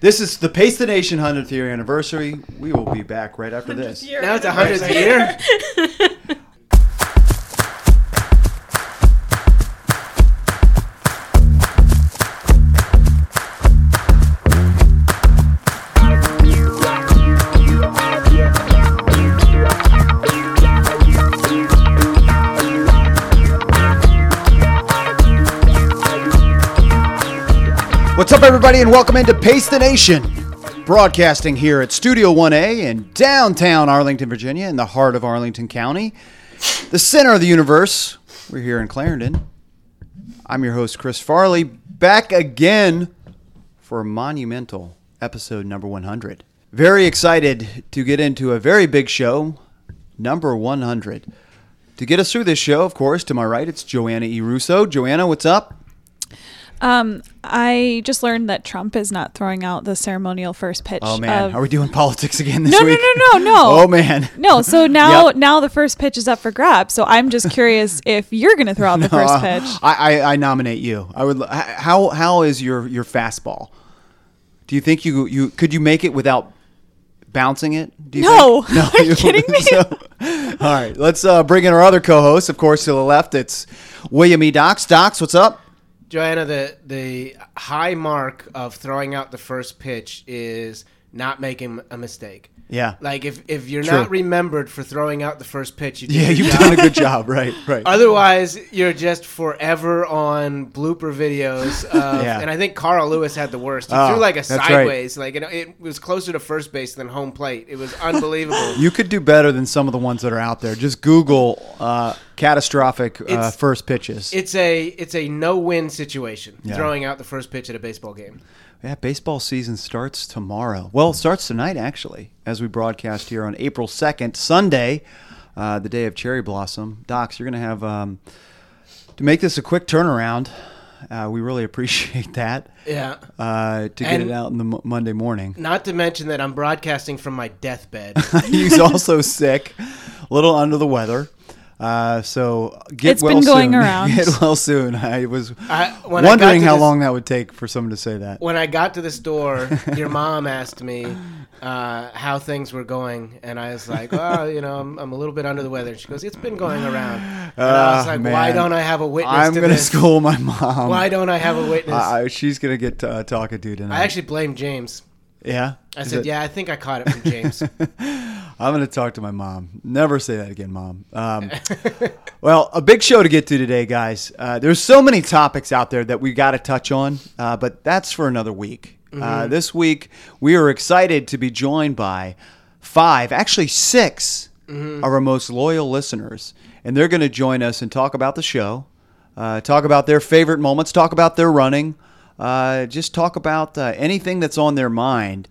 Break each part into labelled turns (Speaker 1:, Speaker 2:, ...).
Speaker 1: This is the Pace the Nation 100th year anniversary. We will be back right after this.
Speaker 2: Now it's a hundredth year.
Speaker 1: What's up, everybody, and welcome into Pace the Nation, broadcasting here at Studio 1A in downtown Arlington, Virginia, in the heart of Arlington County, the center of the universe. We're here in Clarendon. I'm your host, Chris Farley, back again for monumental episode number 100. Very excited to get into a very big show, number 100. To get us through this show, of course, to my right, it's Joanna E. Russo. Joanna, what's up?
Speaker 3: Um, I just learned that Trump is not throwing out the ceremonial first pitch.
Speaker 1: Oh man,
Speaker 3: of-
Speaker 1: are we doing politics again this
Speaker 3: no, no,
Speaker 1: week?
Speaker 3: no, no, no.
Speaker 1: Oh man,
Speaker 3: No, so now
Speaker 1: Yep.
Speaker 3: now the first pitch is up for grabs. So I'm just curious if you're going to throw out the first
Speaker 1: Uh,
Speaker 3: pitch.
Speaker 1: I, I I nominate you. I would. l- h- How how is your your fastball? Do you think you you could you make it without bouncing it? Do you
Speaker 3: No.
Speaker 1: think? no,
Speaker 3: Are you kidding me?
Speaker 1: all right, let's uh, bring in our other co-host. Of course, to the left, it's William E. Docs. Docs, what's up?
Speaker 2: Joanna, the the high mark of throwing out the first pitch is not making a mistake.
Speaker 1: Yeah.
Speaker 2: Like if if you're
Speaker 1: True.
Speaker 2: not remembered for throwing out the first pitch, you did
Speaker 1: Yeah,
Speaker 2: your
Speaker 1: you've
Speaker 2: job.
Speaker 1: done a good job. Right, right.
Speaker 2: Otherwise, you're just forever on blooper videos. Of,
Speaker 1: Yeah.
Speaker 2: And I think Carl Lewis had the worst. He
Speaker 1: Oh,
Speaker 2: threw like a
Speaker 1: that's right.
Speaker 2: sideways. Like it, it was closer to first base than home plate. It was unbelievable.
Speaker 1: You could do better than some of the ones that are out there. Just Google uh, catastrophic uh,
Speaker 2: It's-
Speaker 1: first pitches.
Speaker 2: it's a it's a no win situation.
Speaker 1: Yeah.
Speaker 2: Throwing out the first pitch at a baseball game.
Speaker 1: Yeah, baseball season starts tomorrow. Well, it starts tonight, actually, as we broadcast here on April 2nd, Sunday, uh, the day of cherry blossom. Docs, you're going to have, um, to make this a quick turnaround, uh, we really appreciate that,
Speaker 2: Yeah.
Speaker 1: uh, to get
Speaker 2: And-
Speaker 1: it out in the m- Monday morning.
Speaker 2: Not to mention that I'm broadcasting from my deathbed.
Speaker 1: He's also sick, a little under the weather. Uh, so get
Speaker 3: It's
Speaker 1: well
Speaker 3: been going
Speaker 1: soon.
Speaker 3: around.
Speaker 1: Get well soon. I was
Speaker 2: I- when I got
Speaker 1: wondering
Speaker 2: to
Speaker 1: how
Speaker 2: this-
Speaker 1: long that would take for someone to say that.
Speaker 2: when I got to the store, your mom asked me uh, how things were going, and I was like, "Well, you know, I'm, I'm a little bit under the weather." She goes, "It's been going around," and I was
Speaker 1: Ah,
Speaker 2: like, "Why
Speaker 1: man.
Speaker 2: don't I have a witness?"
Speaker 1: I'm
Speaker 2: to
Speaker 1: gonna
Speaker 2: this?
Speaker 1: school my mom.
Speaker 2: Why don't I have a witness?
Speaker 1: Uh, she's gonna get uh, talkative tonight.
Speaker 2: I actually blame James.
Speaker 1: yeah.
Speaker 2: I
Speaker 1: Is
Speaker 2: said,
Speaker 1: it-
Speaker 2: "Yeah, I think I caught it from James."
Speaker 1: I'm gonna talk to my mom. Never say that again, mom. Um, well, a big show to get to today, guys. Uh, there's so many topics out there that we got to touch on, uh, but that's for another week. Uh,
Speaker 2: Mm-hmm.
Speaker 1: this week, we are excited to be joined by five, actually 6 of our most loyal listeners, and they're going to join us and talk about the show, uh, talk about their favorite moments, talk about their running, uh, just talk about uh, anything that's on their mind.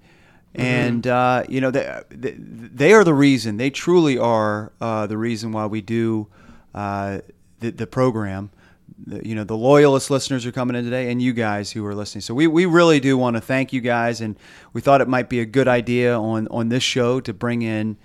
Speaker 1: And uh, you know they, they they are the reason. They truly are uh, the reason why we do uh, the, the program. The, you know the loyalist listeners are coming in today, and you guys who are listening. So we, we really do want to thank you guys, and we thought it might be a good idea on on this show to bring in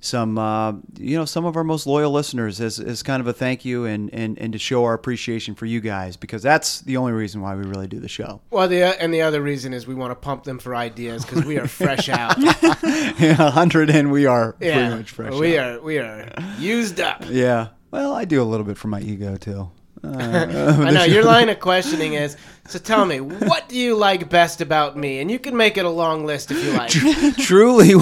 Speaker 1: some uh, you know some of our most loyal listeners as, as kind of a thank you and, and and to show our appreciation for you guys because that's the only reason why we really do the show.
Speaker 2: well, the uh, and the other reason is we want to pump them for ideas because we are fresh out.
Speaker 1: A hundred and we are pretty much fresh. out.
Speaker 2: we are we are used up.
Speaker 1: Yeah. Well, I do a little bit for my ego too. Uh,
Speaker 2: I know your line of questioning is so tell me what do you like best about me and you can make it a long list if you like
Speaker 1: truly,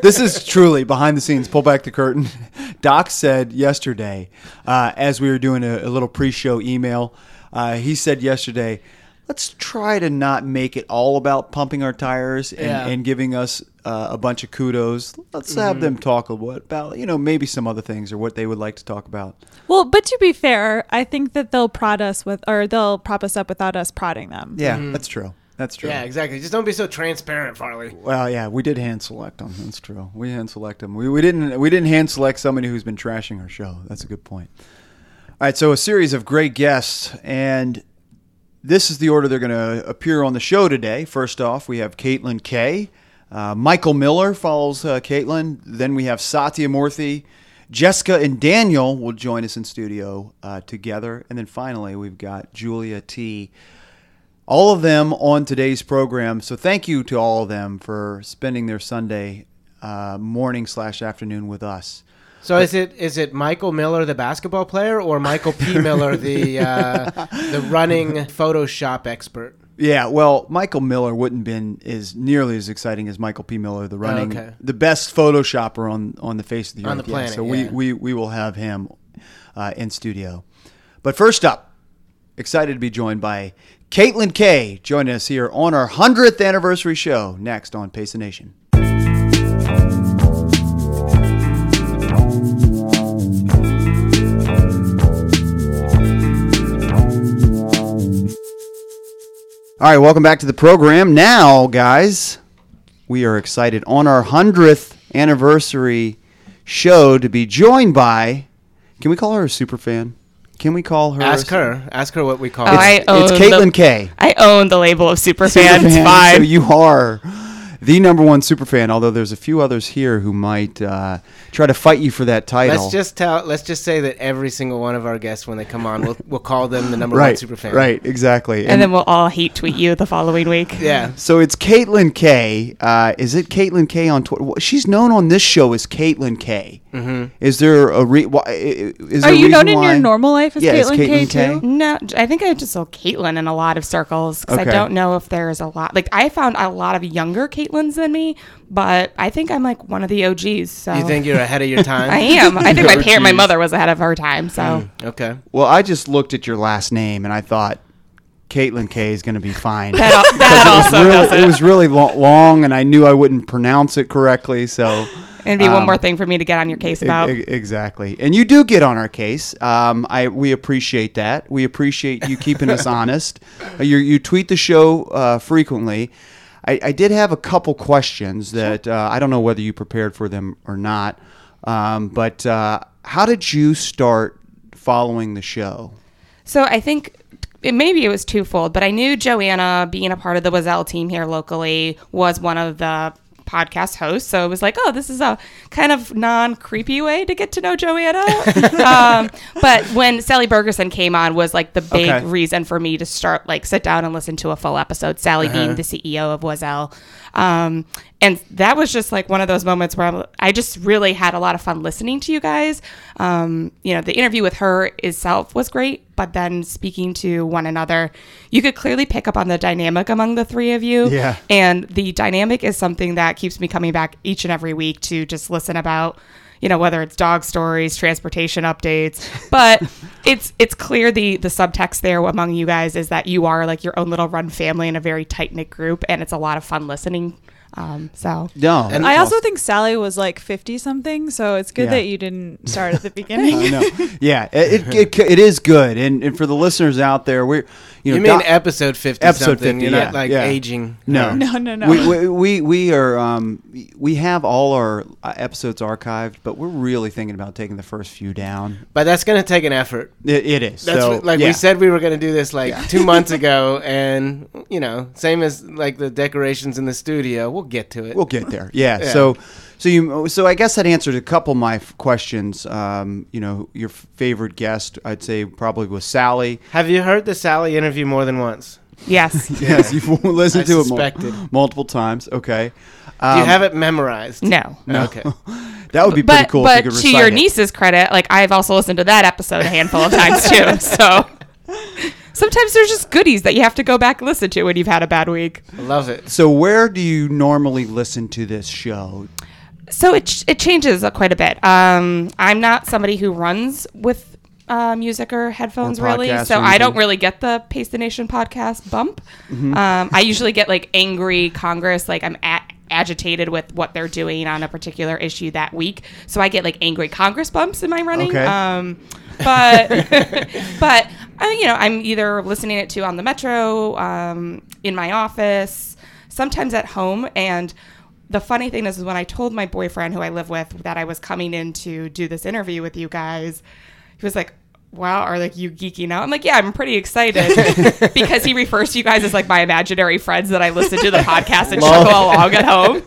Speaker 1: this is truly behind the scenes. Pull back the curtain. Doc said yesterday, uh, as we were doing a, a little pre-show email, uh, he said yesterday, "Let's try to not make it all about pumping our tires and,
Speaker 2: Yeah.
Speaker 1: and giving us uh, a bunch of kudos. Let's have them talk a bit about, you know, maybe some other things or what they would like to talk about."
Speaker 3: Well, but to be fair, I think that they'll prod us with, or they'll prop us up without us prodding them.
Speaker 1: Yeah, that's true. That's true.
Speaker 2: yeah exactly just don't be so transparent farley
Speaker 1: Well, yeah, we did hand select them. That's true. We hand select them. We, we didn't we didn't hand select somebody who's been trashing our show. That's a good point. All right, so a series of great guests, and this is the order they're going to appear on the show today. First off, we have Caitlin Kay. Uh, Michael Miller follows uh, Caitlin. Then we have Satya Murthy. Jessica and Daniel will join us in studio uh, together. And then finally, we've got Julia T. all of them on today's program. So thank you to all of them for spending their Sunday uh, morning slash afternoon with us.
Speaker 2: So is it is it Michael Miller the basketball player or Michael P Miller the uh, the running Photoshop expert?
Speaker 1: Yeah, well, Michael Miller wouldn't been is nearly as exciting as Michael P. Miller, the running,
Speaker 2: okay.
Speaker 1: the best photoshopper on on the face of the
Speaker 2: On
Speaker 1: earth.
Speaker 2: the
Speaker 1: Yeah,
Speaker 2: planet,
Speaker 1: so
Speaker 2: yeah.
Speaker 1: we, we we will have him uh, in studio. But first up, excited to be joined by Caitlin Kay, joining us here on our hundredth anniversary show next on Pace the Nation. All right, welcome back to the program. Now, guys, we are excited on our 100th anniversary show to be joined by. Can we call her a super fan? Can we call her?
Speaker 2: Ask
Speaker 1: a,
Speaker 2: her. Ask her what we call.
Speaker 4: Oh,
Speaker 2: her.
Speaker 4: I own
Speaker 1: It's Caitlin
Speaker 4: the,
Speaker 1: K.
Speaker 4: I own the label of Superfan.
Speaker 1: Superfan,
Speaker 4: It's
Speaker 1: So
Speaker 4: fine.
Speaker 1: you are the number one super fan, although there's a few others here who might uh, try to fight you for that title.
Speaker 2: Let's just tell. Let's just say that every single one of our guests, when they come on, we'll, we'll call them the number one
Speaker 1: right,
Speaker 2: super fan.
Speaker 1: right, exactly.
Speaker 4: and then we'll all hate tweet you the following week.
Speaker 2: Yeah.
Speaker 1: So it's Caitlin K. Uh, is it Caitlin K on Twitter? Well, She's known on this show as Caitlin K. Mm-hmm. Is there a re- why, i- i- is
Speaker 3: Are
Speaker 1: there a
Speaker 3: you known
Speaker 1: reason
Speaker 3: in
Speaker 1: why-
Speaker 3: your normal life as
Speaker 1: Yeah, it's
Speaker 3: Caitlin, K,
Speaker 1: Caitlin K.
Speaker 3: too?
Speaker 4: No, I think I just saw Caitlyn in a lot of circles because
Speaker 1: Okay.
Speaker 4: I don't know if there's a lot. Like I found a lot of younger Caitlins than me, but I think I'm like one of the OGs. So
Speaker 2: You think you're ahead of your time?
Speaker 4: I am? I think my
Speaker 1: Oh,
Speaker 4: parent, my
Speaker 1: geez.
Speaker 4: mother was ahead of her time. So
Speaker 2: Mm, Okay.
Speaker 1: Well, I just looked at your last name and I thought Caitlin K is going to be fine.
Speaker 4: that, al- that also does
Speaker 1: Really- it was really lo- long, and I knew I wouldn't pronounce it correctly. So
Speaker 4: It'd be
Speaker 1: um,
Speaker 4: one more thing for me to get on your case
Speaker 1: E-
Speaker 4: about.
Speaker 1: e- exactly. And you do get on our case. Um, I we appreciate that. We appreciate you keeping us honest. Uh, You you tweet the show uh, frequently. I, I did have a couple questions that uh, I don't know whether you prepared for them or not. Um, but uh, how did you start following the show?
Speaker 4: So I think it, maybe it was twofold, but I knew Joanna being a part of the Wazelle team here locally was one of the podcast hosts. So it was like, oh, this is a kind of non creepy way to get to know Joanna. um, but when Sally Bergerson came on was like the big
Speaker 1: Okay.
Speaker 4: reason for me to start like sit down and listen to a full episode. Sally being the CEO of Wazelle. Um, and that was just like one of those moments where I'm- I just really had a lot of fun listening to you guys. Um, you know, the interview with her itself was great, but then speaking to one another, you could clearly pick up on the dynamic among the three of you.
Speaker 1: Yeah.
Speaker 4: And the dynamic is something that keeps me coming back each and every week to just listen about, you know, whether it's dog stories, transportation updates. But it's it's clear the the subtext there among you guys is that you are like your own little run family in a very tight knit group, and it's a lot of fun listening. Um, so
Speaker 1: No,
Speaker 2: And
Speaker 3: I also think Sally was like 50 something, so it's good
Speaker 1: Yeah.
Speaker 3: that you didn't start at the beginning.
Speaker 1: I know. Yeah, it, it, it is good. And, and for the listeners out there, we're you know
Speaker 2: You mean
Speaker 1: Doc-
Speaker 2: episode fifty?
Speaker 1: episode
Speaker 2: something.
Speaker 1: 50
Speaker 2: You're
Speaker 1: yeah,
Speaker 2: not like
Speaker 1: yeah.
Speaker 2: aging.
Speaker 1: no
Speaker 2: her.
Speaker 3: No, no, no.
Speaker 1: we, we, we, we are um, we have all our uh, episodes archived but we're really thinking about taking the first few down
Speaker 2: But that's gonna take an effort.
Speaker 1: it, it is
Speaker 2: That's
Speaker 1: so
Speaker 2: what- like
Speaker 1: yeah.
Speaker 2: we said we were gonna do this like two months ago, and you know, same as like the decorations in the studio. We'll get to it.
Speaker 1: we'll get there yeah,
Speaker 2: Yeah.
Speaker 1: so so you so i guess that answered a couple of my f- questions um, you know your f- favorite guest i'd say probably was sally
Speaker 2: Have you heard the Sally interview more than once?
Speaker 4: yes,
Speaker 1: yes you've listened
Speaker 2: I
Speaker 1: to it
Speaker 2: suspected.
Speaker 1: mul- multiple times okay
Speaker 2: Do
Speaker 1: um,
Speaker 2: you have it memorized?
Speaker 4: no.
Speaker 2: Okay.
Speaker 1: that would be pretty
Speaker 4: But
Speaker 1: cool if
Speaker 4: but
Speaker 1: you could
Speaker 4: to
Speaker 1: recite
Speaker 4: your
Speaker 1: it.
Speaker 4: niece's credit, like I've also listened to that episode a handful of times too. So sometimes there's just goodies that you have to go back and listen to when you've had a bad week.
Speaker 2: I love it.
Speaker 1: so where do you normally listen to this show
Speaker 4: so it ch- it changes uh, quite a bit. Um, I'm not somebody who runs with uh, music or headphones
Speaker 1: Or
Speaker 4: really,
Speaker 1: podcasts
Speaker 4: so
Speaker 1: or
Speaker 4: I
Speaker 1: anything.
Speaker 4: don't
Speaker 1: Mm-hmm.
Speaker 4: really get the Pace the Nation podcast bump. Um, I usually get like angry Congress, like I'm a agitated with what they're doing on a particular issue that week, so I get like angry Congress bumps in my running.
Speaker 1: Okay.
Speaker 4: Um, but but I, you know, I'm either listening it to on the metro, um, in my office, sometimes at home. And the funny thing is, is when I told my boyfriend who I live with that I was coming in to do this interview with you guys, he was like. Wow, are like you geeking out? I'm like, yeah, I'm pretty excited because he refers to you guys as like my imaginary friends that I listen to the podcast and chuckle along at home.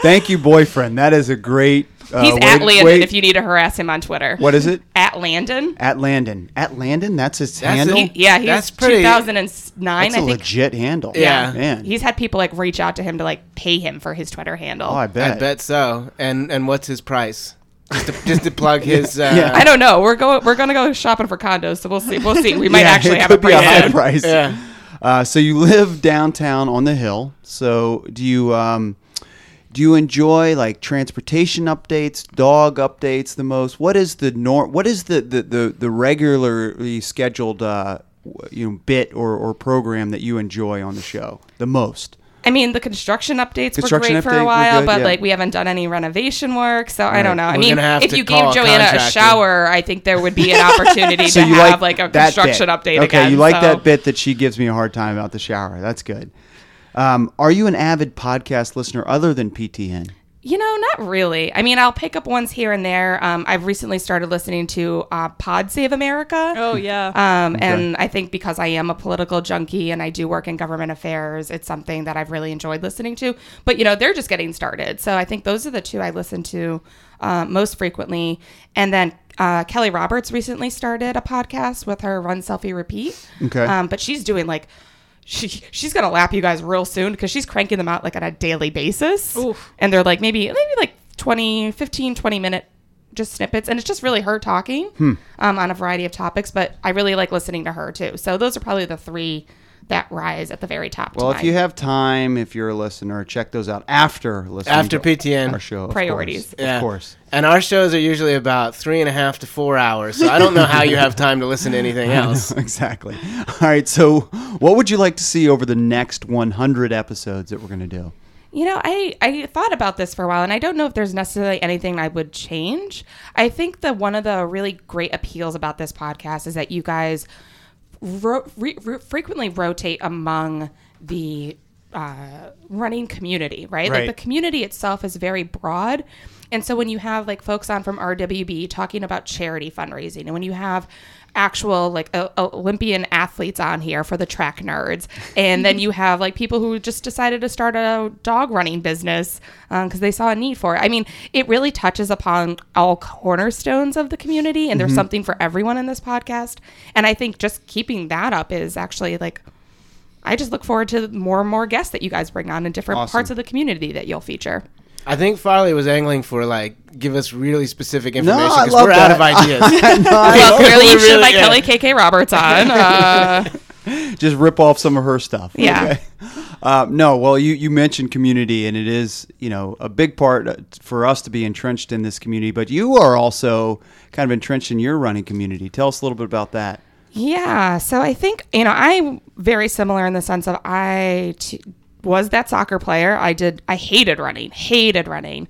Speaker 1: Thank you, boyfriend. That is a great Uh,
Speaker 4: He's
Speaker 1: wait-
Speaker 4: at Landon
Speaker 1: wait.
Speaker 4: if you need to harass him on Twitter.
Speaker 1: What is it?
Speaker 4: At Landon.
Speaker 1: At Landon. At Landon. That's his
Speaker 2: That's
Speaker 1: handle.
Speaker 2: it.
Speaker 4: He- yeah, he's
Speaker 2: That's pretty-
Speaker 4: 2009,
Speaker 1: That's a
Speaker 4: I think.
Speaker 1: legit handle.
Speaker 2: Yeah.
Speaker 1: man.
Speaker 4: He's had people like reach out to him to like pay him for his Twitter handle.
Speaker 1: oh, I bet.
Speaker 2: I bet so. And and what's his price? Just to, just to plug his. Uh,
Speaker 1: Yeah.
Speaker 4: I don't know. We're going. We're going to go shopping for condos, so we'll see. We'll see. We might
Speaker 1: Yeah,
Speaker 4: actually
Speaker 1: it
Speaker 4: have
Speaker 1: could
Speaker 4: a
Speaker 1: be a high
Speaker 4: price.
Speaker 1: price.
Speaker 2: Yeah.
Speaker 1: Uh, so you live downtown on the hill. So do you um, do you enjoy like transportation updates, dog updates the most? What is the norm? What is the the the, the regularly scheduled uh, w- you know bit or, or program that you enjoy on the show the most?
Speaker 4: I mean, the construction updates
Speaker 1: Construction update
Speaker 4: were great for
Speaker 1: were
Speaker 4: a while,
Speaker 1: good,
Speaker 4: but
Speaker 1: yeah.
Speaker 4: like we haven't done any renovation work, so I don't know. I
Speaker 2: We're
Speaker 4: mean,
Speaker 2: gonna have
Speaker 4: if
Speaker 2: to
Speaker 4: you
Speaker 2: call
Speaker 4: gave
Speaker 2: a
Speaker 4: Joanna a
Speaker 2: contractor.
Speaker 4: shower, I think there would be an opportunity to
Speaker 1: you
Speaker 4: have like, a
Speaker 1: that bit.
Speaker 4: construction update
Speaker 1: Okay,
Speaker 4: again.
Speaker 1: you like
Speaker 4: so-
Speaker 1: that bit that she gives me a hard time about the shower. That's good. Um, are you an avid podcast listener other than PTN?
Speaker 4: You know, not really. I mean, I'll pick up ones here and there. Um, I've recently started listening to uh, Pod Save America.
Speaker 3: Oh yeah.
Speaker 4: Um, And I think because I am a political junkie and I do work in government affairs, it's something that I've really enjoyed listening to. But, you know, they're just getting started. So I think those are the two I listen to uh, most frequently. And then uh, Kelly Roberts recently started a podcast with her Run Selfie Repeat.
Speaker 1: Okay.
Speaker 4: Um, but she's doing like, she, she's gonna lap you guys real soon because she's cranking them out like on a daily basis
Speaker 3: Oof.
Speaker 4: and they're like maybe maybe like 20 15 20 minute just snippets and it's just really her talking
Speaker 1: Hmm.
Speaker 4: um, on a variety of topics but i really like listening to her too so those are probably the three that rise at the very top
Speaker 1: Well,
Speaker 4: to
Speaker 1: if
Speaker 4: my
Speaker 1: you have time, if you're a listener, check those out after listening.
Speaker 2: After
Speaker 1: to
Speaker 2: PTN.
Speaker 1: our show of
Speaker 4: Priorities.
Speaker 1: course.
Speaker 2: Yeah.
Speaker 1: of course.
Speaker 2: And our shows are usually about three and a half to four hours, so I don't know how you have time to listen to anything else.
Speaker 1: exactly. All right. So, what would you like to see over the next 100 episodes that we're going to do?
Speaker 4: You know, I, I thought about this for a while, and I don't know if there's necessarily anything I would change. I think that one of the really great appeals about this podcast is that you guys ro- re- re- frequently rotate among the uh, running community, right?
Speaker 1: Right.
Speaker 4: Like the community itself is very broad. And so when you have like folks on from RWB talking about charity fundraising, and when you have actual like o- o- Olympian athletes on here for the track nerds, and then you have like people who just decided to start a dog running business because they saw a need for it. I mean, it really touches upon all cornerstones of the community, and there's
Speaker 2: Mm-hmm.
Speaker 4: something for everyone in this podcast. And I think just keeping that up is actually like. I just look forward to more and more guests that you guys bring on in different
Speaker 1: Awesome.
Speaker 4: parts of the community that you'll feature.
Speaker 2: I think Farley was angling for like give us really specific information
Speaker 1: I
Speaker 2: because
Speaker 1: love
Speaker 2: we're out of
Speaker 1: that.
Speaker 2: ideas.
Speaker 4: Well, clearly you
Speaker 2: Really,
Speaker 4: should have
Speaker 2: yeah.
Speaker 4: Kelly KK Roberts on. Uh,
Speaker 1: Just rip off some of her stuff.
Speaker 4: Yeah.
Speaker 1: Uh, no, well, you, you mentioned community, and it is you know a big part uh, for us to be entrenched in this community. But you are also kind of entrenched in your running community. Tell us a little bit about that.
Speaker 4: Yeah. So I think, you know, I'm very similar in the sense of I t- was that soccer player. I did, I hated running, hated running.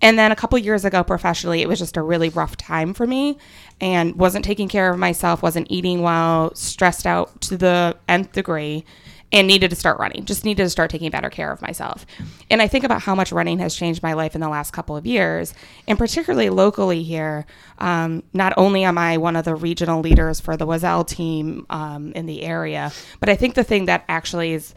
Speaker 4: And then a couple years ago professionally, it was just a really rough time for me and wasn't taking care of myself, wasn't eating well, stressed out to the nth degree and needed to start running. Just needed to start taking better care of myself. And I think about how much running has changed my life in the last couple of years, and particularly locally here. Um, not only am I one of the regional leaders for the Wazelle team um, in the area, but I think the thing that actually is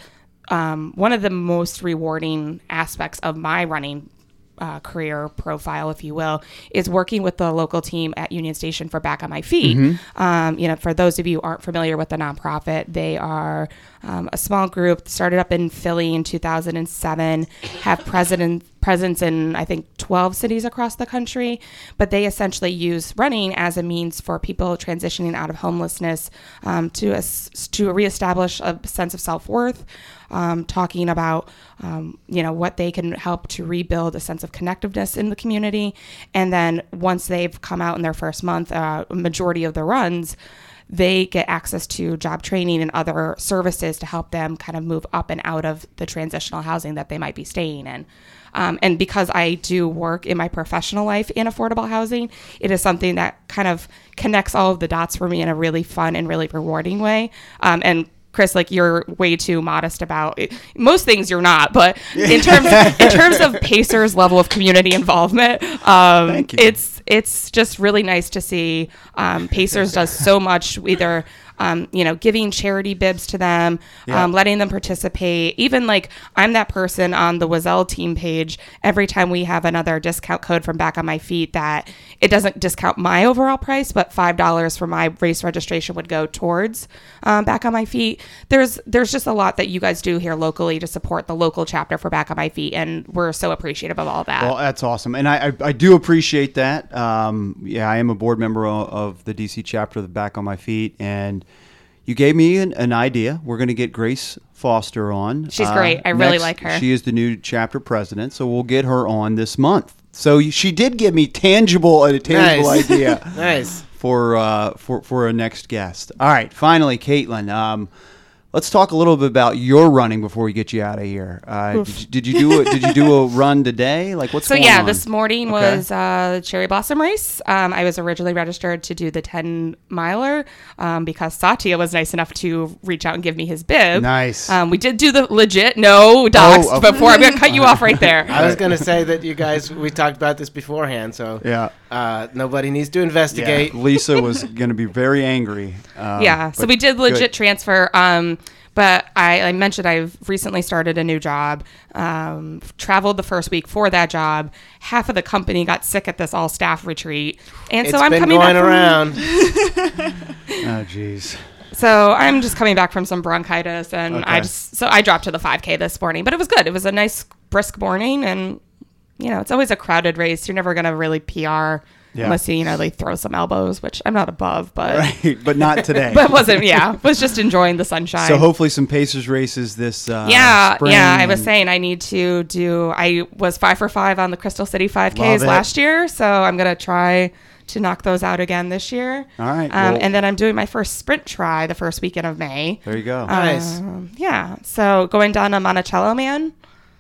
Speaker 4: um, one of the most rewarding aspects of my running uh, career profile, if you will, is working with the local team at Union Station for Back on My Feet. Um, you know, for those of you who aren't familiar with the nonprofit, they are um, a small group started up in Philly in 2007, have president presence in I think 12 cities across the country, but they essentially use running as a means for people transitioning out of homelessness um, to as- to reestablish a sense of self worth um, talking about um, you know what they can help to rebuild a sense of connectiveness in the community and then once they've come out in their first month uh, a majority of the runs they get access to job training and other services to help them kind of move up and out of the transitional housing that they might be staying in um, and because i do work in my professional life in affordable housing it is something that kind of connects all of the dots for me in a really fun and really rewarding way um, and Chris, like you're way too modest about it. most things. You're not, but in terms in terms of Pacers' level of community involvement, um,
Speaker 1: Thank you.
Speaker 4: it's it's just really nice to see um, Pacers does so much either um, you know, giving charity bibs to them,
Speaker 1: Yeah.
Speaker 4: um, letting them participate. Even like I'm that person on the Wazelle team page. Every time we have another discount code from Back on My Feet, that it doesn't discount my overall price, but five dollars for my race registration would go towards um, Back on My Feet. There's there's just a lot that you guys do here locally to support the local chapter for Back on My Feet, and we're so appreciative of all that.
Speaker 1: Well, that's awesome, and I, I, I do appreciate that. Um, yeah, I am a board member o- of the DC chapter of Back on My Feet, and you gave me an, an idea. We're going to get Grace Foster on. uh,
Speaker 4: She's great. I really like her.
Speaker 1: She is the new chapter president, so we'll get her on this month. So you- she did give me tangible a tangible
Speaker 2: Nice.
Speaker 1: idea
Speaker 2: Nice.
Speaker 1: for uh, for for a next guest. All right, finally, Caitlin. Um, let's talk a little bit about your running before we get you out of here. Uh, did, did you do a, did you do a run today? Like what's
Speaker 4: So
Speaker 1: going
Speaker 4: yeah,
Speaker 1: on?
Speaker 4: this morning
Speaker 1: Okay.
Speaker 4: was uh, Cherry Blossom Race. Um, I was originally registered to do the ten miler um, because Satya was nice enough to reach out and give me his bib.
Speaker 1: Nice. Oh,
Speaker 4: Um, we did do the legit no docs
Speaker 1: of-
Speaker 4: Oh, before. I'm gonna cut you off right there.
Speaker 2: I was gonna say that you guys we talked about this beforehand, so
Speaker 1: Yeah.
Speaker 2: uh, nobody needs to investigate.
Speaker 1: Lisa was going to be very angry. Um,
Speaker 4: yeah so
Speaker 1: but
Speaker 4: we did legit
Speaker 1: good.
Speaker 4: transfer um but I, I mentioned I've recently started a new job. Um, traveled the first week for that job. Half of the company got sick at this all staff retreat, and
Speaker 2: It's
Speaker 4: so I'm
Speaker 2: been
Speaker 4: coming
Speaker 2: going
Speaker 4: back from-
Speaker 2: around.
Speaker 1: Oh, jeez.
Speaker 4: So I'm just coming back from some bronchitis, and I
Speaker 1: Okay.
Speaker 4: just so I dropped to the 5K this morning, but it was good. It was a nice brisk morning, and you know it's always a crowded race. You're never gonna really PR unless you you know they throw some elbows, which I'm not above, but
Speaker 1: Right, but not today.
Speaker 4: but wasn't yeah was just enjoying the sunshine.
Speaker 1: so hopefully some Pacers races this uh,
Speaker 4: yeah,
Speaker 1: spring
Speaker 4: yeah. I was
Speaker 1: and-
Speaker 4: saying I need to do. I was five for five on the Crystal City 5Ks
Speaker 1: Love it.
Speaker 4: last year, so I'm gonna try to knock those out again this year.
Speaker 1: All right,
Speaker 4: um,
Speaker 1: well-
Speaker 4: and then I'm doing my first sprint try the first weekend of May.
Speaker 1: There you go.
Speaker 2: Nice.
Speaker 4: Um, yeah. So going down to Monticello Man,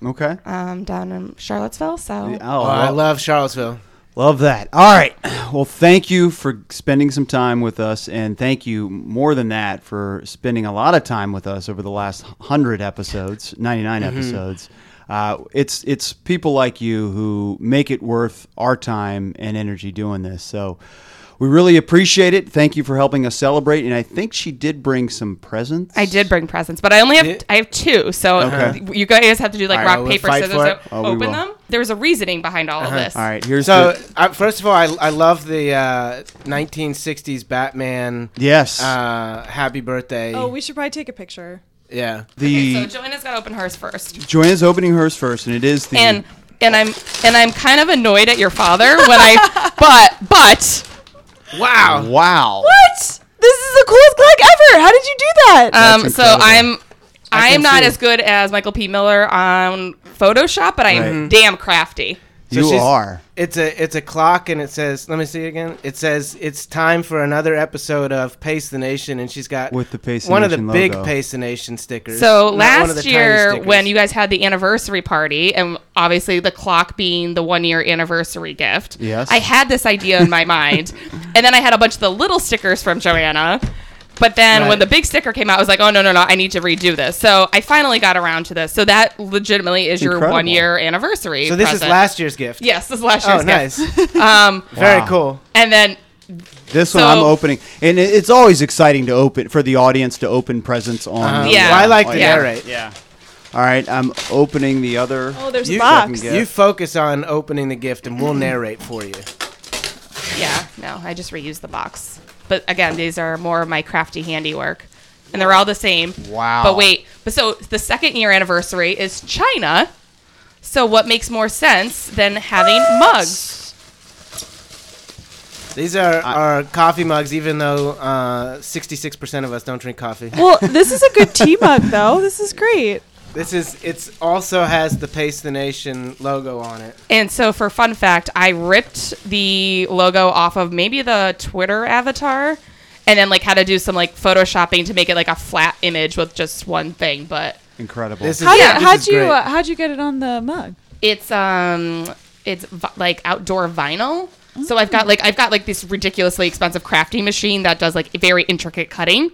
Speaker 1: okay.
Speaker 4: um, down in Charlottesville. So
Speaker 1: oh,
Speaker 2: Oh, I
Speaker 1: well-
Speaker 2: love Charlottesville.
Speaker 1: Love that. All right. Well, thank you for spending some time with us. And thank you more than that for spending a lot of time with us over the last 100 episodes, 99
Speaker 2: Mm-hmm.
Speaker 1: episodes. Uh, it's it's people like you who make it worth our time and energy doing this. So we really appreciate it. Thank you for helping us celebrate. And I think she did bring some presents.
Speaker 4: I did bring presents, but I only have I have two. So
Speaker 1: Okay.
Speaker 4: you guys have to do like
Speaker 2: All right,
Speaker 4: rock
Speaker 2: well, Uh-huh. we'll
Speaker 4: paper
Speaker 2: fight
Speaker 4: scissors.
Speaker 2: for it.
Speaker 4: to
Speaker 1: Oh, we
Speaker 4: open
Speaker 1: will.
Speaker 4: them. There was a reasoning behind all of this.
Speaker 1: All right. Here's
Speaker 2: So,
Speaker 1: the-
Speaker 2: I, first of all, I, I love the uh, 1960s Batman.
Speaker 1: yes.
Speaker 2: Uh, happy birthday.
Speaker 3: Oh, we should probably take a picture.
Speaker 2: yeah.
Speaker 1: the
Speaker 4: So Joanna's got to open hers first,
Speaker 1: Joanna's opening hers first, and it is the
Speaker 4: and and I'm and I'm kind of annoyed at your father when I but but
Speaker 2: Wow.
Speaker 1: wow.
Speaker 3: What? This is the coolest Greg ever. How did you do that?
Speaker 4: um so
Speaker 1: incredible.
Speaker 4: I'm. I
Speaker 2: can
Speaker 4: am not
Speaker 2: see.
Speaker 4: as good as Michael P. Miller on Photoshop, but I am
Speaker 1: Right.
Speaker 4: damn crafty.
Speaker 1: You
Speaker 2: she's-
Speaker 1: are.
Speaker 2: It's a it's a clock and it says let me see it again. It says it's time for another episode of Pace the Nation and she's got
Speaker 1: With the Pace the
Speaker 2: one of the
Speaker 1: Nation
Speaker 2: big
Speaker 1: logo.
Speaker 2: Pace the Nation stickers.
Speaker 4: So
Speaker 2: not one of the
Speaker 4: last
Speaker 2: tiny
Speaker 4: year,
Speaker 2: stickers.
Speaker 4: when you guys had the anniversary party, and obviously the clock being the one year anniversary gift,
Speaker 1: Yes.
Speaker 4: I had this idea in my mind. And then I had a bunch of the little stickers from Joanna. But then
Speaker 2: Right.
Speaker 4: when the big sticker came out, I was like, oh, no, no, no, I need to redo this. So I finally got around to this. So that legitimately is your
Speaker 1: Incredible.
Speaker 4: one year anniversary.
Speaker 2: so this is
Speaker 4: present.
Speaker 2: last year's gift.
Speaker 4: Yes, this is last year's
Speaker 2: Oh, nice.
Speaker 4: gift. Um,
Speaker 2: Very
Speaker 1: Wow.
Speaker 2: cool.
Speaker 4: and then
Speaker 1: This one I'm
Speaker 4: So-
Speaker 1: opening, and it- it's always exciting to open for the audience to open presents on.
Speaker 2: Um,
Speaker 1: the-
Speaker 4: Yeah.
Speaker 2: well, I like
Speaker 3: Oh,
Speaker 2: to
Speaker 4: Yeah.
Speaker 2: narrate.
Speaker 1: Yeah. All right, I'm opening the other.
Speaker 3: oh, there's
Speaker 2: You-
Speaker 3: a box.
Speaker 1: Yeah.
Speaker 2: You focus on opening the gift and we'll narrate for you.
Speaker 4: Yeah, no, I just reused the box. But again, these are more of my crafty handiwork. And they're all the same.
Speaker 1: Wow.
Speaker 4: But wait, but so the second year anniversary is China. So what makes more sense than having mugs?
Speaker 2: These are our coffee mugs, even though uh, 66% of us don't drink coffee.
Speaker 3: Well, this is a good tea mug, though. This is great.
Speaker 2: This is, it's also has the Pace the Nation logo on it.
Speaker 4: And so for fun fact, I ripped the logo off of maybe the Twitter avatar and then like how to do some like photoshopping to make it like a flat image with just one thing, but
Speaker 1: Incredible.
Speaker 2: This is,
Speaker 3: How
Speaker 4: Yeah.
Speaker 3: did,
Speaker 2: this
Speaker 3: how'd
Speaker 2: is
Speaker 3: you
Speaker 2: great.
Speaker 3: uh, how'd you get it on the mug?
Speaker 4: it's um it's vi- like outdoor vinyl so i've
Speaker 3: Mm.
Speaker 4: got like i've got like this ridiculously expensive crafting machine that does like very intricate cutting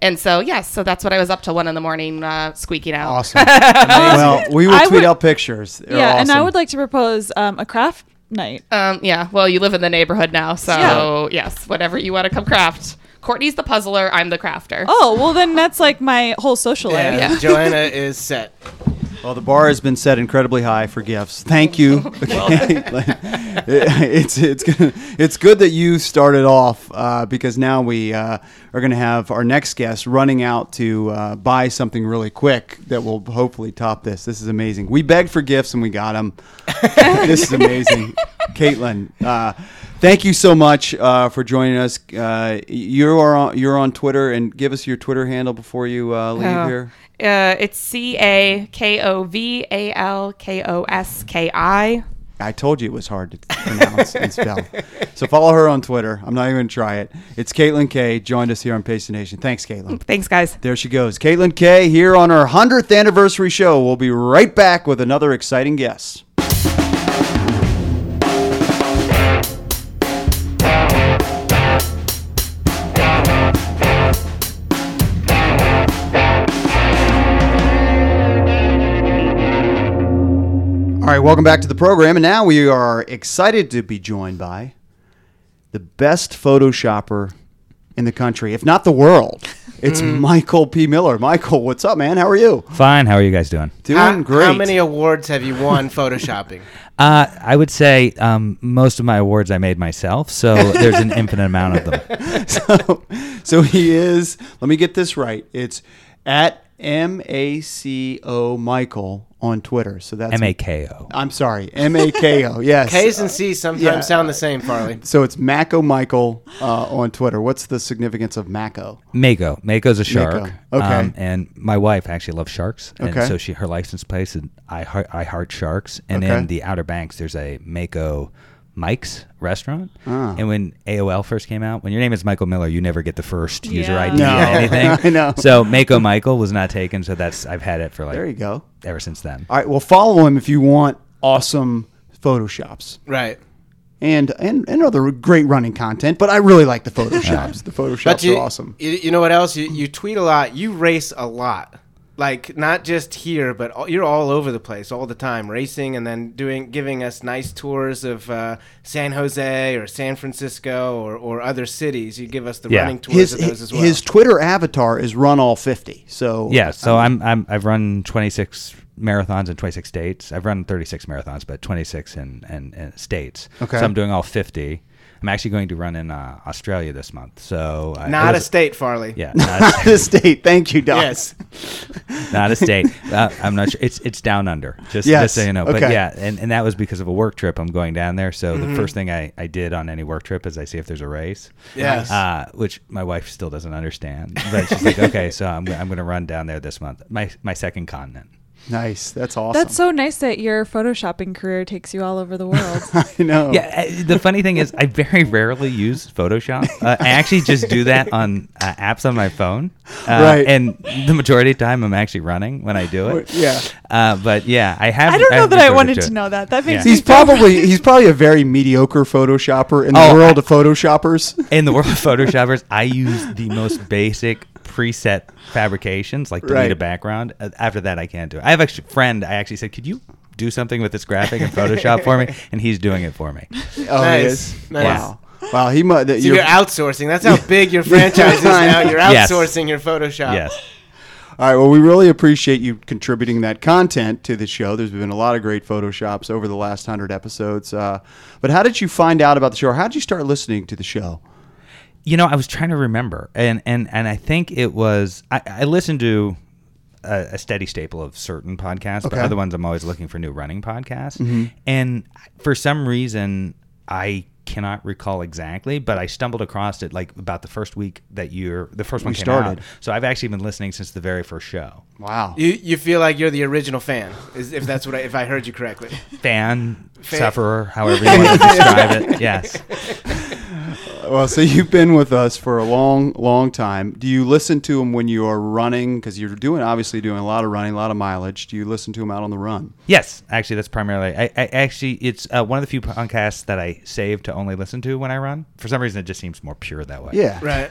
Speaker 4: and so yes so that's what i was up till one in the morning uh, squeaking out
Speaker 1: awesome. well, we will
Speaker 3: I
Speaker 1: tweet
Speaker 3: would-
Speaker 1: out pictures. They're
Speaker 3: yeah, and I
Speaker 1: awesome.
Speaker 3: would like to propose um, a craft night.
Speaker 4: um yeah well you live in the neighborhood now so
Speaker 3: Yeah.
Speaker 4: yes whatever you want to come craft Courtney's the puzzler. I'm the crafter.
Speaker 3: Oh, well, then that's like my whole social life.
Speaker 2: Yeah,
Speaker 4: Yeah.
Speaker 2: Joanna is set.
Speaker 1: Well, the bar has been set incredibly high for gifts. Thank you. Okay. Like, it- it's it's gonna, it's good that you started off uh, because now we uh, are going to have our next guest running out to uh, buy something really quick that will hopefully top this. This is amazing. We begged for gifts and we got them. this is amazing, Caitlin. Uh, thank you so much uh, for joining us. Uh, you are on, you're on Twitter and give us your Twitter handle before you uh, leave
Speaker 4: Oh.
Speaker 1: here.
Speaker 4: Uh, it's C A K O V A L K O S K I.
Speaker 1: I told you it was hard to pronounce and spell. So follow her on Twitter. I'm not even going to try it. It's Caitlin K. Joined us here on Pace the Nation. Thanks, Caitlin.
Speaker 4: Thanks, guys.
Speaker 1: There she goes. Caitlin K. here on her 100th anniversary show. We'll be right back with another exciting guest. All right, welcome back to the program. And now we are excited to be joined by the best Photoshopper in the country, if not the world. It's
Speaker 4: Mm-hmm.
Speaker 1: Michael P. Miller. Michael, what's up, man? How are you?
Speaker 5: Fine. How are you guys doing?
Speaker 1: Doing
Speaker 2: how,
Speaker 1: great.
Speaker 2: How many awards have you won photoshopping?
Speaker 5: Uh, I would say um, most of my awards I made myself, so there's an infinite amount of them.
Speaker 1: so, so he is. Let me get this right. It's at M A C O Michael on Twitter. So that's
Speaker 5: M A K O.
Speaker 1: I'm sorry, M A K O. Yes.
Speaker 2: K's and C's sometimes
Speaker 1: Yeah.
Speaker 2: sound the same, Farley.
Speaker 1: so it's Maco Michael uh, on Twitter. What's the significance of Maco?
Speaker 5: Mako. Mako's a shark. Um,
Speaker 1: Mako. Okay.
Speaker 5: and my wife actually loves sharks, and
Speaker 1: Okay.
Speaker 5: so she her license plate is I heart I heart sharks. And
Speaker 1: Okay.
Speaker 5: in the Outer Banks, there's a Mako Mike's restaurant.
Speaker 1: Ah.
Speaker 5: And when AOL first came out, when your name is Michael Miller, you never get the first user
Speaker 3: Yeah.
Speaker 5: ID
Speaker 1: No.
Speaker 5: or anything.
Speaker 1: I know.
Speaker 5: So Mako Michael was not taken. So that's I've had it for like
Speaker 1: There you go.
Speaker 5: ever since then.
Speaker 1: All right. Well, follow him if you want awesome photoshops
Speaker 2: Right.
Speaker 1: and and, and other great running content. But I really like the photoshops. the photoshops
Speaker 2: you,
Speaker 1: are awesome.
Speaker 2: You, you know what else? You, you tweet a lot. You race a lot. Like not just here, but all, you're all over the place all the time, racing and then doing, giving us nice tours of uh, San Jose or San Francisco or, or other cities. You give us the
Speaker 5: Yeah.
Speaker 2: running tours
Speaker 1: His
Speaker 2: of those as well.
Speaker 1: his Twitter avatar is run all fifty. So
Speaker 5: Yeah, so
Speaker 2: um,
Speaker 5: I'm, I'm I've run 26 marathons in 26 states. I've run 36 marathons, but 26 in, in, in states.
Speaker 1: Okay.
Speaker 5: So I'm doing all 50. I'm actually going to run in uh, Australia this month. So I,
Speaker 2: not
Speaker 5: it
Speaker 2: a
Speaker 5: was-
Speaker 2: state, Farley.
Speaker 5: Yeah, not,
Speaker 1: the state. Thank you, Doc.
Speaker 2: Yes.
Speaker 5: not a state. Uh, I'm not sure. It's it's down under. Just
Speaker 1: Yes,
Speaker 5: just so you know. But
Speaker 1: okay. Mm-hmm.
Speaker 5: yeah, and, and that was because of a work trip. I'm going down there. So the first thing I, I did on any work trip is I see if there's a race.
Speaker 2: Yes.
Speaker 5: Uh, which my wife still doesn't understand. But she's like, okay, so I'm I'm going to run down there this month. My my second continent.
Speaker 1: Nice. That's awesome.
Speaker 3: That's so nice that your photoshopping career takes you all over the world.
Speaker 1: I know.
Speaker 5: Yeah, uh, the funny thing is, I very rarely use Photoshop. Uh, I actually just do that on uh, apps on my phone, uh,
Speaker 1: Right.
Speaker 5: And the majority of the time, I'm actually running when I do
Speaker 1: Or-
Speaker 5: it.
Speaker 1: yeah.
Speaker 5: Uh, but yeah, I have.
Speaker 3: I don't know
Speaker 5: have
Speaker 3: that I
Speaker 5: resorted
Speaker 3: wanted
Speaker 5: it.
Speaker 3: to know that. That makes
Speaker 5: Yeah.
Speaker 3: me
Speaker 1: He's probably he's probably a very mediocre photoshopper in the
Speaker 5: Oh,
Speaker 1: world of photoshoppers.
Speaker 5: In the world of Photoshoppers, I use the most basic preset fabrications, like delete
Speaker 1: Right.
Speaker 5: a background. Uh, After that, I can't do it. I have a sh- friend. I actually said, "Could you do something with this graphic in Photoshop for me?" And he's doing it for me.
Speaker 1: Oh,
Speaker 2: Nice.
Speaker 1: yes.
Speaker 2: Nice.
Speaker 1: Wow. Wow. He must.
Speaker 2: So you're outsourcing. That's how big your franchise is now. You're
Speaker 5: Yes.
Speaker 2: outsourcing your Photoshop.
Speaker 5: Yes.
Speaker 1: All right. Well, we really appreciate you contributing that content to the show. There's been a lot of great photoshops over the last hundred episodes. Uh, but how did you find out about the show? Or how did you start listening to the show?
Speaker 5: you know, I was trying to remember, and and and I think it was I, I listened to a, a steady staple of certain podcasts, but
Speaker 1: Okay. Mm-hmm.
Speaker 5: other ones I'm always looking for new running podcasts, and for some reason I cannot recall exactly, but I stumbled across it like about the first week that you're the first one
Speaker 1: We
Speaker 5: came out.
Speaker 1: started.
Speaker 5: So I've actually been listening since the very first show.
Speaker 1: Wow.
Speaker 2: You you feel like you're the original fan, is if that's what I, if I heard you correctly.
Speaker 5: Fan, sufferer, however you want to describe it. Yes.
Speaker 1: Well, so you've been with us for a long, long time. Do you listen to them when you are running? Because you're doing obviously doing a lot of running, a lot of mileage. Do you listen to them out on the run?
Speaker 5: Yes, actually, that's primarily. I, I actually, it's uh, one of the few podcasts that I save to only listen to when I run. For some reason, it just seems more pure that way.
Speaker 1: Yeah.
Speaker 2: Right.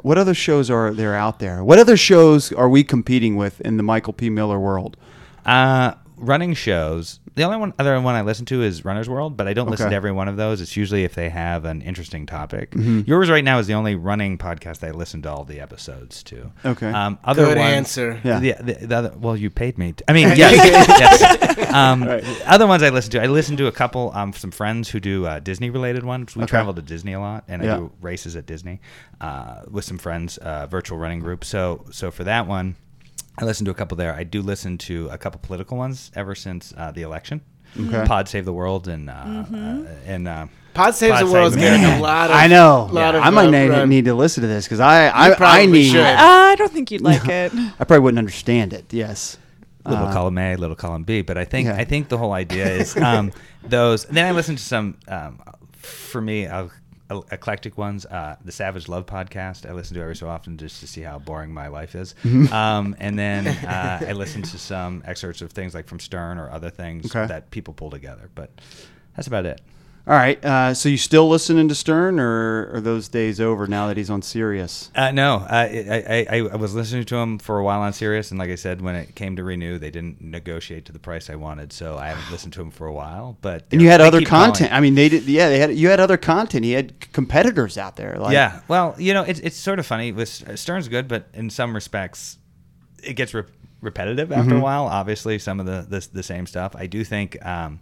Speaker 1: What other shows are there out there? What other shows are we competing with in the Michael P. Miller world?
Speaker 5: Uh, running shows. The only one other one I listen to is Runner's World, but I don't listen
Speaker 1: Okay.
Speaker 5: to every one of those. It's usually if they have an interesting topic.
Speaker 1: Mm-hmm.
Speaker 5: Yours right now is the only running podcast I listen to all the episodes to.
Speaker 1: Okay.
Speaker 5: Um, other
Speaker 2: Good
Speaker 5: ones-
Speaker 2: answer.
Speaker 1: Yeah.
Speaker 5: The, the, the other, well, you paid me. T- I mean, yes. yes. Um, Other ones I listen to. I listen to a couple, um, some friends who do uh, Disney related ones. We travel to Disney a lot, and
Speaker 1: Yeah.
Speaker 5: I do races at Disney uh, with some friends, uh, virtual running group. So, so for that one, I listen to a couple there. I do listen to a couple political ones ever since uh, the election. Mm-hmm.
Speaker 1: Okay.
Speaker 5: Pod Save the World and uh, uh, and uh,
Speaker 2: Mm-hmm. Pod Saves the
Speaker 5: Pod
Speaker 2: World's
Speaker 5: Saves
Speaker 2: getting
Speaker 5: the
Speaker 2: a
Speaker 5: World.
Speaker 2: lot of.
Speaker 1: I know.
Speaker 2: lot of,
Speaker 1: I might
Speaker 2: uh,
Speaker 1: need,
Speaker 2: run.
Speaker 1: need to listen to this because I I, I
Speaker 2: probably
Speaker 1: need
Speaker 2: should.
Speaker 3: Uh, I don't think you'd like it.
Speaker 1: I probably wouldn't understand it. Yes. uh,
Speaker 5: little column A, little column B. But I think
Speaker 1: Yeah.
Speaker 5: I think the whole idea is um, those. Then I listened to some um, for me uh, eclectic ones. Uh, the Savage Love podcast I listen to every so often just to see how boring my life is. um, and then uh, I listen to some excerpts of things like from Stern or other things
Speaker 1: Okay.
Speaker 5: that people pull together. But that's about it.
Speaker 1: All right. Uh, so you still listening to Stern, or are those days over now that he's on Sirius?
Speaker 5: Uh, no, uh, I, I, I I was listening to him for a while on Sirius, and like I said, when it came to renew, they didn't negotiate to the price I wanted, so I haven't listened to him for a while. But
Speaker 1: And you had
Speaker 5: they
Speaker 1: other
Speaker 5: keep calling.
Speaker 1: content. I mean, they did. Yeah, they had. You had other content. He had c- competitors out there. Like,
Speaker 5: yeah. Well, you know, it's it's sort of funny. With uh, Stern's good, but in some respects, it gets re- repetitive after
Speaker 1: Mm-hmm.
Speaker 5: a while. Obviously, some of the the, the same stuff. I do think. Um,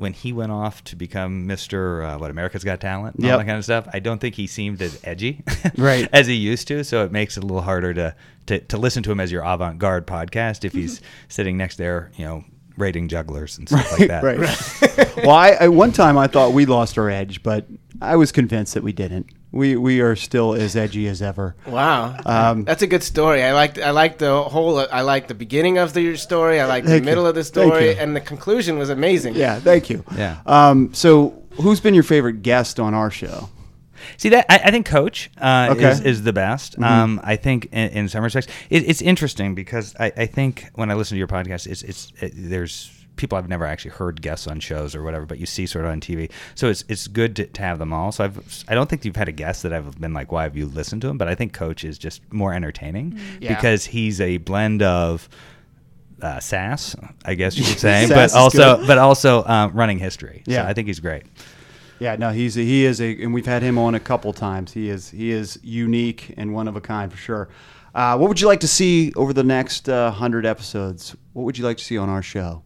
Speaker 5: when he went off to become Mr. Uh, what America's Got Talent, and all
Speaker 1: Yep.
Speaker 5: that kind of stuff, I don't think he seemed as edgy,
Speaker 1: Right.
Speaker 5: as he used to. So it makes it a little harder to to, to listen to him as your avant-garde podcast if he's sitting next there, you know, rating jugglers and stuff like that.
Speaker 1: Mm-hmm. Right. well, I, I one time I thought we lost our edge, but I was convinced that we didn't. We we are still as edgy as ever.
Speaker 2: Wow,
Speaker 1: Um,
Speaker 2: that's a good story. I liked I liked the whole. I liked the beginning of the, your story. I liked the
Speaker 1: Thank you.
Speaker 2: middle of the
Speaker 1: Thank
Speaker 2: story,
Speaker 1: you.
Speaker 2: and the conclusion was amazing.
Speaker 1: Yeah. Thank you.
Speaker 5: Yeah.
Speaker 1: Um. So, who's been your favorite guest on our show?
Speaker 5: See that I, I think Coach uh,
Speaker 1: Okay. Mm-hmm.
Speaker 5: is, is the best. Um, I think in, in some respects it, it's interesting because I, I think when I listen to your podcast, it's it's it, there's people I've never actually heard guests on shows or whatever, but you see sort of on TV. So it's it's good to, to have them all. So I've I don't think you've had a guest that I've been like, why have you listened to him? But I think Coach is just more entertaining
Speaker 2: Yeah.
Speaker 5: because he's a blend of. Uh, sass, I guess you could say,
Speaker 1: Sass
Speaker 5: but
Speaker 1: is
Speaker 5: also,
Speaker 1: good.
Speaker 5: but also um, running history.
Speaker 1: Yeah.
Speaker 5: so I think he's great.
Speaker 1: Yeah, no, he's a, he is a, and we've had him on a couple times. He is he is unique and one of a kind for sure. Uh, what would you like to see over the next uh, hundred episodes? What would you like to see on our show?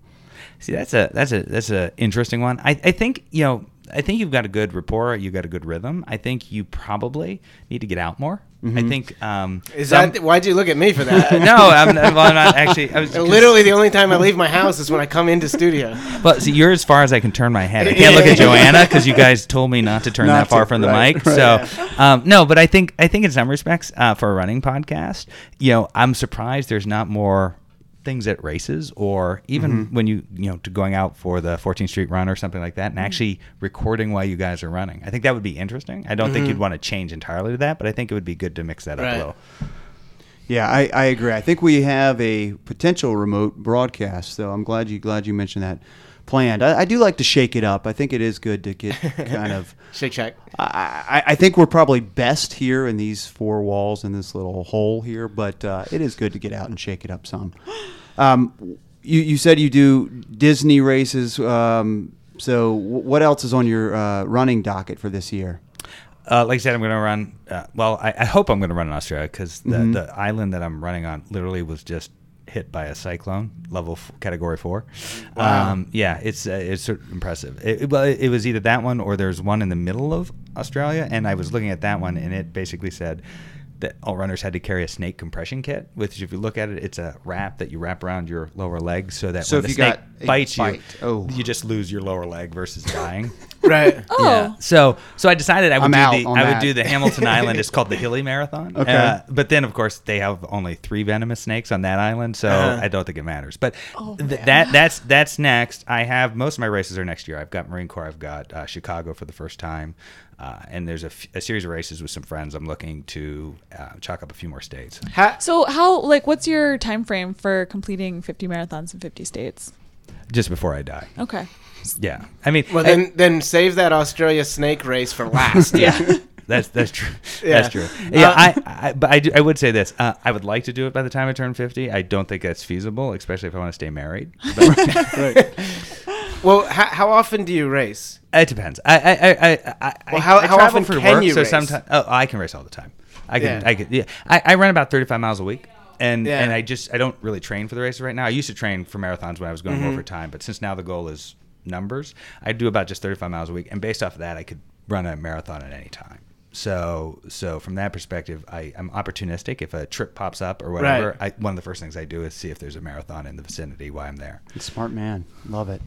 Speaker 5: See, that's a that's a that's a interesting one. I, I think you know I think you've got a good rapport. You've got a good rhythm. I think you probably need to get out more. I think um,
Speaker 2: Mm-hmm. Is
Speaker 5: some-
Speaker 2: that why'd you look at me for that?
Speaker 5: no? I'm, well, I'm not actually. I was
Speaker 2: Literally, the only time I leave my house is when I come into studio.
Speaker 5: Well, see, you're as far as I can turn my head. I can't look at Joanna because you guys told me not to turn
Speaker 1: Not
Speaker 5: that far
Speaker 1: to,
Speaker 5: from the
Speaker 1: right,
Speaker 5: mic.
Speaker 1: right.
Speaker 5: So, um, no, but I think I think in some respects, uh, for a running podcast, you know, I'm surprised there's not more things at races or even
Speaker 1: Mm-hmm.
Speaker 5: when you you know to going out for the 14th Street Run or something like that,
Speaker 1: Mm-hmm.
Speaker 5: and actually recording while you guys are running. I think that would be interesting. I don't think
Speaker 1: Mm-hmm.
Speaker 5: you'd want to change entirely to that, but I think it would be good to mix that up
Speaker 2: Right.
Speaker 5: a little.
Speaker 1: Yeah, I, I agree. I think we have a potential remote broadcast, so I'm glad you glad you mentioned that planned. I, I do like to shake it up. I think it is good to get kind of.
Speaker 2: Shake Shack.
Speaker 1: I, I I think we're probably best here in these four walls in this little hole here, but uh, it is good to get out and shake it up some. Um, you, you said you do Disney races. Um, so wh- what else is on your uh, running docket for this year?
Speaker 5: Uh, like I said, I'm going to run. Uh, well, I, I hope I'm going to run in Australia because the,
Speaker 1: Mm-hmm.
Speaker 5: the island that I'm running on literally was just hit by a cyclone, level f- category four. Um, yeah, it's uh, it's sort of impressive. It, it- well, it was either that one or there's one in the middle of Australia, and I was looking at that one, and it basically said that all runners had to carry a snake compression kit, which if you look at it, it's a wrap that you wrap around your lower leg so that
Speaker 1: So
Speaker 5: when
Speaker 1: if
Speaker 5: the
Speaker 1: you
Speaker 5: snake
Speaker 1: got a
Speaker 5: bites you,
Speaker 1: bite, oh.
Speaker 5: you just lose your lower leg versus dying.
Speaker 2: Right.
Speaker 3: Oh,
Speaker 5: Yeah. So so I decided I would
Speaker 1: I'm
Speaker 5: do
Speaker 1: out
Speaker 5: the
Speaker 1: on
Speaker 5: I
Speaker 1: that.
Speaker 5: would do the Hamilton Island. It's called the Hilly Marathon.
Speaker 1: Okay.
Speaker 5: Uh, but then of course they have only three venomous snakes on that island, so
Speaker 1: Uh-huh.
Speaker 5: I don't think it matters. But th- that that's that's next. I have most of my races are next year. I've got Marine Corps. I've got uh, Chicago for the first time. Uh, and there's a, f- a series of races with some friends. I'm looking to uh, chalk up a few more states.
Speaker 2: Ha-
Speaker 3: So how like what's your time frame for completing 50 marathons in 50 states?
Speaker 5: Just before I die.
Speaker 3: Okay.
Speaker 5: Yeah. I mean,
Speaker 2: well,
Speaker 5: I-
Speaker 2: then then save that Australia snake race for last.
Speaker 3: Yeah.
Speaker 5: That's that's true.
Speaker 2: Yeah.
Speaker 5: That's true. Yeah,
Speaker 2: Uh,
Speaker 5: I, I but I, do- I would say this. Uh, I would like to do it by the time I turn fifty. I don't think that's feasible, especially if I want to stay married. But
Speaker 1: Right.
Speaker 2: Well, how, how often do you race?
Speaker 5: it depends. I I I I, I,
Speaker 2: Well, how-
Speaker 5: I
Speaker 2: how
Speaker 5: travel
Speaker 2: often
Speaker 5: for
Speaker 2: can
Speaker 5: work,
Speaker 2: you
Speaker 5: so
Speaker 2: race?
Speaker 5: sometimes oh, I can race all the time. I can
Speaker 2: Yeah.
Speaker 5: I can yeah. I, I run about thirty five miles a week. And,
Speaker 2: Yeah.
Speaker 5: and I just I don't really train for the races right now. I used to train for marathons when I was going
Speaker 2: Mm-hmm.
Speaker 5: more for time, but since now the goal is numbers, I do about just 35 miles a week, and based off of that, I could run a marathon at any time. So so from that perspective, I, I'm opportunistic. If a trip pops up or whatever, I, one of the first things I do is see if there's a marathon in the vicinity while I'm there.
Speaker 1: Smart man. Love it.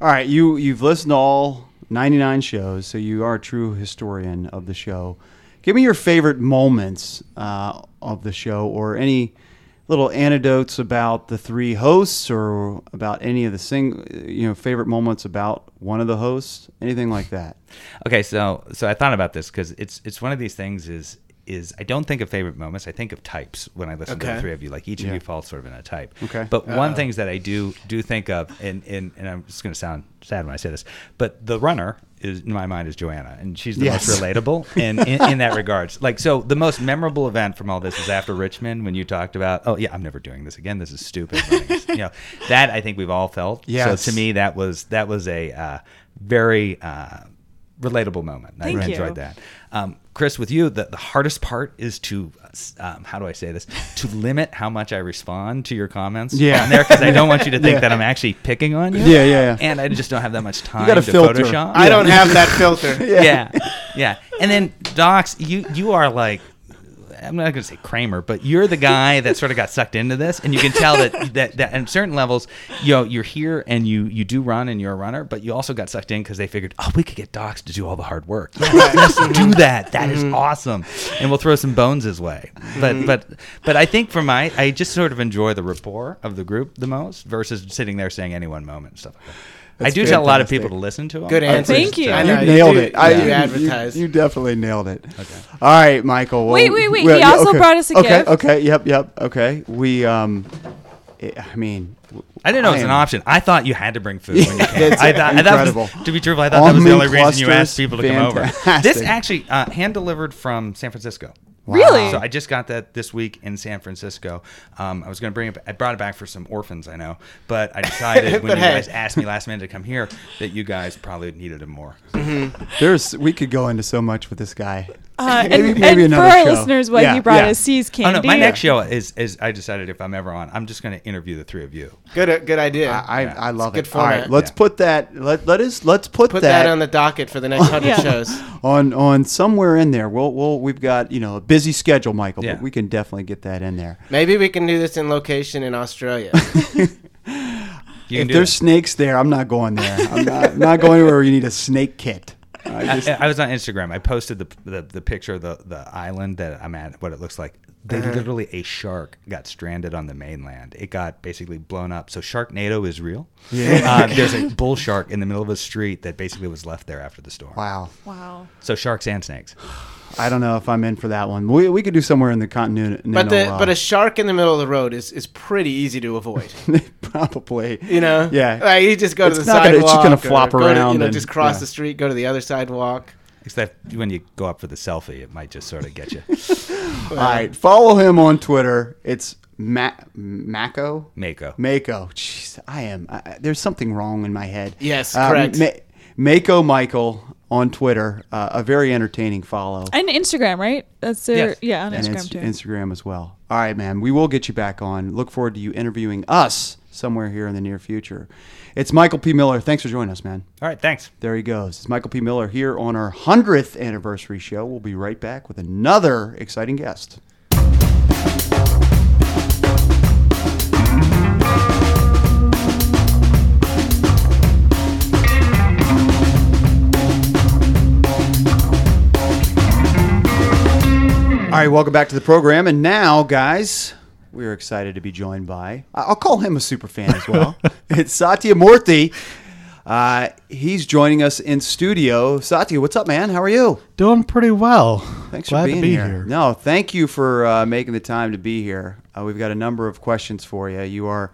Speaker 1: All right, you you've listened to all 99 shows, so you are a true historian of the show. Give me your favorite moments uh, of the show, or any little anecdotes about the three hosts, or about any of the sing you know favorite moments about one of the hosts, anything like that.
Speaker 5: Okay, so so I thought about this because it's it's one of these things is is I don't think of favorite moments. I think of types when I listen to
Speaker 2: Okay.
Speaker 5: the three of you. Like each
Speaker 1: Yeah.
Speaker 5: of you falls sort of in a type.
Speaker 1: Okay.
Speaker 5: But one things that I do do think of, and and, and I'm just going to sound sad when I say this, but the runner is in my mind is Joanna, and she's the
Speaker 1: Yes.
Speaker 5: most relatable in, in in that regards. Like so, the most memorable event from all this is after Richmond when you talked about, oh yeah, I'm never doing this again. This is stupid. running is-" you know that I think we've all felt.
Speaker 1: Yes.
Speaker 5: So to me, that was that was a uh, very uh, relatable moment. I
Speaker 3: Thank you.
Speaker 5: enjoyed that. Um, Chris, with you, the, the hardest part is to um, how do I say this? To limit how much I respond to your comments.
Speaker 1: Yeah.
Speaker 5: on there because I don't want you to think
Speaker 1: Yeah.
Speaker 5: that I'm actually picking on you.
Speaker 1: Yeah, yeah, yeah.
Speaker 5: And I just don't have that much time
Speaker 1: gotta
Speaker 5: to
Speaker 1: filter.
Speaker 5: Photoshop.
Speaker 2: I don't have that filter.
Speaker 5: yeah. yeah, And then Docs, you you are like. I'm not going to say Kramer, but you're the guy that sort of got sucked into this, and you can tell that that, that at certain levels, you know, you're here and you you do run and you're a runner, but you also got sucked in because they figured, oh, we could get Docs to do all the hard work. Yeah, let's do that. That is awesome, and we'll throw some bones his way. But but but I think for my, I just sort of enjoy the rapport of the group the most versus sitting there saying any one moment and stuff like that. I do tell a lot of people to listen to them.
Speaker 2: Good answer.
Speaker 3: Thank
Speaker 5: uh,
Speaker 3: you.
Speaker 2: I
Speaker 3: You
Speaker 2: know,
Speaker 1: nailed
Speaker 2: do-
Speaker 1: it.
Speaker 2: You, do advertise.
Speaker 1: You, definitely nailed it. Okay. All right, Michael. well,
Speaker 3: Wait, wait, wait.
Speaker 1: well,
Speaker 3: He
Speaker 1: yeah,
Speaker 3: also
Speaker 1: okay.
Speaker 3: brought us a
Speaker 1: okay,
Speaker 3: gift.
Speaker 1: Okay. Yep. Yep. Okay. We. Um. I- I mean. w-
Speaker 5: I didn't know it was
Speaker 1: I
Speaker 5: an
Speaker 1: am-
Speaker 5: option. I thought you had to bring food when you came.
Speaker 1: that's
Speaker 5: I thought, I thought
Speaker 1: incredible.
Speaker 5: was, to be truthful, I thought that was the
Speaker 1: Almond
Speaker 5: only reason you asked
Speaker 1: clusters,
Speaker 5: people to come over.
Speaker 1: fantastic.
Speaker 5: This actually uh, hand delivered from San Francisco.
Speaker 3: Really?
Speaker 5: So I just got that this week in San Francisco. Um, I was going to bring it. I brought it back for some orphans, I know, but I decided when
Speaker 2: But
Speaker 5: you
Speaker 2: hey.
Speaker 5: guys asked me last minute to come here that you guys probably needed it more.
Speaker 2: Mm-hmm.
Speaker 1: There's. We could go into so much with this guy.
Speaker 3: Uh,
Speaker 1: Maybe-
Speaker 3: and,
Speaker 1: maybe
Speaker 3: and for
Speaker 1: another
Speaker 3: our
Speaker 1: show.
Speaker 3: listeners, what
Speaker 1: Yeah,
Speaker 3: he brought
Speaker 1: yeah.
Speaker 3: us sees
Speaker 5: Oh
Speaker 3: candy.
Speaker 5: no! My next show is is I decided if I'm ever on, I'm just going to interview the three of you.
Speaker 2: Good, uh, good idea.
Speaker 1: I,
Speaker 5: Yeah.
Speaker 1: I love
Speaker 2: It's
Speaker 1: it.
Speaker 2: good
Speaker 1: All right,
Speaker 2: format.
Speaker 1: let's
Speaker 5: Yeah.
Speaker 1: put that. Let let us let's put,
Speaker 2: Put that, on the docket for the next hundred
Speaker 3: Yeah.
Speaker 2: shows.
Speaker 1: on on somewhere in there. We'll we'll we've got you know a busy schedule, Michael,
Speaker 5: Yeah.
Speaker 1: but we can definitely get that in there.
Speaker 2: Maybe we can do this in location in Australia.
Speaker 5: You can
Speaker 1: if
Speaker 5: do
Speaker 1: there's
Speaker 5: that.
Speaker 1: snakes there, I'm not going there. I'm not, I'm not going anywhere where you need a snake kit. I
Speaker 5: I,
Speaker 1: just-
Speaker 5: I was on Instagram. I posted the, the the picture of the the island that I'm at. What it looks like. They
Speaker 2: Uh-huh.
Speaker 5: literally a shark got stranded on the mainland. It got basically blown up. So Sharknado is real. Yeah. Uh, there's a bull shark in the middle of a street that basically was left there after the storm.
Speaker 1: wow.
Speaker 3: Wow.
Speaker 5: So sharks and snakes.
Speaker 1: I don't know if I'm in for that one. We, we could do somewhere in the continental.
Speaker 2: but the
Speaker 1: uh,
Speaker 2: but a shark in the middle of the road is, is pretty easy to avoid.
Speaker 1: probably.
Speaker 2: You know,
Speaker 1: Yeah.
Speaker 2: like you just go
Speaker 1: It's
Speaker 2: to the
Speaker 1: not gonna-
Speaker 2: sidewalk.
Speaker 1: it's just gonna
Speaker 2: or
Speaker 1: flop
Speaker 2: go to-
Speaker 1: around
Speaker 2: you know,
Speaker 1: and-
Speaker 2: just cross
Speaker 1: yeah.
Speaker 2: the street, go to the other sidewalk.
Speaker 5: Except when you go up for the selfie, it might just sort of get you.
Speaker 1: All right, follow him on Twitter. It's Ma- Mako.
Speaker 5: Mako.
Speaker 1: Mako. Jeez, I am. I, I- there's something wrong in my head. Uh,
Speaker 2: Yes, correct.
Speaker 1: Ma- Mako Michael on Twitter. Uh, a very entertaining follow.
Speaker 3: And Instagram, right? That's their
Speaker 5: Yes.
Speaker 3: yeah on
Speaker 1: and
Speaker 3: Instagram
Speaker 1: Inst-
Speaker 3: too.
Speaker 1: Instagram as well. All right, man. We will get you back on. Look forward to you interviewing us somewhere here in the near future. It's Michael P. Miller. Thanks for joining us, man.
Speaker 5: All right. Thanks.
Speaker 1: There he goes. It's Michael P. Miller here on our 100th anniversary show. We'll be right back with another exciting guest. All right, welcome back to the program. And now, guys, we are excited to be joined by, I- I'll call him a super fan as well. it's Satya Murthy. Uh, he's joining us in studio. Satya, what's up, man? How are you?
Speaker 6: Doing pretty well.
Speaker 1: Thanks
Speaker 6: Glad
Speaker 1: for being
Speaker 6: to be
Speaker 1: here. No, thank you for uh, making the time to be here. Uh, we've got a number of questions for you. You are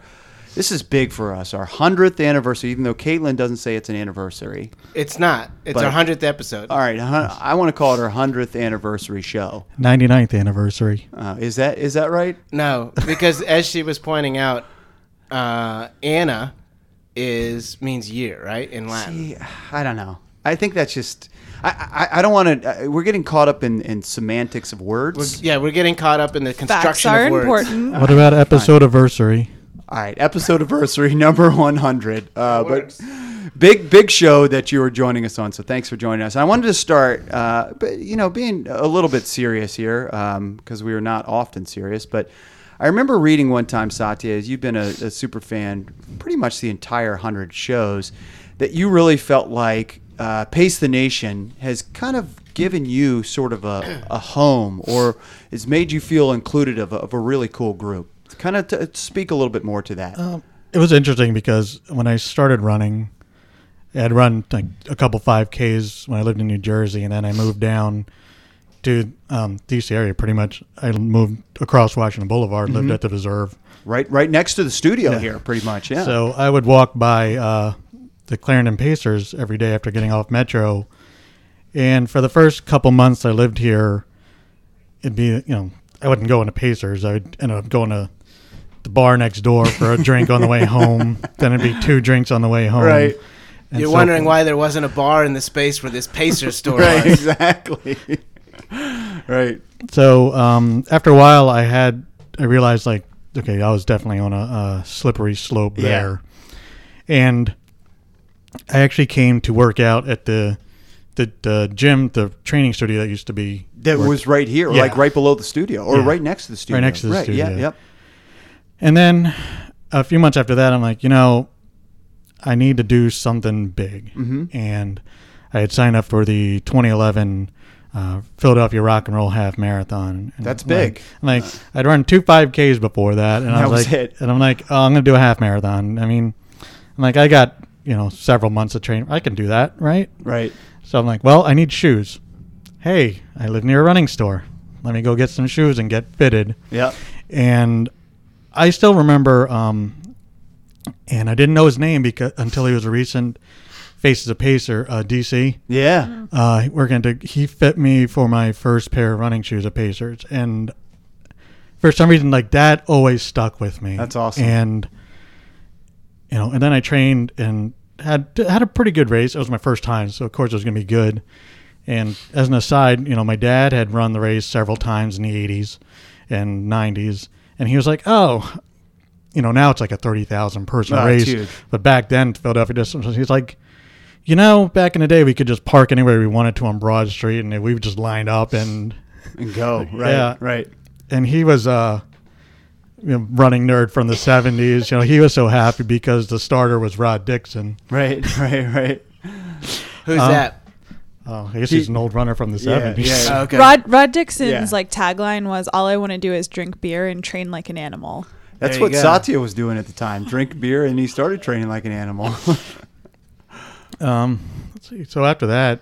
Speaker 1: This is big for us. Our hundredth anniversary. Even though Caitlin doesn't say it's an anniversary.
Speaker 2: It's not. It's
Speaker 1: But-
Speaker 2: our hundredth episode.
Speaker 1: All right, hun- I want to call it our hundredth anniversary show.
Speaker 6: 99th anniversary.
Speaker 1: Uh, is that is that right?
Speaker 2: No, Oh, because as she was pointing out, uh, Anna is means year, right? In Latin.
Speaker 1: Yeah, I don't know. I think that's just. I, I, I don't want to. We're getting caught up in, in semantics of
Speaker 2: We're,
Speaker 1: words.
Speaker 2: yeah, we're getting caught up in the
Speaker 3: Facts
Speaker 2: construction
Speaker 3: are
Speaker 2: of words.
Speaker 3: important.
Speaker 6: What about episode anniversary?
Speaker 1: All right, episode anniversary number one hundred. Uh,
Speaker 2: That
Speaker 1: but
Speaker 2: works.
Speaker 1: big big show that you were joining us on. So thanks for joining us. I wanted to start, uh, but you know, being a little bit serious here because we are not often serious. But I remember reading one time, Satya, as you've been a, a super fan pretty much the entire hundred shows, that you really felt like uh, Pace the Nation has kind of given you sort of a, a home or has made you feel included of a, of a really cool group. Kind of t- uh, speak a little bit more to that.
Speaker 6: Um, it was interesting because when I started running, I'd run like a couple 5Ks when I lived in New Jersey, and then I moved down to um, DC area pretty much. I moved across Washington Boulevard, lived at the Reserve.
Speaker 1: right, right next to the studio here, pretty much. Yeah.
Speaker 6: So I would walk by uh, the Clarendon Pacers every day after getting off Metro. And for the first couple months I lived here, it'd be, you know, I wouldn't go into Pacers. I'd end up going to the bar next door for a drink on the way home. Then it'd be two drinks on the way home.
Speaker 1: Right.
Speaker 6: And
Speaker 2: You're
Speaker 6: so-
Speaker 2: wondering why there wasn't a bar in the space where this Pacer store
Speaker 1: right,
Speaker 2: was.
Speaker 1: exactly. right.
Speaker 6: So um, after a while, I had I realized like okay, I was definitely on a, uh slippery slope
Speaker 1: Yeah.
Speaker 6: there, and I actually came to work out at the the, the gym, the training studio that used to be
Speaker 1: That
Speaker 6: where-
Speaker 1: was right here,
Speaker 6: Yeah.
Speaker 1: like right below the studio, or
Speaker 6: Yeah.
Speaker 1: right next to the studio.
Speaker 6: next to the
Speaker 1: Yeah,
Speaker 6: studio.
Speaker 1: yep.
Speaker 6: And then a few months after that, I'm like, you know, I need to do something big.
Speaker 1: Mm-hmm.
Speaker 6: And I had signed up for the 2011 uh, Philadelphia Rock and Roll Half Marathon. And
Speaker 1: That's
Speaker 6: I'm like-
Speaker 1: big.
Speaker 6: I'm Like, I'd run two 5Ks before that, and I
Speaker 1: That
Speaker 6: was,
Speaker 1: was
Speaker 6: like,
Speaker 1: it.
Speaker 6: and I'm like, oh, I'm gonna do a half marathon. I mean, I'm like, I got you know several months of training. I can do that, right?
Speaker 1: Right.
Speaker 6: So I'm like, well, I need shoes. Hey, I live near a running store. Let me go get some shoes and get fitted
Speaker 1: Yep.
Speaker 6: and I still remember. Um, and I didn't know his name because until he was a recent Faces of Pacer uh, DC.
Speaker 1: Yeah.
Speaker 6: Uh, working to he fit me for my first pair of running shoes at Pacers, and for some reason, like that always stuck with me.
Speaker 1: That's awesome.
Speaker 6: And you know, and then I trained and had had a pretty good race. It was my first time, so of course it was going to be good. And as an aside, you know, my dad had run the race several times in the 80s and 90s, and he was like, "Oh, you know, now it's like a 30,000 person
Speaker 1: Oh,
Speaker 6: race,
Speaker 1: it's huge.
Speaker 6: but back then Philadelphia distance, he's like." You know, back in the day, we could just park anywhere we wanted to on Broad Street, and we would just line up and
Speaker 1: And go. Right.
Speaker 6: Yeah.
Speaker 1: Right.
Speaker 6: and he was a you know, running nerd from the 70s. You know, he was so happy because the starter was Rod Dixon.
Speaker 1: Right. Right. Right.
Speaker 2: Who's
Speaker 6: Um,
Speaker 2: that?
Speaker 6: Oh, I guess
Speaker 1: He-
Speaker 6: he's an old runner from the
Speaker 1: Yeah,
Speaker 6: 70s.
Speaker 1: yeah.
Speaker 2: Oh, okay.
Speaker 3: Rod Rod Dixon's
Speaker 1: Yeah.
Speaker 3: like tagline was "All I want to do is drink beer and train like an animal."
Speaker 2: There
Speaker 1: That's
Speaker 2: you
Speaker 1: what
Speaker 2: go.
Speaker 1: Satya was doing at the time. Drink beer, and he started training like an animal.
Speaker 6: Um, let's see. So after that,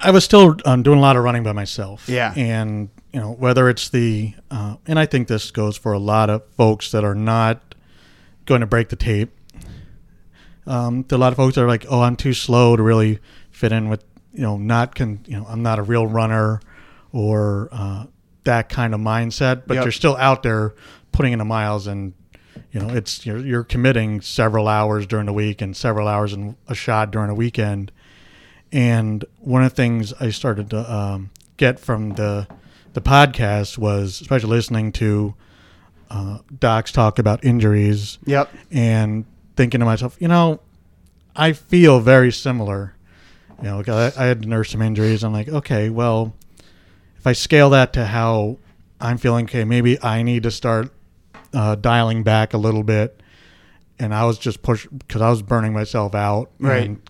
Speaker 6: I was still um, doing a lot of running by myself.
Speaker 1: Yeah.
Speaker 6: And, you know, whether it's the, uh, and I think this goes for a lot of folks that are not going to break the tape. Um, there are a lot of folks that are like, oh, I'm too slow to really fit in with, you know, not can, you know, I'm not a real runner or uh, that kind of mindset, but
Speaker 1: Yep.
Speaker 6: you're still out there putting in the miles and, you know, it's you're, you're committing several hours during the week and several hours in a shot during a weekend. And one of the things I started to um, get from the the podcast was, especially listening to uh, docs talk about injuries
Speaker 1: yep.
Speaker 6: and thinking to myself, you know, I feel very similar. You know, 'cause I, I had to nurse some injuries. I'm like, okay, well, if I scale that to how I'm feeling, okay, maybe I need to start uh, dialing back a little bit. And I was just pushed because I was burning myself out,
Speaker 1: Right.
Speaker 6: And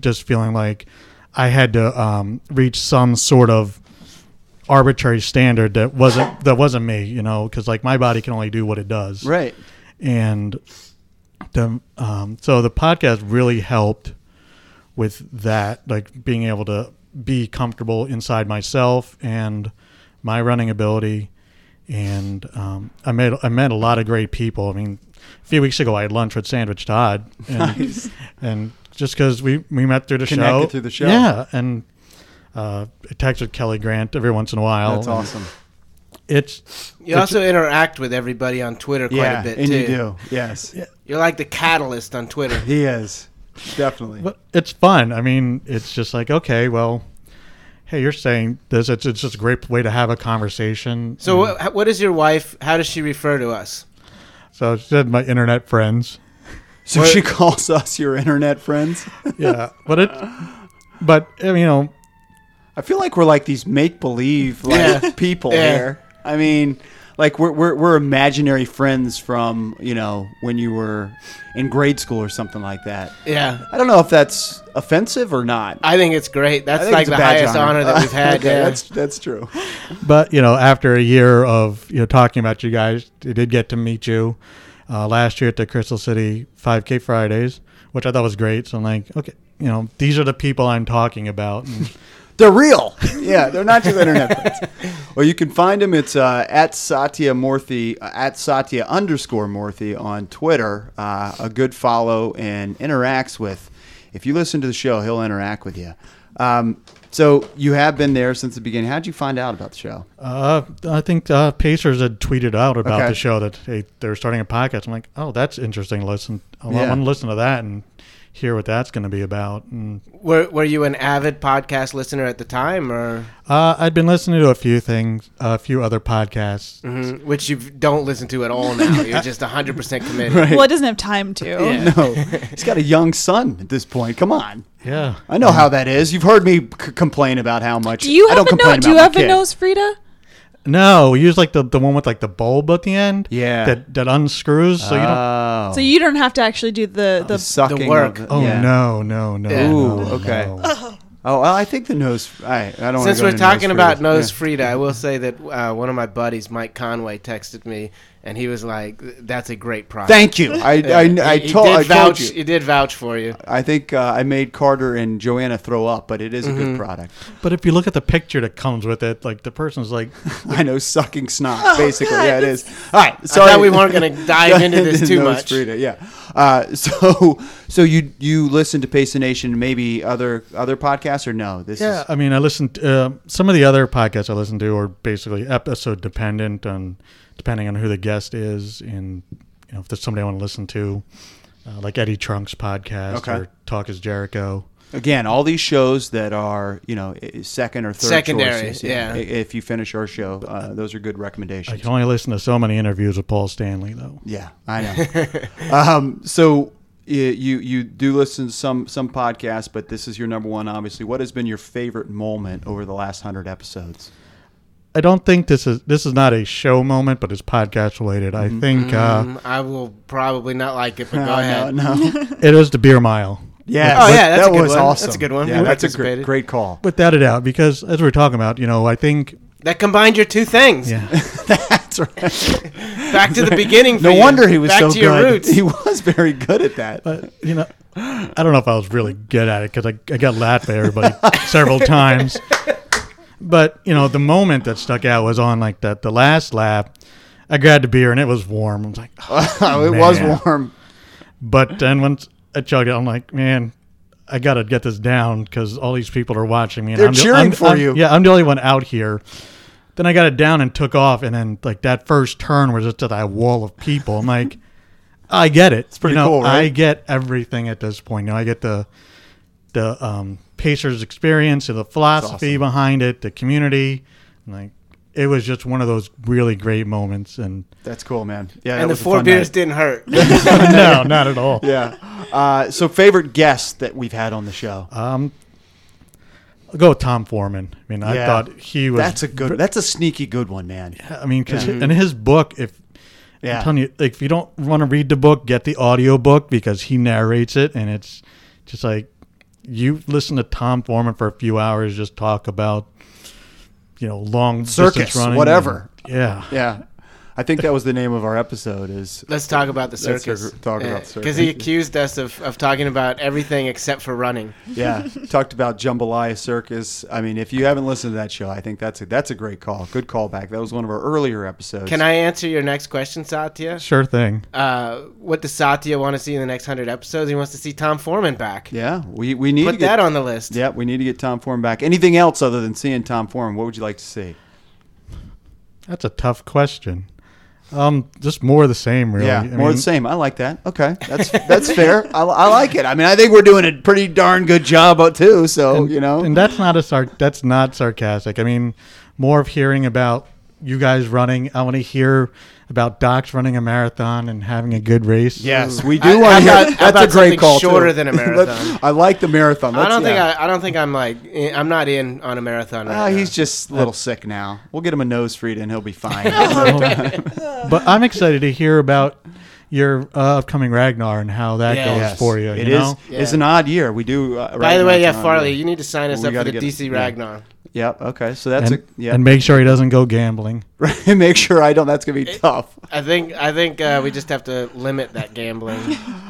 Speaker 6: just feeling like I had to um, reach some sort of arbitrary standard that wasn't that wasn't me, you know, because like my body can only do what it does,
Speaker 1: Right.
Speaker 6: and the um, so the podcast really helped with that, like being able to be comfortable inside myself and my running ability, and um, I met I met a lot of great people. I mean, a few weeks ago, I had lunch with Sandwich Todd, and, and just because we we met through the
Speaker 1: Connected
Speaker 6: show,
Speaker 1: through the show.
Speaker 6: yeah, and uh, I text with Kelly Grant every once in a while.
Speaker 1: That's
Speaker 6: and
Speaker 1: awesome.
Speaker 6: It's
Speaker 2: You also interact with everybody on Twitter quite
Speaker 1: yeah,
Speaker 2: a bit
Speaker 1: and
Speaker 2: too.
Speaker 1: you do. Yes,
Speaker 2: You're like the catalyst on Twitter.
Speaker 1: he is definitely.
Speaker 6: but it's fun. I mean, it's just like okay, well, hey, you're saying this. It's it's just a great way to have a conversation.
Speaker 2: So what, what is your wife? How does she refer to us?
Speaker 6: So she said my internet friends.
Speaker 1: so she calls us your internet friends.
Speaker 6: Yeah, but it, but you know,
Speaker 1: I feel like we're like these make believe like
Speaker 2: Yeah.
Speaker 1: people
Speaker 2: Yeah.
Speaker 1: here. I mean, like we're, we're we're imaginary friends from you know when you were in grade school or something like that.
Speaker 2: Yeah,
Speaker 1: I don't know if that's offensive or not.
Speaker 2: I think it's great.
Speaker 1: I
Speaker 2: That's
Speaker 1: think
Speaker 2: like
Speaker 1: it's a
Speaker 2: the
Speaker 1: badge
Speaker 2: highest honor. that we've had.
Speaker 1: Okay,
Speaker 2: yeah.
Speaker 1: that's that's true.
Speaker 6: but you know, after a year of you know talking about you guys, I did get to meet you uh, last year at the Crystal City 5K Fridays, which I thought was great. So I'm like, okay, you know, these are the people I'm talking about. And
Speaker 1: They're real. Yeah, they're not just internet friends. Well, you can find him. It's uh, at Satya Morthy, uh, at Satya underscore Morthy on Twitter. Uh, a good follow and interacts with. If you listen to the show, he'll interact with you. Um, so you have been there since the beginning. How'd you find out about the show?
Speaker 6: uh, I think uh, Pacers had tweeted out about
Speaker 1: Okay.
Speaker 6: the show that hey, they're starting a podcast. I'm like, oh, that's interesting. Listen, I
Speaker 1: Yeah.
Speaker 6: want to listen to that and hear what that's going to be about. And
Speaker 2: Were Were you an avid podcast listener at the time, or
Speaker 6: uh, I'd been listening to a few things, a few other podcasts.
Speaker 1: Mm-hmm.
Speaker 2: which you don't listen to at all now? You're just 100 percent committed.
Speaker 1: Right.
Speaker 3: Well, it doesn't have time to.
Speaker 1: Oh, No, he's got a young son at this point. Come on.
Speaker 6: Yeah,
Speaker 1: I know how that is. You've heard me c- complain about how much
Speaker 3: Do you
Speaker 1: I
Speaker 3: have
Speaker 1: don't
Speaker 3: a
Speaker 1: complain
Speaker 3: nose? Do you
Speaker 1: about my
Speaker 3: have a
Speaker 1: kid.
Speaker 3: nose, Frida?
Speaker 6: No, we use like the, the one with like the bulb at the end.
Speaker 1: Yeah.
Speaker 6: That that unscrews so you don't
Speaker 1: Oh,
Speaker 3: So you don't have to actually do the the.
Speaker 1: sucking of
Speaker 2: work.
Speaker 1: the-
Speaker 6: Oh
Speaker 1: yeah.
Speaker 6: no, no, no.
Speaker 2: Yeah.
Speaker 6: no,
Speaker 1: Ooh,
Speaker 6: no.
Speaker 1: okay. Oh, well, I think the nose. I, I don't. wanna
Speaker 2: Since
Speaker 1: go
Speaker 2: we're
Speaker 1: into
Speaker 2: talking
Speaker 1: nose
Speaker 2: about
Speaker 1: freeze.
Speaker 2: Nose Frida, I will say that uh, one of my buddies, Mike Conway, texted me, and he was like, "That's a great product."
Speaker 1: Thank you. I
Speaker 2: Yeah.
Speaker 1: I, I,
Speaker 2: He- he
Speaker 1: told,
Speaker 2: did
Speaker 1: I told
Speaker 2: vouch,
Speaker 1: you.
Speaker 2: He did vouch for you.
Speaker 1: I think uh, I made Carter and Joanna throw up, but it is a
Speaker 2: Mm-hmm.
Speaker 1: good product.
Speaker 6: But if you look at the picture that comes with it, like the person's like Oh,
Speaker 1: I know sucking snot, basically. yeah, it is. All right. Sorry,
Speaker 2: thought we weren't gonna dive into this too
Speaker 1: Nose
Speaker 2: much.
Speaker 1: Frida, yeah. Uh, so so you you listen to Pace the Nation, maybe other other podcasts or no? This
Speaker 6: Yeah,
Speaker 1: is
Speaker 6: I mean I listened uh, some of the other podcasts I listen to are basically episode dependent on depending on who the guest is and you know if there's somebody I want to listen to. Uh, like Eddie Trunk's podcast
Speaker 1: Okay.
Speaker 6: or Talk is Jericho.
Speaker 1: again all these shows that are you know i- second or third
Speaker 2: Secondary,
Speaker 1: choices,
Speaker 2: yeah.
Speaker 1: i- If you finish our show, uh, those are good recommendations.
Speaker 6: I can only listen to so many interviews with Paul Stanley though.
Speaker 1: Yeah, I know. um, so y- you you do listen to some some podcasts, but this is your number one, obviously. What has been your favorite moment over the last hundred episodes?
Speaker 6: I don't think this is this is not a show moment, but it's podcast related. I think uh,
Speaker 2: Um, I will probably not like it, but go
Speaker 1: Oh,
Speaker 2: ahead.
Speaker 1: No, no.
Speaker 6: it is the beer mile.
Speaker 1: yeah,
Speaker 2: Oh, yeah,
Speaker 1: that-
Speaker 2: that's a
Speaker 1: that
Speaker 2: good
Speaker 1: was
Speaker 2: one. That's
Speaker 1: awesome.
Speaker 2: a good one.
Speaker 1: Yeah,
Speaker 2: We
Speaker 1: that's a great,
Speaker 2: participated.
Speaker 1: great call.
Speaker 6: Without a doubt, because as we we're talking about, you know, I think
Speaker 2: That combined your two things.
Speaker 6: yeah,
Speaker 1: that's right.
Speaker 2: Back to the beginning. For
Speaker 1: No
Speaker 2: you.
Speaker 1: wonder he was
Speaker 2: Back
Speaker 1: so
Speaker 2: to
Speaker 1: good.
Speaker 2: Your roots.
Speaker 1: He was very good at that.
Speaker 6: but you know, I don't know if I was really good at it because I, I got laughed by everybody several times. But you know, the moment that stuck out was on like that the last lap. I grabbed a beer and it was warm. I was like,
Speaker 1: Oh, it was
Speaker 6: man.
Speaker 1: warm.
Speaker 6: But then once I chugged it, I'm like, man, I gotta get this down because all these people are watching me. And
Speaker 1: They're
Speaker 6: I'm
Speaker 1: cheering
Speaker 6: the, I'm-
Speaker 1: for
Speaker 6: I'm-
Speaker 1: you.
Speaker 6: Yeah, I'm the only one out here. Then I got it down and took off, and then like that first turn was just to that wall of people. I'm like, I get it. It's
Speaker 1: pretty cool, right?
Speaker 6: I get everything at this point. You know, I get the the um, Pacers experience and the philosophy behind it, the community. And, like, it was just one of those really great moments. And
Speaker 1: That's cool, man. Yeah, that
Speaker 2: and the
Speaker 1: was a
Speaker 2: four
Speaker 1: fun
Speaker 2: beers
Speaker 1: night.
Speaker 2: didn't hurt.
Speaker 6: no, not at all.
Speaker 1: Yeah. Uh, so, favorite guest that we've had on the show.
Speaker 6: Um, I'll go with Tom Foreman. I mean, I
Speaker 1: Yeah.
Speaker 6: thought he was.
Speaker 1: that's a good. That's a sneaky good one, man.
Speaker 6: I mean, because in his book, if
Speaker 1: Yeah.
Speaker 6: I'm telling you, like, if you don't want to read the book, get the audio book because he narrates it, and it's just like you listen to Tom Foreman for a few hours, just talk about you know long
Speaker 1: Circus,
Speaker 6: distance running,
Speaker 1: whatever.
Speaker 6: and- yeah,
Speaker 1: Yeah. I think that was the name of our episode. Is
Speaker 2: Let's talk about the
Speaker 1: Let's
Speaker 2: circus.
Speaker 1: talk about the circus.
Speaker 2: Because he accused us of, of talking about everything except for running.
Speaker 1: yeah, talked about jambalaya circus. I mean, if you haven't listened to that show, I think that's a that's a great call. Good callback. That was one of our earlier episodes.
Speaker 2: Can I answer your next question, Satya?
Speaker 6: Sure thing.
Speaker 2: Uh, what does Satya want to see in the next 100 episodes? He wants to see Tom Foreman back.
Speaker 1: Yeah, we we need
Speaker 2: Put
Speaker 1: to get,
Speaker 2: that on the list.
Speaker 1: Yeah, we need to get Tom Form back. Anything else other than seeing Tom Form? What would you like to see?
Speaker 6: That's a tough question. Um, just more of the same, really.
Speaker 1: Yeah,
Speaker 6: I
Speaker 1: more
Speaker 6: mean,
Speaker 1: the same. I like that. Okay, that's that's fair. I, I like it. I mean, I think we're doing a pretty darn good job uh, too. So you know,
Speaker 6: and that's not a sar- that's not sarcastic. I mean, more of hearing about you guys running. I want to hear about Doc's running a marathon and having a good race.
Speaker 1: yes, we
Speaker 2: I-
Speaker 1: do
Speaker 2: I
Speaker 1: want to.
Speaker 2: thought- I
Speaker 1: That's
Speaker 2: thought
Speaker 1: a great
Speaker 2: something
Speaker 1: call. too.
Speaker 2: shorter than a
Speaker 1: Let-
Speaker 2: marathon.
Speaker 1: I like the marathon.
Speaker 2: I don't think
Speaker 1: yeah.
Speaker 2: I, I don't think I'm like I'm not in on a marathon. Right
Speaker 1: Ah,
Speaker 2: now.
Speaker 1: he's just a little sick now. We'll get him a nose freed and he'll be fine.
Speaker 6: But I'm excited to hear about your uh, upcoming Ragnar and how that
Speaker 2: Yeah.
Speaker 6: goes
Speaker 1: Yes.
Speaker 6: for you.
Speaker 1: It
Speaker 6: you
Speaker 1: is-
Speaker 6: know?
Speaker 1: It's an odd year. We do. Uh,
Speaker 2: By the
Speaker 1: Ragnarok's
Speaker 2: way,
Speaker 1: an
Speaker 2: yeah,
Speaker 1: odd
Speaker 2: Farley,
Speaker 1: year.
Speaker 2: you need to sign us
Speaker 1: We
Speaker 2: up
Speaker 1: gotta
Speaker 2: for the
Speaker 1: get it.
Speaker 2: DC
Speaker 1: Yeah.
Speaker 2: Ragnar.
Speaker 1: Yep. Okay. So that's
Speaker 6: and,
Speaker 1: a yeah.
Speaker 6: and make sure he doesn't go gambling.
Speaker 1: Right, make sure I don't. That's gonna be tough.
Speaker 2: I think I think uh, we just have to limit that gambling.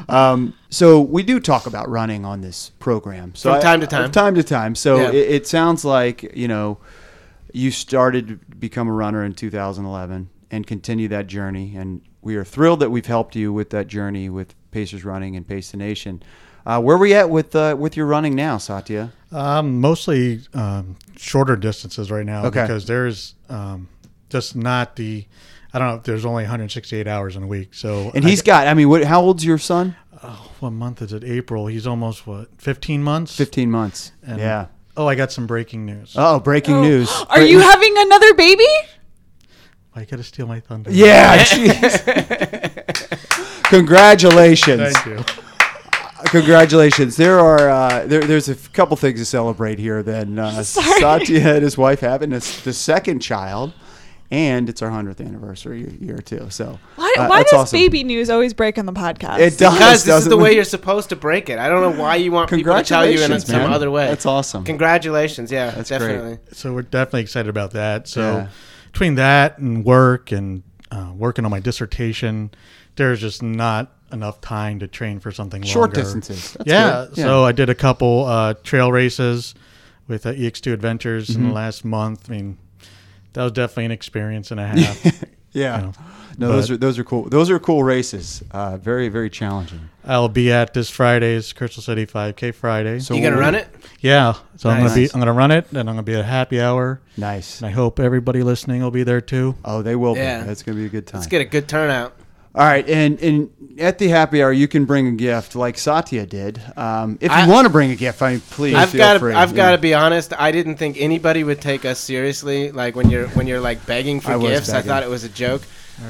Speaker 1: Um, so we do talk about running on this program, so
Speaker 2: From
Speaker 1: I-
Speaker 2: time to time.
Speaker 1: from time to time. So
Speaker 2: Yeah.
Speaker 1: it, it sounds like you know you started to become a runner in 2011 and continue that journey, and we are thrilled that we've helped you with that journey with Pacers Running and Pace the Nation. Uh, where are we at with uh, with your running now, Satya?
Speaker 6: Um, mostly um, shorter distances right now
Speaker 1: Okay.
Speaker 6: because there's um, just not the. I don't know if there's only 168 hours in a week. So
Speaker 1: And
Speaker 6: I- Oh,
Speaker 1: he's got. I mean, what, how old's your son?
Speaker 6: what month is it? April. He's almost what 15 months.
Speaker 1: 15 months.
Speaker 6: And-
Speaker 1: yeah.
Speaker 6: Oh, I got some breaking news.
Speaker 1: Oh, breaking news.
Speaker 3: Are you having another baby?
Speaker 6: I gotta steal my thunder.
Speaker 1: Yeah. jeez. Congratulations.
Speaker 6: Thank you.
Speaker 1: Congratulations. There are uh, there, there's a f- couple things to celebrate here. Then uh, Satya and his wife having a s the second child, and it's our hundredth anniversary year too. So
Speaker 3: Why,
Speaker 1: uh,
Speaker 3: why
Speaker 1: that's
Speaker 3: does
Speaker 1: awesome.
Speaker 3: baby news always break on the podcast?
Speaker 1: It does.
Speaker 2: Because this is the
Speaker 1: doesn't
Speaker 2: way
Speaker 1: it?
Speaker 2: you're supposed to break it. I don't know why you want people to tell you in
Speaker 1: Congratulations,
Speaker 2: some
Speaker 1: man.
Speaker 2: other way.
Speaker 1: That's awesome.
Speaker 2: Congratulations, yeah,
Speaker 1: great.
Speaker 2: definitely.
Speaker 6: So we're definitely excited about that. So
Speaker 1: Yeah.
Speaker 6: between that and work and uh, working on my dissertation, there's just not enough time to train for something
Speaker 1: Short
Speaker 6: longer.
Speaker 1: distances. That's
Speaker 6: yeah,
Speaker 1: good. Yeah.
Speaker 6: So I did a couple uh, trail races with uh, EX2 Adventures in
Speaker 1: Mm-hmm.
Speaker 6: the last month. I mean, that was definitely an experience and a half.
Speaker 1: yeah.
Speaker 6: you know,
Speaker 1: no, those
Speaker 6: but-
Speaker 1: are those are cool. Those are cool races. Uh, very very challenging.
Speaker 6: I'll be at this Friday's Crystal City 5K Friday.
Speaker 1: So
Speaker 2: You gonna run it?
Speaker 6: Yeah, so I'm gonna be
Speaker 1: Nice.
Speaker 6: I'm gonna run it, and I'm gonna be at a happy hour,
Speaker 1: Nice.
Speaker 6: and I hope everybody listening will be there too.
Speaker 1: Oh, they will.
Speaker 2: Yeah.
Speaker 1: be. That's gonna be a good time.
Speaker 2: Let's get a good turnout.
Speaker 1: All right, and, and at the happy hour, you can bring a gift like Satya did. Um, if you
Speaker 2: I-
Speaker 1: want to bring a gift, I mean, please
Speaker 2: I've
Speaker 1: feel
Speaker 2: got to
Speaker 1: free.
Speaker 2: I've
Speaker 1: Yeah.
Speaker 2: got to be honest. I didn't think anybody would take us seriously. Like when you're when you're like begging for
Speaker 1: I was
Speaker 2: gifts,
Speaker 1: begging.
Speaker 2: I thought it was a joke.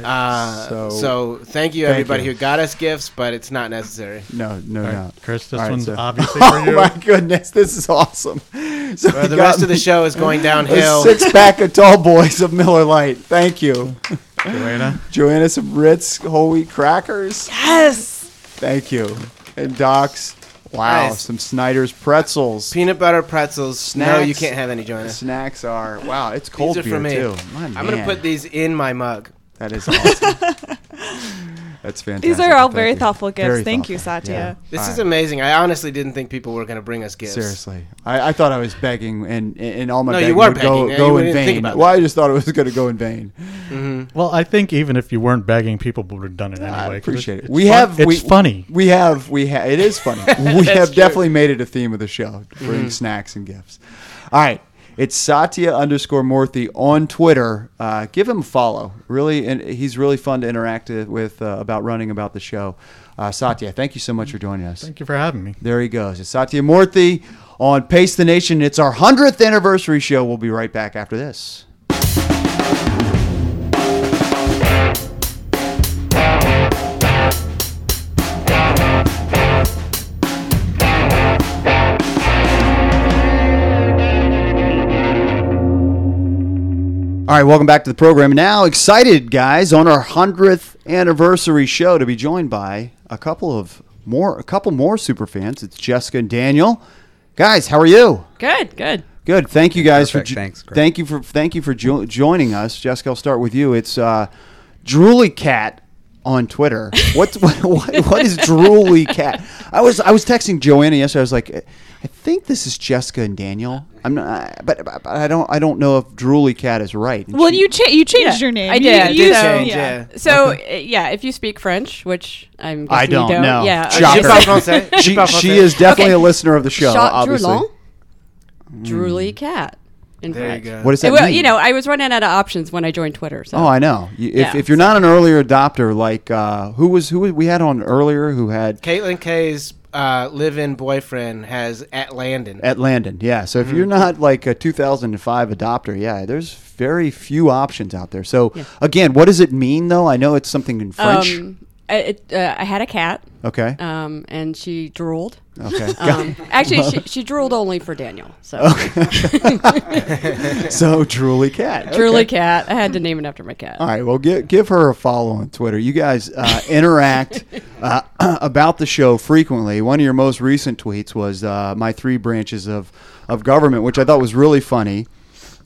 Speaker 2: Uh,
Speaker 1: so-
Speaker 2: so, thank you
Speaker 1: Thank
Speaker 2: everybody
Speaker 1: you.
Speaker 2: who got us gifts, but it's not necessary.
Speaker 1: No, no,
Speaker 6: All right,
Speaker 1: no.
Speaker 6: Chris, this
Speaker 1: All right,
Speaker 6: one's
Speaker 1: so-
Speaker 6: obviously for
Speaker 1: Oh
Speaker 6: you.
Speaker 1: my goodness, this is awesome. So
Speaker 2: Well, the rest of the show is going downhill.
Speaker 1: six pack of Tall Boys of Miller Lite. Thank you,
Speaker 6: Joanna.
Speaker 1: Joanna. Some Ritz whole wheat crackers.
Speaker 3: yes.
Speaker 1: Thank you, and Doc's. Wow,
Speaker 2: Nice.
Speaker 1: some Snyder's pretzels.
Speaker 2: Peanut butter pretzels. No,
Speaker 1: Snacks.
Speaker 2: you can't have any, Joanna.
Speaker 1: Snacks are wow. It's cold
Speaker 2: These are
Speaker 1: beer
Speaker 2: for me.
Speaker 1: too. My
Speaker 2: I'm gonna
Speaker 1: man.
Speaker 2: put these in my mug.
Speaker 1: That is awesome. That's fantastic.
Speaker 3: These are all
Speaker 1: Thank
Speaker 3: very
Speaker 1: you.
Speaker 3: thoughtful gifts.
Speaker 1: Very
Speaker 3: Thank you,
Speaker 1: thoughtful.
Speaker 3: Satya.
Speaker 2: This
Speaker 1: All
Speaker 2: is
Speaker 1: right.
Speaker 2: amazing. I honestly didn't think people were gonna bring us gifts.
Speaker 1: Seriously, I, I thought I was begging, and and all my
Speaker 2: No, you
Speaker 1: begging
Speaker 2: were
Speaker 1: would go,
Speaker 2: begging. Yeah,
Speaker 1: go
Speaker 2: you
Speaker 1: in
Speaker 2: didn't think
Speaker 1: vain.
Speaker 2: about Mm-hmm.
Speaker 1: Well, I just thought it was going to go in vain.
Speaker 6: Well, I think even if you weren't begging, people would have done it anyway.
Speaker 1: I
Speaker 6: 'cause
Speaker 1: appreciate it.
Speaker 6: it's
Speaker 1: We
Speaker 6: fun-
Speaker 1: have
Speaker 6: It's
Speaker 1: we,
Speaker 6: funny.
Speaker 1: We have we have. It is funny. we have
Speaker 2: true. Mm-hmm.
Speaker 1: definitely made it a theme of the show. to Bring snacks and gifts. All right. It's Satya underscore Morthy on Twitter. Uh, give him a follow. Really, and he's really fun to interact with uh, about running about the show. Uh, Satya, thank you so much for joining us.
Speaker 6: Thank you for having me.
Speaker 1: There he goes. It's Satyamurthy on Pace the Nation. It's our 100th anniversary show. We'll be right back after this. All right, welcome back to the program. Now, excited guys on our hundredth anniversary show to be joined by a couple of more, a couple more super fans. It's Jessica and Daniel. Guys, how are you?
Speaker 7: Good, good.
Speaker 1: Good. Thank you guys
Speaker 5: Perfect.
Speaker 1: for jo-
Speaker 5: Thanks, great.
Speaker 1: thank you for thank you for jo- joining us. Jessica, I'll start with you. It's uh, Drooly Cat on Twitter. What what, what what is Drooly Cat? I was I was texting Joanna yesterday. I was like, I think this is Jessica and Daniel. I'm not, but, but I don't I don't know if Drooly Cat is right. And
Speaker 3: Well,
Speaker 1: she-
Speaker 3: you cha- you changed
Speaker 7: Yeah,
Speaker 3: your name.
Speaker 7: I
Speaker 3: You-
Speaker 7: did. I
Speaker 3: you-
Speaker 7: did
Speaker 3: so-
Speaker 2: change, yeah.
Speaker 7: So uh, yeah, if you speak French, which I'm guessing
Speaker 1: I don't
Speaker 7: you don't
Speaker 1: know.
Speaker 7: yeah,
Speaker 1: Je
Speaker 2: Je
Speaker 1: Shocker.
Speaker 2: parle français. Je
Speaker 1: she,
Speaker 2: parle
Speaker 1: she
Speaker 2: français.
Speaker 1: is definitely
Speaker 7: Okay.
Speaker 1: a listener of the show.
Speaker 7: Shot
Speaker 1: obviously, Hmm.
Speaker 7: Droulon, Drooly cat. In
Speaker 2: There you
Speaker 7: French.
Speaker 2: go.
Speaker 1: what does that
Speaker 7: Uh, Well,
Speaker 1: mean?
Speaker 7: you know, I was running out of options when I joined Twitter. So
Speaker 1: Oh, I know. You, if,
Speaker 7: Yeah.
Speaker 1: if you're not an earlier adopter, like uh, who was who was- we had on earlier, who had
Speaker 2: Caitlin K's uh, live-in boyfriend has at Landon.
Speaker 1: At Landon, yeah. So if
Speaker 3: Mm-hmm.
Speaker 1: you're not like a 2005 adopter, yeah, there's very few options out there. So again, what does it mean though? I know it's something in French.
Speaker 7: Um, I, it, uh, I had a cat,
Speaker 1: okay.
Speaker 7: um, and she drooled.
Speaker 1: okay.
Speaker 7: Um, actually, she, she drooled only for Daniel. So
Speaker 1: so Drooly Cat.
Speaker 7: Drooly
Speaker 1: Okay.
Speaker 7: cat. I had to name it after my cat.
Speaker 1: All right. Well, give, give her a follow on Twitter. You guys uh, interact uh, about the show frequently. One of your most recent tweets was uh, my three branches of, of government, which I thought was really funny.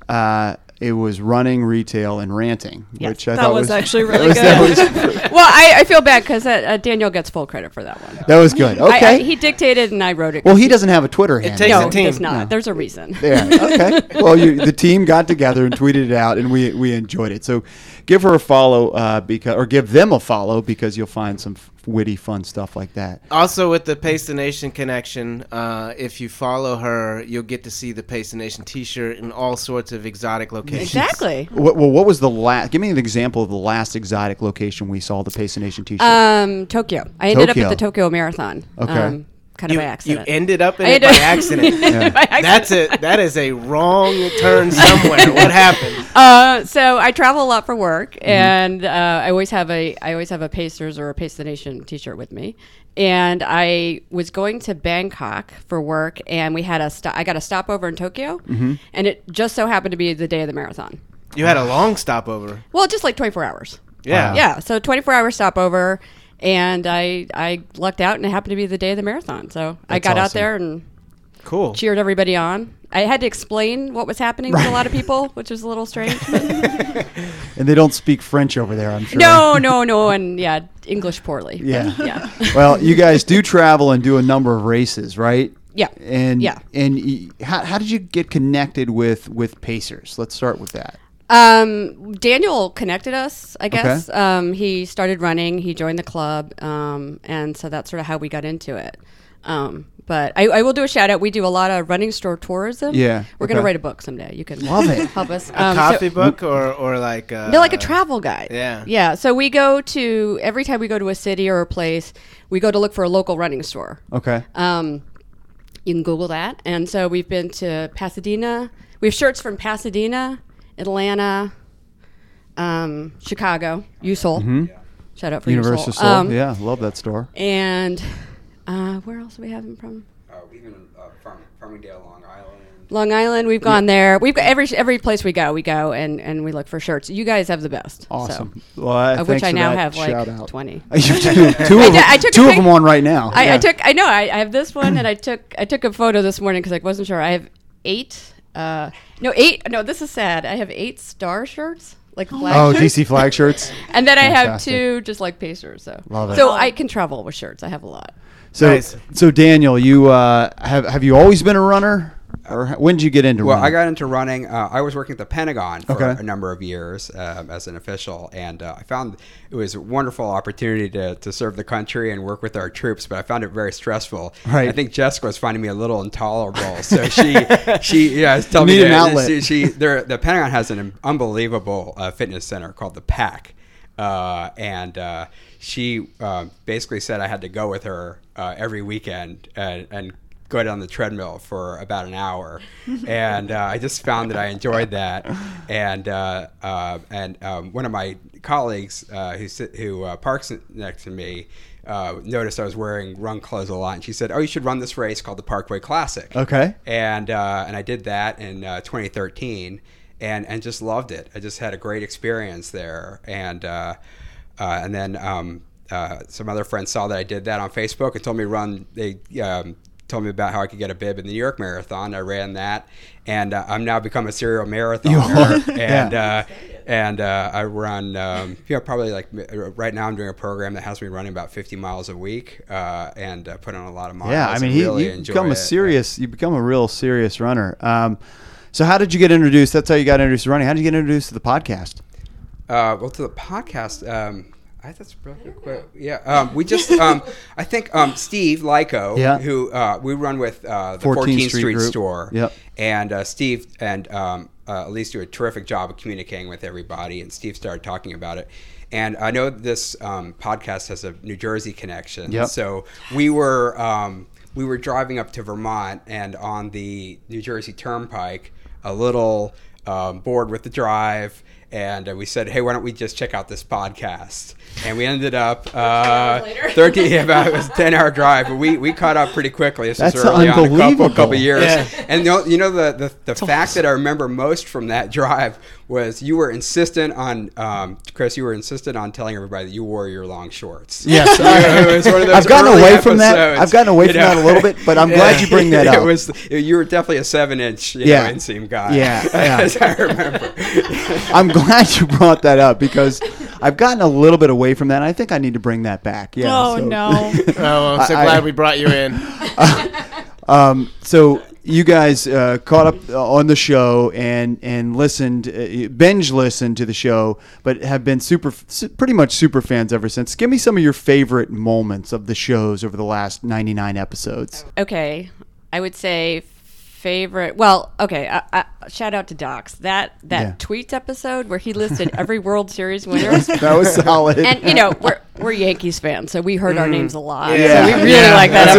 Speaker 1: Uh, it was running, retail, and ranting,
Speaker 7: Yes,
Speaker 1: which I
Speaker 3: That
Speaker 1: thought
Speaker 3: was actually really
Speaker 1: that
Speaker 3: good.
Speaker 1: was-
Speaker 7: Well, I, I feel bad because uh, uh, Daniel gets full credit for that one.
Speaker 1: that was good.
Speaker 7: I- I-
Speaker 1: Okay.
Speaker 7: he dictated and I wrote it.
Speaker 1: Well, he doesn't have a Twitter handle.
Speaker 2: takes- He's
Speaker 7: no,
Speaker 2: a team.
Speaker 7: does not.
Speaker 1: No.
Speaker 7: There's a reason.
Speaker 1: Yeah. Okay. well, you, the team got together and tweeted it out, and we we enjoyed it. So, give her a follow, uh, because or give them a follow because you'll find some f- witty, fun stuff like that.
Speaker 2: Also, with the Pace the Nation connection, uh, if you follow her, you'll get to see the Pace the Nation T-shirt in all sorts of exotic locations.
Speaker 7: Exactly.
Speaker 1: What, well, what was the last? Give me an example of the last exotic location we saw the Pace Nation T-shirt.
Speaker 7: Um, Tokyo. I ended up
Speaker 1: Tokyo.
Speaker 7: at the Tokyo Marathon.
Speaker 1: Okay.
Speaker 7: Um, kind of
Speaker 2: You,
Speaker 7: by
Speaker 2: you
Speaker 7: accident.
Speaker 2: ended up in
Speaker 7: I
Speaker 2: it by
Speaker 7: ended-
Speaker 2: accident.
Speaker 7: By accident.
Speaker 2: That's a that is a wrong turn somewhere. what happened?
Speaker 7: Uh, so I travel a lot for work,
Speaker 1: Mm-hmm.
Speaker 7: and uh, I always have a I always have a Pacers or a Pace the Nation T-shirt with me. And I was going to Bangkok for work, and we had a sto- I got a stopover in Tokyo,
Speaker 1: Mm-hmm.
Speaker 7: and it just so happened to be the day of the marathon.
Speaker 2: You had a long stopover.
Speaker 7: Well, just like 24 hours.
Speaker 2: Yeah.
Speaker 7: Yeah, so 24 hour stopover, and I I lucked out, and it happened to be the day of the marathon. So I
Speaker 1: That's
Speaker 7: got out
Speaker 1: awesome.
Speaker 7: there and
Speaker 2: Cool.
Speaker 7: cheered everybody on. I had to explain what was happening to a lot of people, which was a little strange. But
Speaker 1: and they don't speak French over there, I'm sure.
Speaker 7: No, no, no, and yeah, English poorly.
Speaker 1: Yeah.
Speaker 7: yeah.
Speaker 1: well, you guys do travel and do a number of races, right?
Speaker 7: Yeah.
Speaker 1: And
Speaker 7: Yeah.
Speaker 1: And y- how, how did you get connected with with Pacers? Let's start with that.
Speaker 7: Um, Daniel connected us, I guess. Um, he started running, he joined the club, um, and so that's sort of how we got into it. Um, but I, I will do a shout out. We do a lot of running store tourism.
Speaker 1: Yeah,
Speaker 7: We're going to
Speaker 1: okay.
Speaker 7: write a book someday. Uh, You can
Speaker 1: Love it.
Speaker 7: help us.
Speaker 2: A
Speaker 7: Um, so-
Speaker 2: coffee book or or like a,
Speaker 7: They're like a travel guide.
Speaker 2: yeah.
Speaker 7: Yeah. So we go to every time we go to a city or a place, we go to look for a local running store.
Speaker 1: Okay.
Speaker 7: Um, you can Google that. And so we've been to Pasadena. We have shirts from Pasadena, Atlanta, um, Chicago, USOL.
Speaker 2: Mm-hmm.
Speaker 7: Shout out for
Speaker 1: Universal
Speaker 7: USOL.
Speaker 1: Soul.
Speaker 7: Um,
Speaker 1: yeah, love that store.
Speaker 7: And uh, where else do we have them from?
Speaker 8: Uh, we've been in, uh, Farm, Farmingdale, Long Island.
Speaker 7: Long Island. We've gone there. We've got every every place we go, we go and, and we look for shirts. You guys have the best. so.
Speaker 1: Awesome. Well, I,
Speaker 7: Of which
Speaker 1: thanks
Speaker 7: I
Speaker 1: for
Speaker 7: now
Speaker 1: that
Speaker 7: have, like,
Speaker 1: shout out.
Speaker 7: 20.
Speaker 1: You do. two
Speaker 7: I
Speaker 1: of,
Speaker 7: did-
Speaker 1: them,
Speaker 7: I took a
Speaker 1: two of
Speaker 7: pic-
Speaker 1: them on right now.
Speaker 7: I,
Speaker 1: Yeah.
Speaker 7: I took. I know. I, I have this one, and I took. I took a photo this morning because I wasn't sure. I have eight. Uh, no, eight. No, this is sad. I have eight star shirts, like flag
Speaker 1: Oh,
Speaker 7: shirts,
Speaker 1: DC flag shirts.
Speaker 7: and then I have
Speaker 1: Fantastic.
Speaker 7: two just like pacers. So,
Speaker 1: Love it.
Speaker 7: so I can travel with shirts. I have a lot.
Speaker 1: So,
Speaker 2: Nice.
Speaker 1: so Daniel, you uh, have have you always been a runner, or h- when did you get into
Speaker 8: Well,
Speaker 1: running?
Speaker 8: I got into running. Uh, I was working at the Pentagon for
Speaker 1: Okay.
Speaker 8: a number of years um, as an official, and uh, I found it was a wonderful opportunity to, to serve the country and work with our troops. But I found it very stressful.
Speaker 1: Right.
Speaker 8: I think Jessica was finding me a little intolerable, so she she yeah was telling
Speaker 1: You
Speaker 8: me
Speaker 1: need an
Speaker 8: to-
Speaker 1: outlet.
Speaker 8: She, she there the Pentagon has an unbelievable uh, fitness center called the Pack, uh, and uh, she uh, basically said I had to go with her uh, every weekend and. and Go down the treadmill for about an hour, and uh, I just found that I enjoyed that. And uh, uh, and um, one of my colleagues uh, who sit, who uh, parks next to me uh, noticed I was wearing run clothes a lot, and she said, "Oh, you should run this race called the Parkway Classic."
Speaker 1: Okay.
Speaker 8: and uh, and I did that in uh, 2013, and and just loved it. I just had a great experience there, and uh, uh, and then um, uh, some other friends saw that I did that on Facebook and told me to run. They um, told me about how I could get a bib in the New York Marathon. I ran that, and uh, I'm now become a serial marathoner.
Speaker 1: You are.
Speaker 8: and
Speaker 1: Yeah.
Speaker 8: uh, and uh, I run, um, you know, probably like uh, right now I'm doing a program that has me running about 50 miles a week uh, and uh, put on a lot of miles.
Speaker 1: Yeah, I mean,
Speaker 8: and
Speaker 1: he,
Speaker 8: really
Speaker 1: you
Speaker 8: enjoy
Speaker 1: become
Speaker 8: it.
Speaker 1: a serious, you become a real serious runner. Um, so how did you get introduced? That's how you got introduced to running. How did you get introduced to the podcast?
Speaker 8: Uh, well, to the podcast, um, I that's really quick. Yeah, um, we just, um, I think um, Steve Lyko,
Speaker 1: Yeah.
Speaker 8: who uh, we run with uh, the 14th,
Speaker 1: 14th
Speaker 8: Street,
Speaker 1: Street group.
Speaker 8: store,
Speaker 1: Yep.
Speaker 8: and uh, Steve and um, uh, Elise do a terrific job of communicating with everybody, and Steve started talking about it. And I know this um, podcast has a New Jersey connection,
Speaker 1: Yep.
Speaker 8: so we were um, we were driving up to Vermont, and on the New Jersey Turnpike, a little um, bored with the drive, and uh, we said, "Hey, why don't we just check out this podcast?" And we ended up uh, thirteen about it was ten hour drive, but we we caught up pretty quickly. This
Speaker 1: That's
Speaker 8: was early on, a couple
Speaker 1: unbelievable.
Speaker 8: couple years, and the, you know the the, the fact that I remember most from that drive was you were insistent on um, Chris, you were insistent on telling everybody that you wore your long shorts.
Speaker 1: Yes.
Speaker 8: Yeah, it was one of those
Speaker 1: I've gotten
Speaker 8: early
Speaker 1: away from that.
Speaker 8: episodes,
Speaker 1: I've gotten away
Speaker 8: you
Speaker 1: from that a little bit, but I'm glad you bring that
Speaker 8: It
Speaker 1: up.
Speaker 8: was- you were definitely a seven inch you
Speaker 1: Yeah.
Speaker 8: know, inseam guy.
Speaker 1: Yeah, yeah.
Speaker 8: as I remember.
Speaker 1: I'm glad you brought that up because I've gotten a little bit away from that. And I think I need to bring that back. Yeah.
Speaker 3: oh
Speaker 1: so-
Speaker 3: no.
Speaker 2: Oh, well, I'm so
Speaker 1: I-
Speaker 2: glad we brought you in.
Speaker 1: Uh, Um, so you guys uh, caught up uh, on the show and and listened, uh, binge listened to the show, but have been super, su- pretty much super fans ever since. Give me some of your favorite moments of the shows over the last 99 episodes.
Speaker 7: okay i would say favorite well okay I, I, shout out to docs that that
Speaker 1: Yeah.
Speaker 7: tweets episode where he listed every world series winners
Speaker 1: That was solid.
Speaker 7: and you know we're we're yankees fans so we heard our names a lot
Speaker 1: Yeah.
Speaker 7: so we really
Speaker 2: Yeah.
Speaker 7: like that
Speaker 1: that's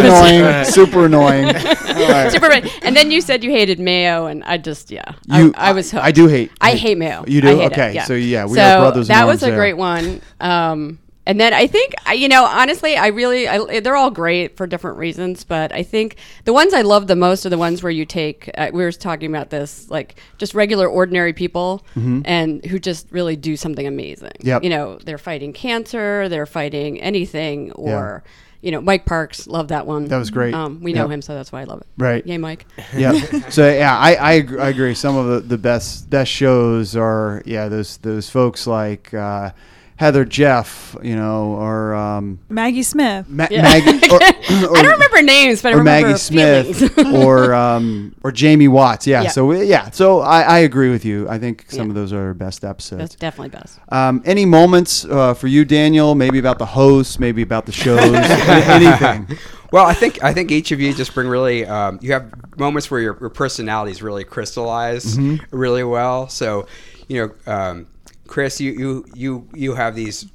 Speaker 7: episode
Speaker 1: annoying. super annoying.
Speaker 7: Superman. And then you said you hated mayo, and I just yeah,
Speaker 1: You-
Speaker 7: I, I was hooked.
Speaker 1: I do hate-
Speaker 7: I
Speaker 1: hate-
Speaker 7: hate mayo.
Speaker 1: You do?
Speaker 7: I hate it,
Speaker 1: Okay, so yeah, we are brothers in
Speaker 7: That
Speaker 1: arms
Speaker 7: was a
Speaker 1: there.
Speaker 7: great one. Um, and then I think I- you know honestly, I really I, they're all great for different reasons, but I think the ones I love the most are the ones where you take. Uh, we were talking about this like just regular ordinary people and who just really do something amazing.
Speaker 1: Mm-hmm. Yep.
Speaker 7: you know they're fighting cancer, they're fighting anything, or you know Mike Parks loved that one.
Speaker 1: That was great.
Speaker 7: Um, we know
Speaker 1: Yep.
Speaker 7: him, so that's why I love it.
Speaker 1: Right.
Speaker 7: Yay, Mike.
Speaker 1: yeah. So yeah, I I, ag- I agree. Some of the, the best best shows are yeah those those folks like uh, Heather Jeff, you know, or um,
Speaker 3: Maggie Smith.
Speaker 1: Ma- Maggie. Or, or,
Speaker 7: I don't remember names, but I
Speaker 1: Or
Speaker 7: remember
Speaker 1: Maggie Smith,
Speaker 7: feelings.
Speaker 1: or um, or Jamie Watts. Yeah.
Speaker 7: Yeah.
Speaker 1: So we, yeah. So I, I agree with you. I think some
Speaker 7: Yeah.
Speaker 1: of those are our best
Speaker 7: That's
Speaker 1: episodes.
Speaker 7: definitely best.
Speaker 1: Um, any moments uh, for you, Daniel? Maybe about the hosts, maybe about the shows, anything.
Speaker 8: Well, I think I think each of you just bring really um, you have moments where your, your personalities really crystallize
Speaker 1: Mm-hmm.
Speaker 8: really well. So, you know, um, Chris, you you you you have these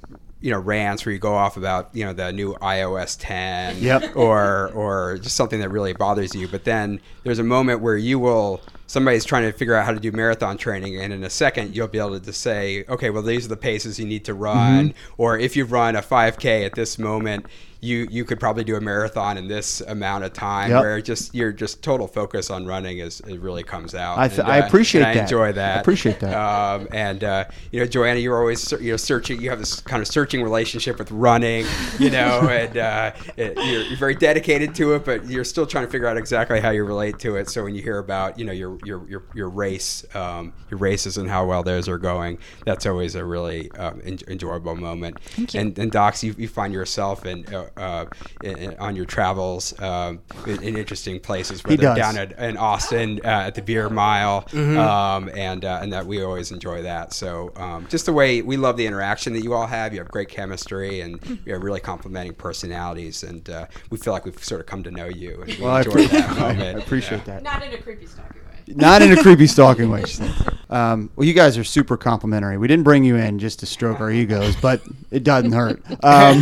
Speaker 8: you know rants where you go off about you know the new iOS 10
Speaker 1: Yep.
Speaker 8: or or just something that really bothers you. But then there's a moment where you will somebody's trying to figure out how to do marathon training, and in a second you'll be able to say, okay, well these are the paces you need to
Speaker 1: Mm-hmm.
Speaker 8: run, or if you run a 5K at this moment, you you could probably do a marathon in this amount of time.
Speaker 1: Yep.
Speaker 8: Where just your just total focus on running is it really comes out.
Speaker 1: I th- I appreciate
Speaker 8: and I
Speaker 1: that.
Speaker 8: enjoy
Speaker 1: I
Speaker 8: that.
Speaker 1: appreciate that.
Speaker 8: Um, and uh, you know, Joanna, you're always ser- you know searching. You have this kind of searching relationship with running, you know, and uh, it, you're, you're very dedicated to it, but you're still trying to figure out exactly how you relate to it. So when you hear about you know your your your, your race, um, your races, and how well those are going, that's always a really um, en- enjoyable moment. And and docs, you, you find yourself in, uh, uh, in, in- on your travels um, in, in interesting places, whether
Speaker 1: does.
Speaker 8: down at at- in Austin uh, at the Beer Mile,
Speaker 1: Mm-hmm.
Speaker 8: um, and uh, and that we always enjoy that. So um, just the way we love the interaction that you all have. You have great chemistry and you have really complementing personalities, and uh, we feel like we've sort of come to know you. And we
Speaker 1: Well, I
Speaker 8: enjoy
Speaker 1: appreciate,
Speaker 8: that
Speaker 1: I,
Speaker 8: moment.
Speaker 1: appreciate that.
Speaker 7: Not in a creepy, stalky way.
Speaker 1: Not in a creepy stalking way. she said. Um, well, you guys are super complimentary. We didn't bring you in just to stroke our egos, but it doesn't hurt. Um,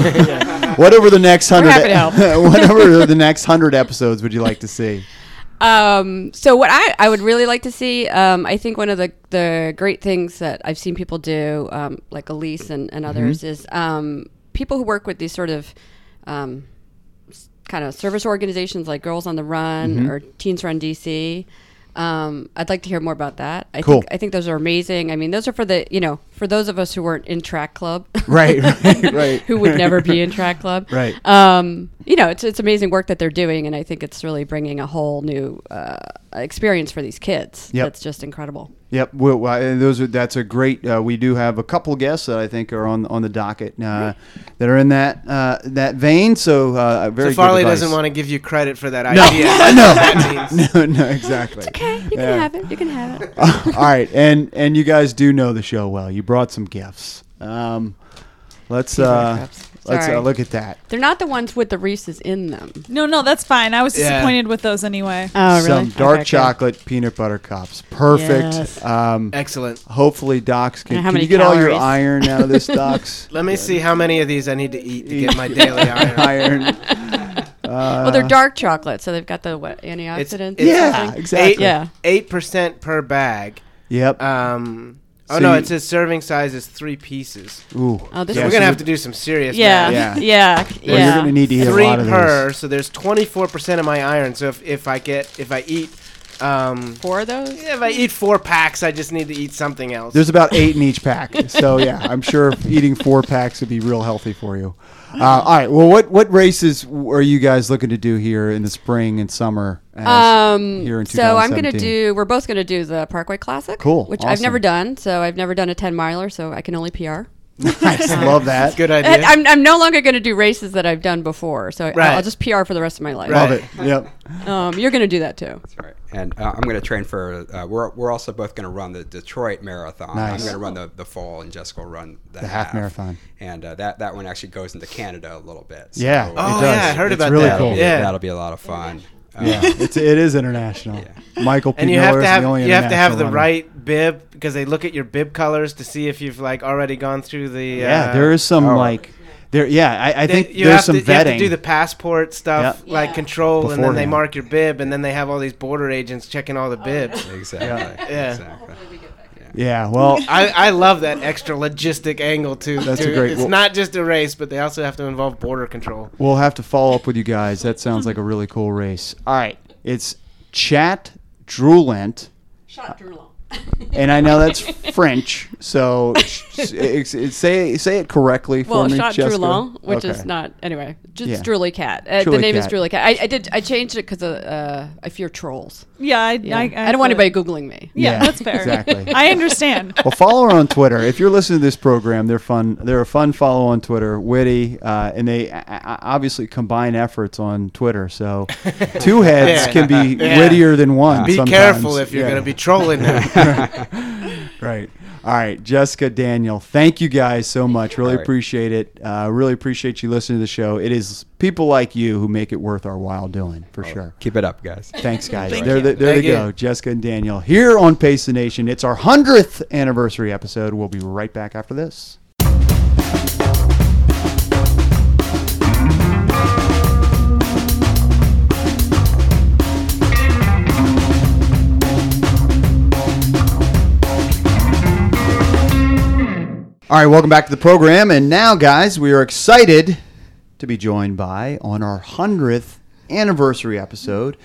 Speaker 1: whatever the next hundred, e-
Speaker 7: happy to help.
Speaker 1: whatever the next hundred episodes, would you like to see?
Speaker 7: Um, so what I, I would really like to see, um, I think one of the, the great things that I've seen people do, um, like Elise and,
Speaker 1: Mm-hmm.
Speaker 7: and others, is um, people who work with these sort of um, kind of service organizations like Girls on the Run
Speaker 1: Mm-hmm.
Speaker 7: or Teens Run DC. Um, I'd like to hear more about that. I
Speaker 1: Cool.
Speaker 7: think I think those are amazing. I mean, those are for the you know for those of us who weren't in track club,
Speaker 1: Right, right, right.
Speaker 7: who would never be in track club,
Speaker 1: Right.
Speaker 7: Um, you know, it's it's amazing work that they're doing, and I think it's really bringing a whole new uh, experience for these kids.
Speaker 1: Yep.
Speaker 7: That's just incredible.
Speaker 1: Yep. Well, well, and those are that's a great. Uh, we do have a couple guests that I think are on on the docket uh, that are in that uh, that vein. So uh, very.
Speaker 2: So Farley
Speaker 1: good
Speaker 2: doesn't
Speaker 1: advice.
Speaker 2: want to give you credit for that idea.
Speaker 1: no, no, no, exactly.
Speaker 7: Okay, you can
Speaker 1: Yeah.
Speaker 7: have it. You can have it.
Speaker 1: All right, and and you guys do know the show well. You brought some gifts. Um, let's
Speaker 7: are
Speaker 1: uh,
Speaker 7: cups.
Speaker 1: let's uh,
Speaker 7: Sorry.
Speaker 1: look at that.
Speaker 7: They're not the ones with the Reese's in them.
Speaker 3: No, no, that's fine. I was
Speaker 2: Yeah.
Speaker 3: disappointed with those anyway.
Speaker 7: Oh,
Speaker 1: Some dark
Speaker 7: Okay, good.
Speaker 1: chocolate peanut butter cups. Perfect.
Speaker 7: Yes.
Speaker 1: Um,
Speaker 2: Excellent.
Speaker 1: hopefully, Docs can.
Speaker 7: And how
Speaker 1: Can
Speaker 7: many
Speaker 1: you get all your
Speaker 7: calories?
Speaker 1: iron out of this, Docs?
Speaker 2: Let me see how many of these I need to eat to get my daily iron.
Speaker 1: iron. Uh,
Speaker 7: well, they're dark chocolate, so they've got the what antioxidants. or
Speaker 1: Yeah,
Speaker 7: something?
Speaker 1: exactly.
Speaker 2: Eight,
Speaker 7: Yeah.
Speaker 2: Eight percent per bag.
Speaker 1: Yep.
Speaker 2: Um. Oh
Speaker 1: So
Speaker 2: no!
Speaker 1: you-
Speaker 2: It says serving size is three pieces.
Speaker 1: Ooh.
Speaker 7: Oh, this
Speaker 2: So
Speaker 1: Yeah,
Speaker 2: we're
Speaker 1: so
Speaker 2: gonna have
Speaker 1: you-
Speaker 2: to do some serious.
Speaker 7: Yeah,
Speaker 2: math.
Speaker 1: Yeah.
Speaker 7: yeah, yeah.
Speaker 1: Well, you're going to need to eat a
Speaker 2: Three
Speaker 1: lot of
Speaker 2: per.
Speaker 1: these.
Speaker 2: So there's twenty four percent of my iron. So if, if I get if I eat um
Speaker 7: Four of those.
Speaker 2: if I eat four packs, I just need to eat something else.
Speaker 1: There's about eight in each pack. So yeah, I'm sure eating four packs would be real healthy for you. Uh, all right. Well, what what races are you guys looking to do here in the spring and summer? as-
Speaker 7: Um,
Speaker 1: here in
Speaker 7: so I'm gonna
Speaker 1: 2017?
Speaker 7: do. We're both gonna do the Parkway Classic.
Speaker 1: Cool,
Speaker 7: Which I've never
Speaker 1: awesome.
Speaker 7: done. So I've never done a 10 miler. So I can only Um, PR.
Speaker 1: Nice. Love that.
Speaker 2: Good idea.
Speaker 7: And I'm, I'm no longer gonna do races that I've done before. So I-
Speaker 2: Right.
Speaker 7: I'll just PR for the rest of my life.
Speaker 1: Love
Speaker 2: Right.
Speaker 1: it. Yep.
Speaker 7: Um, you're gonna do that too.
Speaker 8: That's right. And uh, I'm going to train for. Uh, we're we're also both going to run the Detroit Marathon. I'm
Speaker 1: Nice.
Speaker 8: going to run the, the fall, and Jessica will run the,
Speaker 1: The half marathon.
Speaker 8: And uh, that that one actually goes into Canada a little bit.
Speaker 1: Yeah, it
Speaker 2: oh
Speaker 1: does.
Speaker 2: yeah, I heard
Speaker 1: It's
Speaker 2: about
Speaker 1: really
Speaker 2: that.
Speaker 1: cool.
Speaker 2: Yeah.
Speaker 8: that'll be a lot of fun. Uh,
Speaker 1: Yeah. It's, it is international. Michael P.
Speaker 2: and you
Speaker 1: Miller
Speaker 2: have
Speaker 1: is
Speaker 2: to
Speaker 1: the
Speaker 2: have
Speaker 1: only
Speaker 2: you have to have
Speaker 1: international
Speaker 2: the
Speaker 1: runner.
Speaker 2: right bib because they look at your bib colors to see if you've like already gone through the
Speaker 1: Yeah.
Speaker 2: uh,
Speaker 1: there is some
Speaker 8: oh.
Speaker 1: like. There. Yeah. I, I
Speaker 2: they-
Speaker 1: think there's
Speaker 2: have
Speaker 1: some
Speaker 2: to,
Speaker 1: vetting.
Speaker 2: You have to do the passport stuff
Speaker 1: Yeah.
Speaker 2: like
Speaker 7: Yeah.
Speaker 2: control, and then they
Speaker 1: Beforehand.
Speaker 2: mark your bib, and then they have all these border agents checking all the bibs.
Speaker 8: Oh, Exactly.
Speaker 2: Yeah.
Speaker 8: Exactly.
Speaker 1: yeah. Well.
Speaker 2: I, I love that extra logistic angle too.
Speaker 1: That's
Speaker 2: to-
Speaker 1: a great-
Speaker 2: It's
Speaker 1: well-
Speaker 2: not just a race, but they also have to involve border control.
Speaker 1: We'll have to follow up with you guys. That sounds like a really cool race. All right. It's Chat Droolant,
Speaker 7: Shot journal.
Speaker 1: and I know that's French, so s- s- s- say say it correctly for
Speaker 7: Well,
Speaker 1: me,
Speaker 7: shot
Speaker 1: Jessica.
Speaker 7: Droulon, which
Speaker 1: Okay.
Speaker 7: is not anyway. Just
Speaker 1: Yeah.
Speaker 7: Drooly Cat. Uh,
Speaker 1: Drooly
Speaker 7: the name
Speaker 1: Cat.
Speaker 7: is Drooly Cat. I, I did. I changed it because uh, I fear trolls.
Speaker 3: Yeah, I,
Speaker 7: Yeah.
Speaker 3: I,
Speaker 7: I, don't want anybody googling me.
Speaker 3: Yeah,
Speaker 1: Yeah,
Speaker 3: that's fair.
Speaker 1: exactly.
Speaker 3: I understand.
Speaker 1: Well, follow her on Twitter. If you're listening to this program, they're fun. They're a fun follow on Twitter, witty, uh, and they uh, obviously combine efforts on Twitter. So two heads
Speaker 2: Yeah.
Speaker 1: can be
Speaker 2: Yeah.
Speaker 1: wittier than one.
Speaker 2: Be
Speaker 1: sometimes.
Speaker 2: careful if you're
Speaker 1: Yeah.
Speaker 2: going to be trolling them.
Speaker 1: Right. All right, Jessica, Daniel, thank you guys so much. Really
Speaker 8: All right.
Speaker 1: appreciate it. Uh, really appreciate you listening to the show. It is people like you who make it worth our while doing, for sure.
Speaker 8: Keep it up, guys.
Speaker 1: Thanks, guys. there they, there
Speaker 2: Thank
Speaker 1: they go,
Speaker 2: you.
Speaker 1: Jessica and Daniel. Here on Pace the Nation, it's our 100th anniversary episode. We'll be right back after this. All right, welcome back to the program. And now, guys, we are excited to be joined by on our 100th anniversary episode.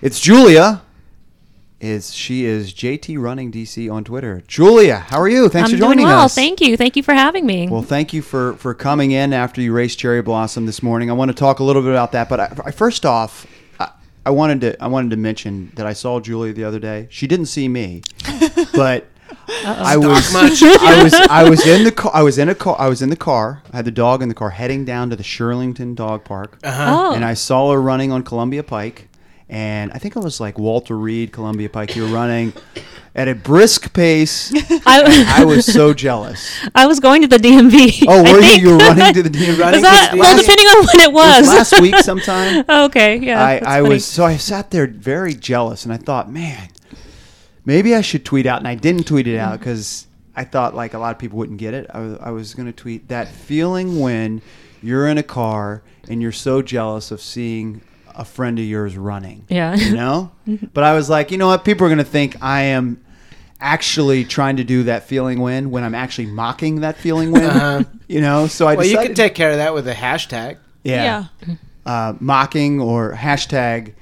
Speaker 1: It's Julia. Is she is JT running DC on Twitter. Julia, how are you? Thanks
Speaker 9: I'm
Speaker 1: for joining
Speaker 9: doing well.
Speaker 1: us.
Speaker 9: Thank you. Thank you for having me.
Speaker 1: Well, thank you for for coming in after you raced Cherry Blossom this morning. I want to talk a little bit about that, but I, I first off, I, I wanted to I wanted to mention that I saw Julia the other day. She didn't see me, but I was I was I was in the car. I was in a car. I was in the car. I had the dog in the car heading down to the Shirlington Dog Park,
Speaker 9: Oh.
Speaker 1: and I saw her running on Columbia Pike. And I think it was like Walter Reed, Columbia Pike. You're running at a brisk pace.
Speaker 9: I,
Speaker 1: I was so jealous.
Speaker 9: I was going to the DMV.
Speaker 1: Oh,
Speaker 9: I
Speaker 1: were you?
Speaker 9: think.
Speaker 1: You were running to the DMV.
Speaker 9: Was
Speaker 2: Running
Speaker 9: that,
Speaker 2: to the
Speaker 9: well,
Speaker 2: DMV?
Speaker 9: depending on when it
Speaker 1: It
Speaker 9: was.
Speaker 1: was last week sometime.
Speaker 9: okay, yeah.
Speaker 1: I,
Speaker 9: that's
Speaker 1: I
Speaker 9: funny.
Speaker 1: was so I sat there very jealous, and I thought, man, maybe I should tweet out, and I didn't tweet it
Speaker 9: Mm.
Speaker 1: out because I thought like a lot of people wouldn't get it. I was, I was going to tweet that feeling when you're in a car and you're so jealous of seeing a friend of yours running.
Speaker 9: Yeah. Mm-hmm.
Speaker 1: you know. but I was like, you know what? People are going to think I am actually trying to do that feeling win when I'm actually mocking that feeling win. You know, so I
Speaker 2: Uh-huh. well, you
Speaker 1: decided,
Speaker 2: can take care of that with a hashtag.
Speaker 1: yeah, Uh, mocking or hashtag.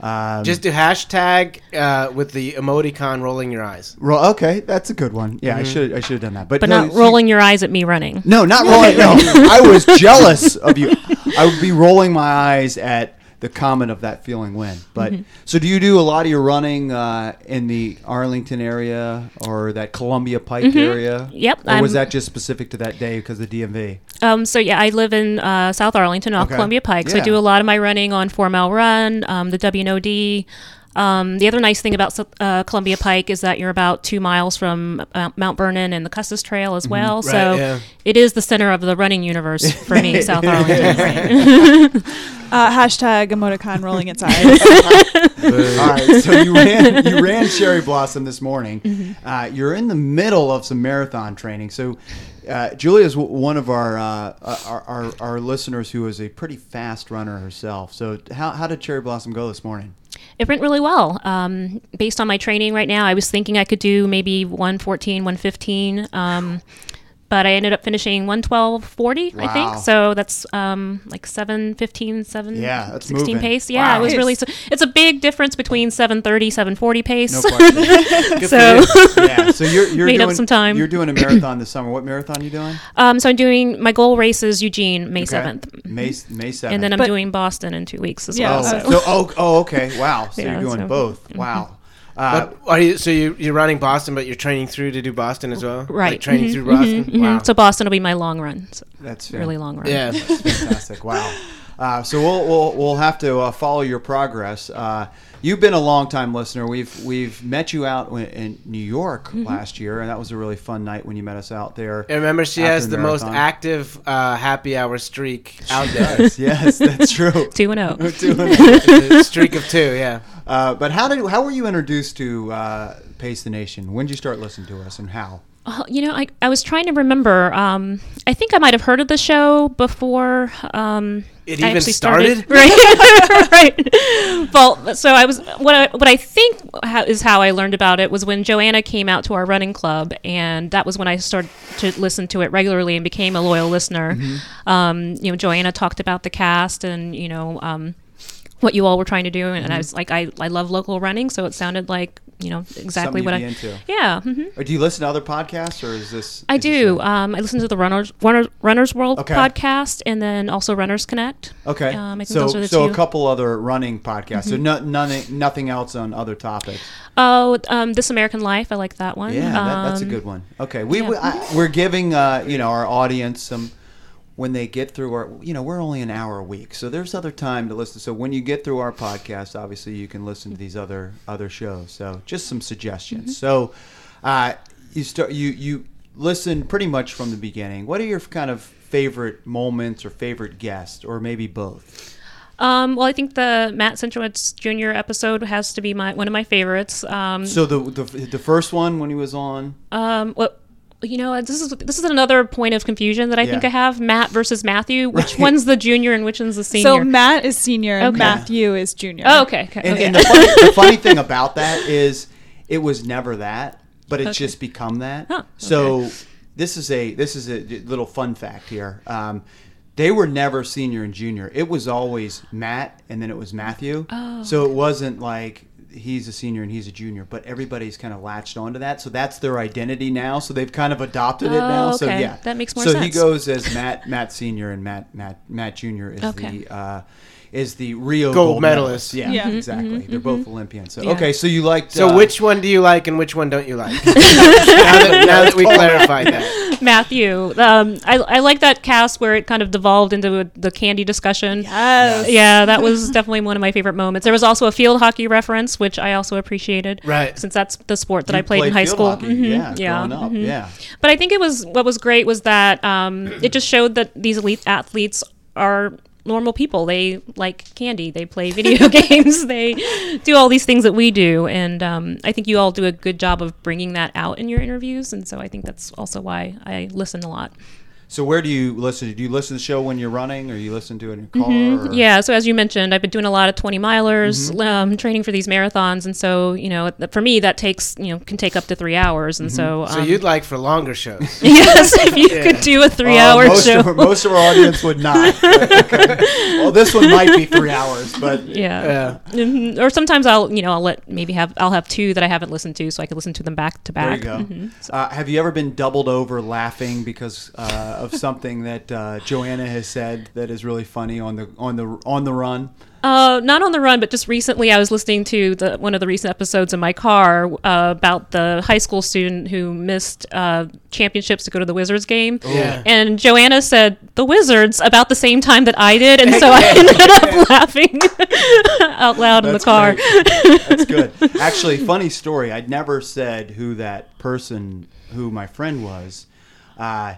Speaker 1: Um,
Speaker 2: Just do hashtag uh, with the emoticon rolling your eyes.
Speaker 1: Ro- okay, that's a good one. Yeah, I
Speaker 2: Mm-hmm.
Speaker 1: should I should have done that, but,
Speaker 9: but
Speaker 1: no,
Speaker 9: not
Speaker 1: you-
Speaker 9: rolling your eyes at me running.
Speaker 1: No, not rolling. No, I was jealous of you. I would be rolling my eyes at the common of that feeling when. But
Speaker 9: Mm-hmm.
Speaker 1: so, do you do a lot of your running uh, in the Arlington area or that Columbia Pike area?
Speaker 9: Mm-hmm. Yep,
Speaker 1: Or was
Speaker 9: I'm-
Speaker 1: that just specific to that day because of the DMV?
Speaker 9: Um, so yeah, I live in uh, South Arlington off
Speaker 1: Okay.
Speaker 9: Columbia Pike. So I
Speaker 1: Yeah.
Speaker 9: do a lot of my running on Four Mile Run, um, the WNOD. Um, the other nice thing about uh, Columbia Pike is that you're about two miles from uh, Mount Vernon and the Custis Trail
Speaker 1: Mm-hmm.
Speaker 9: as well. so
Speaker 2: yeah.
Speaker 9: it is the center of the running universe for me, South Arlington.
Speaker 3: Uh, hashtag emoticon rolling its eyes.
Speaker 1: All right, so you ran you ran Cherry Blossom this morning.
Speaker 9: Mm-hmm.
Speaker 1: Uh, you're in the middle of some marathon training. So uh, Julia is w- one of our, uh, uh, our our our listeners who is a pretty fast runner herself. So how how did Cherry Blossom go this morning?
Speaker 9: it went really well. Um, based on my training right now, I was thinking I could do maybe 114, 115. Um, but I ended up finishing 112.40, I
Speaker 1: Wow.
Speaker 9: think. So that's um, like 715, 7
Speaker 1: Yeah, that's
Speaker 9: 16
Speaker 1: moving.
Speaker 9: pace. Yeah,
Speaker 1: Wow.
Speaker 9: it was really, so, it's a big difference between 730, 740 pace.
Speaker 1: No question.
Speaker 9: so,
Speaker 1: yeah, so you're you're
Speaker 9: Made up
Speaker 1: doing
Speaker 9: some time.
Speaker 1: You're doing a marathon this summer. What marathon are you doing?
Speaker 9: um, so I'm doing, my goal race is Eugene, May
Speaker 1: Okay.
Speaker 9: 7th.
Speaker 1: May May seventh.
Speaker 9: And then I'm
Speaker 3: But-
Speaker 9: doing Boston in two weeks as
Speaker 3: Yeah,
Speaker 9: well.
Speaker 1: oh,
Speaker 9: so.
Speaker 1: so- oh, oh, okay. Wow. So
Speaker 9: Yeah,
Speaker 1: you're doing
Speaker 9: so- mm-hmm.
Speaker 1: both. Wow. Uh,
Speaker 2: But are you, so you, you're running Boston, but you're training through to do Boston as well?
Speaker 9: Right.
Speaker 2: Like training
Speaker 9: Mhm,
Speaker 2: through Boston?
Speaker 9: mhm, mhm.
Speaker 2: Wow.
Speaker 9: So Boston will be my long run. So
Speaker 1: that's
Speaker 9: really
Speaker 1: fan-
Speaker 9: long run.
Speaker 2: yeah.
Speaker 1: Fantastic! Wow. Uh, so we'll, we'll we'll have to uh, follow your progress. Uh, you've been a long time listener. We've we've met you out in- in New York
Speaker 9: Mm-hmm.
Speaker 1: last year, and that was a really fun night when you met us out there.
Speaker 2: And remember, she
Speaker 1: after
Speaker 2: has the most
Speaker 1: marathon.
Speaker 2: active uh, happy hour streak out there.
Speaker 1: Yes, yes, that's true.
Speaker 9: 2 and oh. 0.
Speaker 1: oh.
Speaker 2: It's a streak of two, yeah.
Speaker 1: Uh, but how did how were you introduced to uh, Pace the Nation? When did you start listening to us, and how?
Speaker 9: Well, Uh, you know, I, I was trying to remember. Um, I think I might have heard of the show before. Um,
Speaker 2: It
Speaker 9: I
Speaker 2: even
Speaker 9: actually
Speaker 2: started?
Speaker 9: right? right. Well, so I was what I what I think how, is how I learned about it was when Joanna came out to our running club, and that was when I started to listen to it regularly and became a loyal listener.
Speaker 1: Mm-hmm.
Speaker 9: Um, you know, Joanna talked about the cast and you know. Um, what you all were trying to do, and, and I
Speaker 1: Mm-hmm.
Speaker 9: was like, I, I love local running, so it sounded like you know exactly
Speaker 1: Something
Speaker 9: what I
Speaker 1: you'd be into.
Speaker 9: yeah. hmm
Speaker 1: Or do you listen to other podcasts, or is this?
Speaker 9: I
Speaker 1: is this
Speaker 9: do.
Speaker 1: it?
Speaker 9: Um, I listen to the Runners Runners, Runners World
Speaker 1: Okay.
Speaker 9: podcast, and then also Runners Connect.
Speaker 1: Okay,
Speaker 9: Um, I think
Speaker 1: so
Speaker 9: those are the
Speaker 1: so
Speaker 9: two. Mm-hmm.
Speaker 1: a couple other running podcasts. So no, nothing nothing else on other topics.
Speaker 9: Oh, um, This American Life. I like that one.
Speaker 1: Yeah, that, that's a
Speaker 9: Um,
Speaker 1: good one. Okay, we,
Speaker 9: yeah.
Speaker 1: we I, we're giving uh, you know our audience some when they get through our you know we're only an hour a week, so there's other time to listen. So when you get through our podcast, obviously you can listen to these other other shows. So just some
Speaker 9: Mm-hmm.
Speaker 1: suggestions. So uh, you start you you listen pretty much from the beginning. What are your kind of favorite moments or favorite guests or maybe both?
Speaker 9: Um, well, I think the Matt Centrowitz Jr. episode has to be my one of my favorites. Um,
Speaker 1: So the the, the first one when he was on.
Speaker 9: um, what you know, this is this is another point of confusion that I think
Speaker 1: Yeah.
Speaker 9: I have: Matt versus Matthew. Which
Speaker 1: Right.
Speaker 9: one's the junior and which one's the senior?
Speaker 3: so Matt is senior and
Speaker 9: Okay.
Speaker 3: Matthew is junior.
Speaker 9: oh, okay, okay,
Speaker 1: And,
Speaker 9: okay.
Speaker 1: and the, funny, the funny thing about that is, it was never that, but it's just become that.
Speaker 9: Huh,
Speaker 1: So this is a this is a d- little fun fact here. Um, they were never senior and junior. It was always Matt, and then it was Matthew. Oh, so it wasn't like he's a senior and he's a junior, but everybody's kind of latched onto that. So that's their identity now. So they've kind of adopted it now.
Speaker 9: Oh,
Speaker 1: So
Speaker 9: okay.
Speaker 1: yeah,
Speaker 9: That makes more
Speaker 1: so he
Speaker 9: sense.
Speaker 1: goes as Matt Matt senior and Matt Matt Matt junior is
Speaker 9: Okay. Mm-hmm.
Speaker 1: the. Uh, is the Rio
Speaker 2: Gold
Speaker 1: gold,
Speaker 2: medalist.
Speaker 1: medalist? Yeah,
Speaker 3: Yeah.
Speaker 1: exactly.
Speaker 3: Mm-hmm,
Speaker 1: They're both Olympians. So okay, so you liked.
Speaker 2: So
Speaker 1: uh,
Speaker 2: which one do you like and which one don't you like? now, that, now that we clarified that.
Speaker 9: Matthew. Um, I, I like that cast where it kind of devolved into a, the candy discussion.
Speaker 3: Yes.
Speaker 9: Yeah, that was definitely one of my favorite moments. There was also a field hockey reference, which I also appreciated.
Speaker 2: Right.
Speaker 9: Since that's the sport that
Speaker 1: you
Speaker 9: I played in high
Speaker 1: field
Speaker 9: school.
Speaker 1: hockey,
Speaker 9: Mhm,
Speaker 1: Yeah, growing up.
Speaker 9: mhm.
Speaker 1: Yeah,
Speaker 9: But I think it was what was great was that um, it just showed that these elite athletes are normal people. They like candy. They play video games. They do all these things that we do. And um, I think you all do a good job of bringing that out in your interviews. And so I think that's also why I listen a lot.
Speaker 1: So where do you listen? Do you listen to the show when you're running, or you listen to it in your car? or-
Speaker 9: Mm-hmm. Yeah, so as you mentioned, I've been doing a lot of 20 milers, um, training for these marathons, and so you know, th- for me, that takes you know can take up to three hours, and so,
Speaker 1: Mm-hmm.
Speaker 9: um,
Speaker 2: Mm-hmm. So you'd like for longer shows.
Speaker 9: yes, if you could do a
Speaker 1: Uh,
Speaker 9: three-hour
Speaker 1: most
Speaker 9: show,
Speaker 1: Of, our- most of our audience would not. Okay. Well, this one might be three hours, but
Speaker 9: yeah,
Speaker 2: Yeah.
Speaker 9: Mhm. or sometimes I'll you know I'll let maybe have I'll have two that I haven't listened to, so I can listen to them back Mm-hmm. to
Speaker 1: there
Speaker 9: back.
Speaker 1: you go. Uh, have you ever been doubled over laughing because uh, of something that uh, Joanna has said that is really funny on the on the on the run?
Speaker 9: Uh, not on the run, but just recently, I was listening to the, one of the recent episodes in my car uh, about the high school student who missed uh, championships to go to the Wizards game.
Speaker 1: Oh.
Speaker 2: Yeah.
Speaker 9: And Joanna said the Wizards about the same time that I did, and so I ended up laughing out loud in the
Speaker 1: That's
Speaker 9: car.
Speaker 1: great. That's good. Actually, funny story. I'd never said who that person, who my friend was. Uh,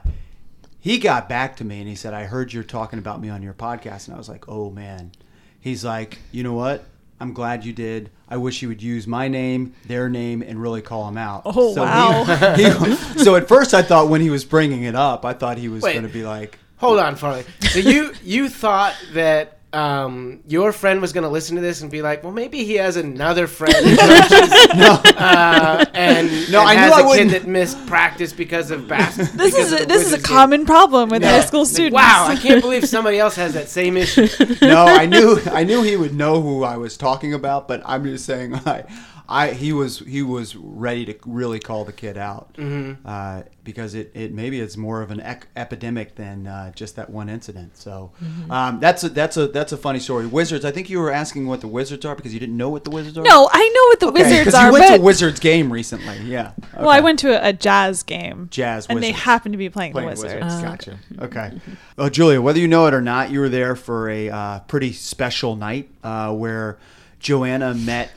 Speaker 1: he got back to me and he said, I heard you're talking about me on your podcast. And I was like, oh, man. He's like, you know what? I'm glad you did. I wish you would use my name, their name, and really call them out.
Speaker 3: Oh,
Speaker 1: so
Speaker 3: wow.
Speaker 1: he- he- so at first, I thought when he was bringing it up, I thought he was
Speaker 2: Wait.
Speaker 1: going to be like,
Speaker 2: Hold on, Farley. So you you thought that um, your friend was going to listen to this and be like, well, maybe he has another friend, who coaches, uh, and
Speaker 1: No,
Speaker 2: and
Speaker 1: I knew
Speaker 2: has
Speaker 1: I
Speaker 2: a
Speaker 1: wouldn't-
Speaker 2: kid that missed practice because of basketball.
Speaker 3: This is a, this is a common problem with high school students.
Speaker 2: Wow, I can't believe somebody else has that same issue.
Speaker 1: no, I knew I knew he would know who I was talking about, but I'm just saying I, I he was he was ready to really call the kid out
Speaker 3: Mm-hmm.
Speaker 1: uh, because it, it maybe it's more of an ec- epidemic than uh, just that one incident. So
Speaker 3: Mm-hmm.
Speaker 1: um, that's a, that's a that's a funny story. Wizards. I think you were asking what the Wizards are because you didn't know what the Wizards are.
Speaker 3: No, I know what the Wizards
Speaker 1: because
Speaker 3: are,
Speaker 1: you went to
Speaker 3: but
Speaker 1: a Wizards game recently. Yeah.
Speaker 3: well, I went to a, a jazz game,
Speaker 1: Jazz
Speaker 3: and they
Speaker 1: Wizards.
Speaker 3: happened to be playing,
Speaker 1: Playing
Speaker 3: the Wizards.
Speaker 1: Wizards. gotcha. Okay. Well, Uh, Julia, whether you know it or not, you were there for a uh, pretty special night uh, where Joanna met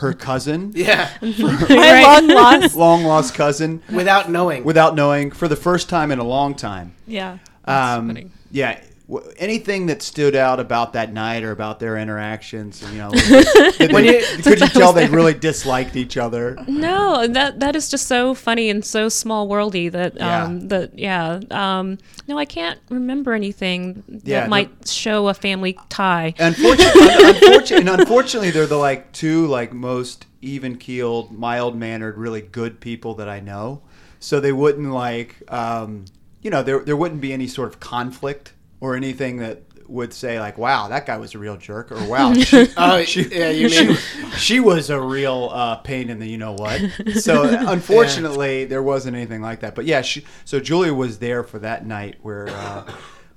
Speaker 1: her cousin,
Speaker 2: Yeah,
Speaker 3: My
Speaker 9: Right.
Speaker 3: long lost.
Speaker 1: long lost cousin,
Speaker 2: without knowing.
Speaker 1: without knowing for the first time in a long time.
Speaker 3: Yeah.
Speaker 1: Um, yeah. W- anything that stood out about that night or about their interactions? You know, did they-
Speaker 2: When you-
Speaker 1: could you tell they really disliked each other?
Speaker 9: No, that that is just so funny and so small worldy that
Speaker 1: Yeah.
Speaker 9: um that yeah. Um no, I can't remember anything that
Speaker 1: Yeah, no-
Speaker 9: might show a family tie.
Speaker 1: Unfortunately, unfortunately, and unfortunately, they're the like two like most even keeled, mild mannered, really good people that I know. So they wouldn't like, um, you know, there there wouldn't be any sort of conflict or anything that would say like, "Wow, that guy was a real jerk," or "Wow, she,
Speaker 2: Oh, yeah, you mean
Speaker 1: she was a real uh, pain in the you know what." So unfortunately, there wasn't anything like that. But yeah, she, so Julia was there for that night where uh,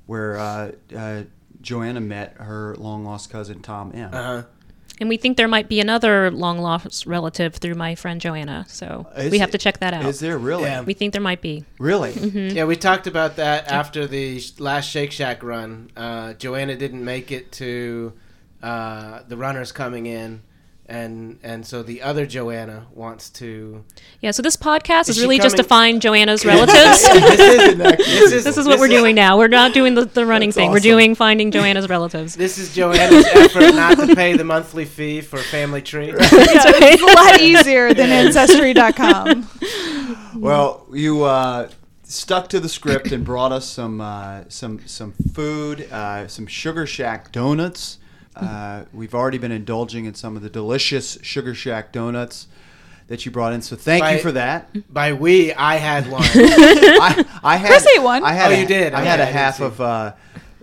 Speaker 1: where uh, uh, Joanna met her long lost cousin Tom M.
Speaker 9: And we think there might be another long lost relative through my friend Joanna. So
Speaker 1: Is
Speaker 9: we have
Speaker 1: it-
Speaker 9: to check that out.
Speaker 1: Is there really?
Speaker 2: Yeah.
Speaker 9: we think there might be.
Speaker 1: Really?
Speaker 3: Mm-hmm.
Speaker 2: Yeah, we talked about that after the sh- last Shake Shack run. Uh, Joanna didn't make it to uh, the runners coming in, and and so the other Joanna wants to.
Speaker 9: Yeah, so this podcast is,
Speaker 2: she
Speaker 9: really just to
Speaker 2: coming-
Speaker 9: find Joanna's relatives.
Speaker 2: this, is,
Speaker 9: this is what we're doing now. We're not doing the, the running
Speaker 1: That's
Speaker 9: thing. We're
Speaker 1: awesome.
Speaker 9: doing finding Joanna's relatives.
Speaker 2: This is Joanna's effort not to pay the monthly fee for Family Tree.
Speaker 3: Yeah, It's a lot easier than Ancestry.com.
Speaker 1: Well, you uh, stuck to the script and brought us some uh, some some food, uh, some Sugar Shack donuts. Uh, we've already been indulging in some of the delicious Sugar Shack donuts that you brought in, so thank you
Speaker 2: Right.
Speaker 1: for that.
Speaker 2: By we, I had one.
Speaker 1: I, I had
Speaker 3: Chris ate one.
Speaker 1: I had
Speaker 2: Oh,
Speaker 1: a-
Speaker 2: you did?
Speaker 1: I had
Speaker 2: Okay, I
Speaker 1: a
Speaker 2: didn't
Speaker 1: half
Speaker 2: see.
Speaker 1: of uh,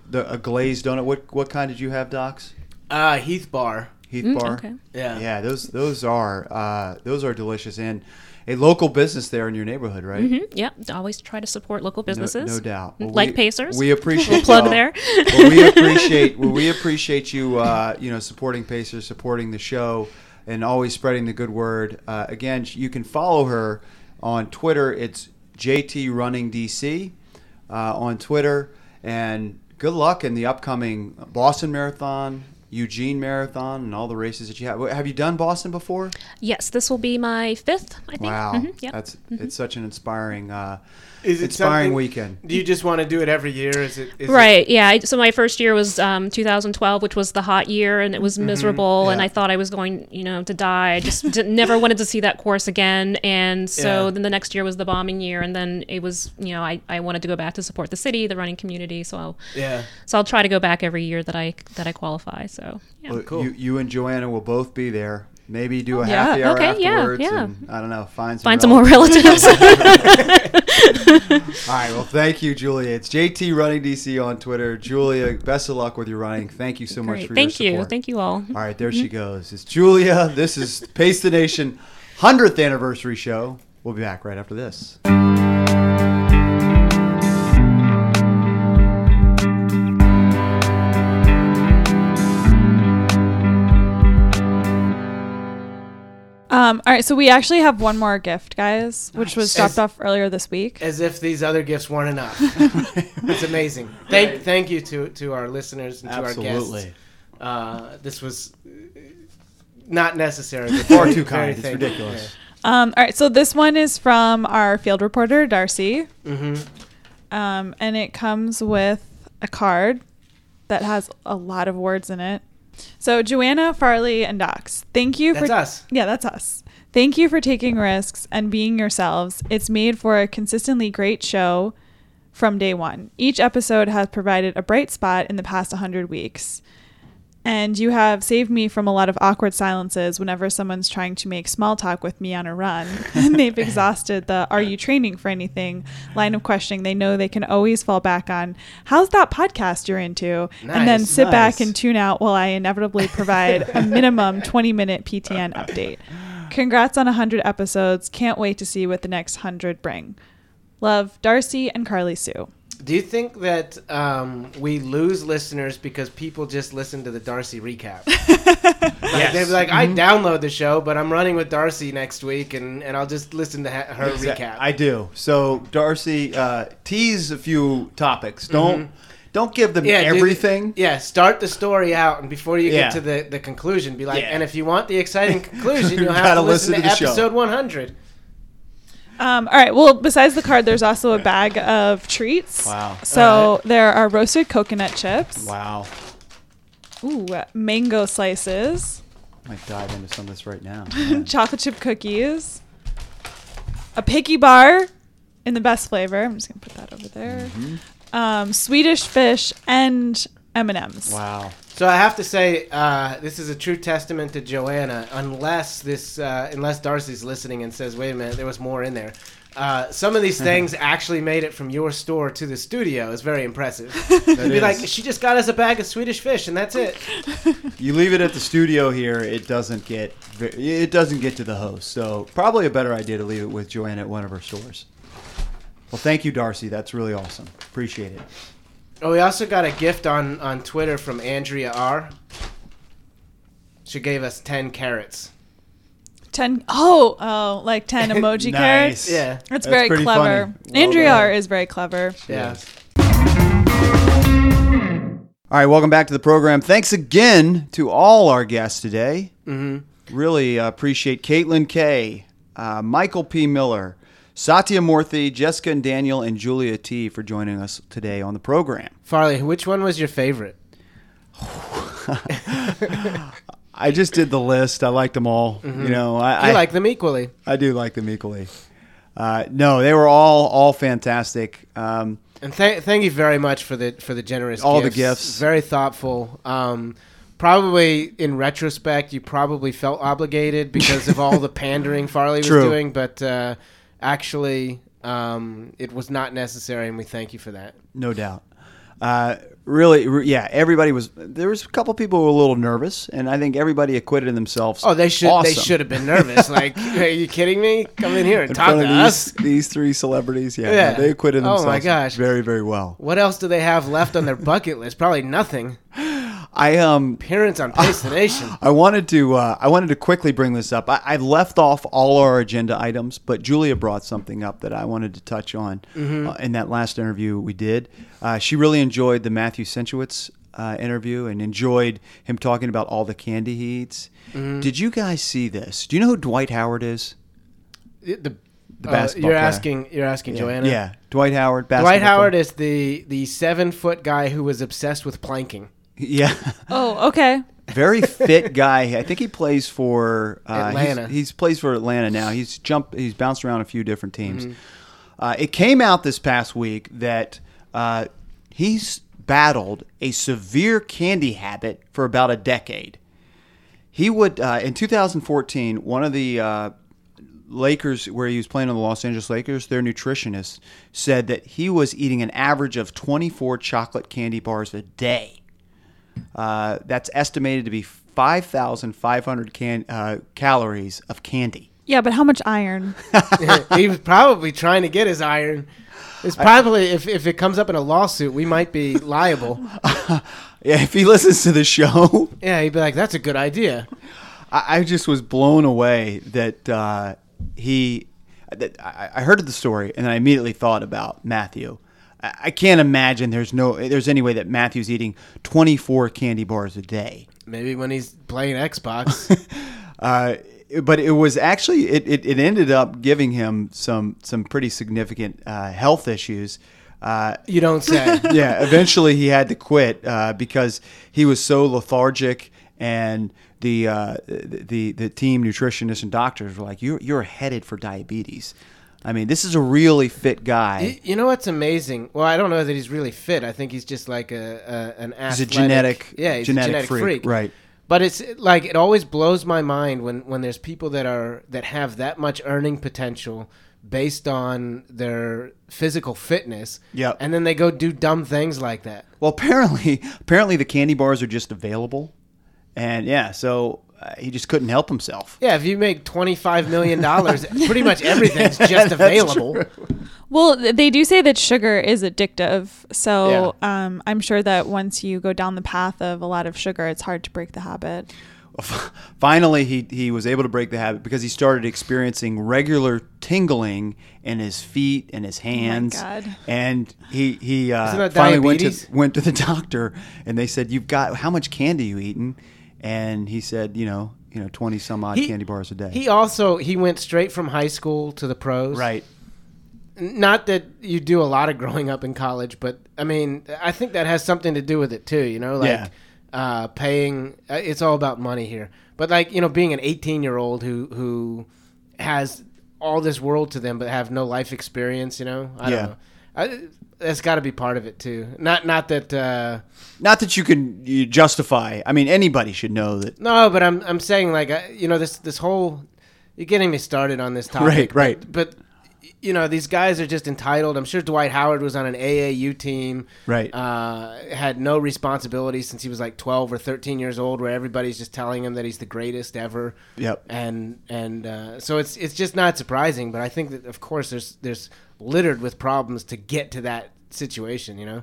Speaker 1: the, a glazed donut. What what kind did you have, Docs?
Speaker 2: Uh, Heath Bar.
Speaker 1: Heath
Speaker 3: Mm,
Speaker 1: Bar.
Speaker 9: okay.
Speaker 2: Yeah.
Speaker 1: Yeah, those those are uh, those are delicious and a local business there in your neighborhood, right?
Speaker 9: Yep, Mm-hmm. always try to support local
Speaker 1: No,
Speaker 9: businesses.
Speaker 1: no doubt. Well,
Speaker 9: like
Speaker 1: we-
Speaker 9: Pacers.
Speaker 1: We appreciate
Speaker 9: plug
Speaker 1: y'all.
Speaker 9: there.
Speaker 1: well, we appreciate well, we appreciate you uh, you know supporting Pacers, supporting the show, and always spreading the good word. Uh, again, sh- you can follow her on Twitter. It's JT Running DC uh, on Twitter, and good luck in the upcoming Boston Marathon. Eugene Marathon and all the races that you have. Have you done Boston before?
Speaker 9: Yes, this will be my fifth, I think.
Speaker 1: Wow,
Speaker 9: Mhm, yep.
Speaker 1: that's it's such an inspiring, uh,
Speaker 2: Is it
Speaker 1: inspiring
Speaker 2: something-
Speaker 1: weekend.
Speaker 2: Do you just want to do it every year? Is it is it-
Speaker 9: right. Yeah. I- So my first year was um, 2012, which was the hot year, and it
Speaker 2: Mm-hmm,
Speaker 9: was miserable. And
Speaker 1: yeah.
Speaker 9: I thought I was going, you know, to die. I just did, never wanted to see that course again. And so
Speaker 2: Yeah.
Speaker 9: then the next year was the bombing year, and then it was, you know, I, I wanted to go back to support the city, the running community. So I'll
Speaker 2: yeah.
Speaker 9: so I'll try to go back every year that I that I qualify. So yeah.
Speaker 1: Well,
Speaker 2: Cool.
Speaker 1: You, you and Joanna will both be there. Maybe do a
Speaker 3: yeah.
Speaker 1: happy hour
Speaker 9: Okay, yeah,
Speaker 1: afterwards.
Speaker 9: yeah.
Speaker 1: And, I don't know. Find some
Speaker 9: Find some more
Speaker 1: relatives.
Speaker 9: relatives.
Speaker 1: All right. Well, thank you, Julia. It's JT Running DC on Twitter. Julia, best of luck with your running. Thank you so much
Speaker 9: Great.
Speaker 1: for
Speaker 9: Thank
Speaker 1: your
Speaker 9: you. Mm-hmm.
Speaker 1: support.
Speaker 9: Thank you all.
Speaker 1: All right, there she goes. It's Julia. This is Pace the Nation 100th anniversary show. We'll be back right after this.
Speaker 3: Um, all right, so we actually have one more gift, guys, which was dropped
Speaker 2: As-
Speaker 3: off earlier this week.
Speaker 2: As if these other gifts weren't enough. it's amazing. Thank thank you to to our listeners and to our
Speaker 1: Absolutely.
Speaker 2: guests. Uh, this was uh, not necessary. but
Speaker 1: Far
Speaker 2: very- very
Speaker 1: too kind. It's
Speaker 2: thankful.
Speaker 1: ridiculous.
Speaker 3: Um, all right, so this one is from our field reporter, Darcy.
Speaker 2: Mm-hmm.
Speaker 3: Um, and it comes with a card that has a lot of words in it. So, Joanna, Farley, and Docs, thank you
Speaker 2: That's
Speaker 3: for.
Speaker 2: us.
Speaker 3: Yeah, that's us. Thank you for taking risks and being yourselves. It's made for a consistently great show from day one. Each episode has provided a bright spot in the past 100 weeks. And you have saved me from a lot of awkward silences whenever someone's trying to make small talk with me on a run. and they've exhausted the are you training for anything line of questioning they know they can always fall back on. How's that podcast you're into? and then
Speaker 2: Nice.
Speaker 3: sit back
Speaker 2: Nice.
Speaker 3: and tune out while I inevitably provide a minimum 20 minute PTN update. Congrats on 100 episodes. Can't wait to see what the next 100 bring. Love, Darcy and Carly Sue.
Speaker 2: Do you think that um, we lose listeners because people just listen to the Darcy recap? Like, They'd be like,
Speaker 1: Mm-hmm.
Speaker 2: I download the show, but I'm running with Darcy next week, and, and I'll just listen to ha- her recap.
Speaker 1: I do. So Darcy, uh, tease a few topics. Don't don't give them
Speaker 2: do the-
Speaker 1: everything.
Speaker 2: Mm-hmm. yeah, start the story out, and before you
Speaker 1: Yeah.
Speaker 2: get to the, the conclusion, be like,
Speaker 1: Yeah.
Speaker 2: and if you want the exciting conclusion,
Speaker 1: You
Speaker 2: you'll have
Speaker 1: gotta
Speaker 2: to listen,
Speaker 1: listen
Speaker 2: to,
Speaker 1: to the show."
Speaker 2: episode 100.
Speaker 3: Um, all right. Well, besides the card, there's also a bag of treats.
Speaker 1: Wow.
Speaker 3: So there are roasted coconut chips.
Speaker 1: Wow.
Speaker 3: Ooh, mango slices,
Speaker 1: I might dive into some of this right now.
Speaker 3: chocolate chip cookies, a picky bar in the best flavor. I'm just gonna put that over there.
Speaker 1: Mm-hmm.
Speaker 3: Um, Swedish fish and M&Ms.
Speaker 1: wow.
Speaker 2: So I have to say, uh, this is a true testament to Joanna. Unless this, uh, unless Darcy's listening and says, "Wait a minute, there was more in there." Uh, some of
Speaker 1: Mm-hmm.
Speaker 2: these things actually made it from your store to the studio. It's very impressive. You'd be
Speaker 1: is.
Speaker 2: like, "She just got us a bag of Swedish fish, and that's it."
Speaker 1: You leave it at the studio here, it doesn't get ve- it doesn't get to the host. So probably a better idea to leave it with Joanna at one of her stores. Well, thank you, Darcy. That's really awesome. Appreciate it.
Speaker 2: Oh, we also got a gift on on Twitter from Andrea R. She gave us ten carrots.
Speaker 3: Ten. Oh, oh, like ten emoji carrots.
Speaker 1: Nice.
Speaker 2: Yeah.
Speaker 3: That's,
Speaker 1: That's
Speaker 3: very
Speaker 1: pretty
Speaker 3: clever.
Speaker 1: funny. Well
Speaker 3: Andrea
Speaker 1: done.
Speaker 3: R is very clever.
Speaker 2: Yeah.
Speaker 1: All right, welcome back to the program. Thanks again to all our guests today. Mm-hmm. Really uh, appreciate Caitlin K, uh, Michael P. Miller, Satya Morthy, Jessica and Daniel, and Julia T for joining us today on the program.
Speaker 2: Farley, which one was your favorite?
Speaker 1: I just did the list. I liked them all. You know, I,
Speaker 2: Mm-hmm. You
Speaker 1: I
Speaker 2: like them equally.
Speaker 1: I do like them equally. Uh, no, they were all all fantastic. Um,
Speaker 2: And th- thank you very much for the for the generous
Speaker 1: All the
Speaker 2: gifts.
Speaker 1: gifts.
Speaker 2: Very thoughtful. Um, probably in retrospect, you probably felt obligated because of all the pandering Farley
Speaker 1: True.
Speaker 2: was doing, but uh, actually, um, it was not necessary, and we thank you for that.
Speaker 1: No doubt. Uh, really, re- yeah. Everybody was. There was a couple people who were a little nervous, and I think everybody acquitted themselves.
Speaker 2: Oh, they should
Speaker 1: Awesome.
Speaker 2: they should have been nervous. like, are you kidding me? Come in here and
Speaker 1: In
Speaker 2: talk
Speaker 1: front
Speaker 2: to
Speaker 1: of these,
Speaker 2: us.
Speaker 1: these three celebrities, yeah, no,
Speaker 2: Yeah.
Speaker 1: they acquitted
Speaker 2: Oh my
Speaker 1: themselves.
Speaker 2: gosh.
Speaker 1: very, very well.
Speaker 2: What else do they have left on their bucket list? Probably nothing.
Speaker 1: I um,
Speaker 2: Appearance on Face the Nation.
Speaker 1: I wanted to, uh, I wanted to quickly bring this up. I, I left off all our agenda items, but Julia brought something up that I wanted to touch on
Speaker 2: Mm-hmm.
Speaker 1: uh, in that last interview we did. Uh, she really enjoyed the Matthew Sensuitz uh, interview and enjoyed him talking about all the candy he eats.
Speaker 2: Mm-hmm.
Speaker 1: Did you guys see this? Do you know who Dwight Howard is?
Speaker 2: The, the
Speaker 1: basketball
Speaker 2: Uh, you're
Speaker 1: player.
Speaker 2: asking you're asking Joanna.
Speaker 1: Yeah, Dwight Howard. Basketball
Speaker 2: Dwight Howard
Speaker 1: player.
Speaker 2: is the the seven foot guy who was obsessed with planking.
Speaker 1: Yeah.
Speaker 3: Oh, okay.
Speaker 1: very fit guy. I think he plays for uh,
Speaker 2: Atlanta.
Speaker 1: He's, he's plays for Atlanta now. He's jumped. He's bounced around a few different teams. Uh, it came out this past week that uh, he's battled a severe candy habit for about a decade. He would uh, in 2014. One of the uh, Lakers, where he was playing on the Los Angeles Lakers, their nutritionist said that he was eating an average of 24 chocolate candy bars a day. Uh, that's estimated to be 5,500 can, uh, calories of candy.
Speaker 3: Yeah, but how much iron?
Speaker 2: he was probably trying to get his iron. It's probably if, if it comes up in a lawsuit, we might be liable.
Speaker 1: Yeah, if he listens to the show,
Speaker 2: yeah, he'd be like, "That's a good idea."
Speaker 1: I, I just was blown away that uh, he. That I, I heard the story and I immediately thought about Matthew. I, I can't imagine there's no there's any way that Matthew's eating 24 candy bars a day.
Speaker 2: Maybe when he's playing Xbox.
Speaker 1: Uh, but it was actually it, it, it ended up giving him some some pretty significant uh, health issues. Uh,
Speaker 2: you don't say.
Speaker 1: yeah, eventually he had to quit uh, because he was so lethargic, and the uh, the the team nutritionists and doctors were like, "You're you're headed for diabetes." I mean, this is a really fit
Speaker 2: Y-
Speaker 1: guy.
Speaker 2: You know what's amazing? Well, I don't know that he's really fit. I think he's just like a, a an athletic.
Speaker 1: He's a genetic,
Speaker 2: yeah, he's
Speaker 1: genetic,
Speaker 2: a genetic freak.
Speaker 1: right?
Speaker 2: But it's like it always blows my mind when when there's people that are that have that much earning potential based on their physical fitness.
Speaker 1: Yep.
Speaker 2: And then they go do dumb things like that.
Speaker 1: Well, apparently, apparently the candy bars are just available, and yeah, so uh, he just couldn't help himself.
Speaker 2: Yeah, if you make twenty five million dollars, pretty much everything's just available.
Speaker 3: Well, th- they do say that sugar is addictive. So um, I'm sure that once you go down the path of a lot of sugar, it's hard to break the habit.
Speaker 1: Finally, he, he was able to break the habit because he started experiencing regular tingling in his feet and his hands.
Speaker 3: God.
Speaker 1: And he he uh,
Speaker 2: that
Speaker 1: finally went
Speaker 2: diabetes?
Speaker 1: to went to the doctor, and they said, "You've got how much candy you eating?" And he said, "You know, you know, twenty some odd
Speaker 2: He-
Speaker 1: candy bars a day."
Speaker 2: He also he went straight from high school to the pros.
Speaker 1: right.
Speaker 2: not that you do a lot of growing up in college, but I mean, I think that has something to do with it too. You know, like
Speaker 1: Yeah.
Speaker 2: uh, paying. uh, It's all about money here, but like you know, being an eighteen-year-old who who has all this world to them but have no life experience. You know, I
Speaker 1: Yeah.
Speaker 2: don't know. I, that's got to be part of it too. Not not that. Uh,
Speaker 1: Not that you can you justify. I mean, anybody should know that.
Speaker 2: no, but I'm I'm saying like I, you know this this whole you're getting me started on this topic.
Speaker 1: Right, right.
Speaker 2: But, but, you know these guys are just entitled. I'm sure Dwight Howard was on an AAU team.
Speaker 1: Right.
Speaker 2: Uh, had no responsibility since he was like 12 or 13 years old, where everybody's just telling him that he's the greatest ever.
Speaker 1: Yep.
Speaker 2: And and uh, so it's it's just not surprising. But I think that of course there's there's littered with problems to get to that situation. You know.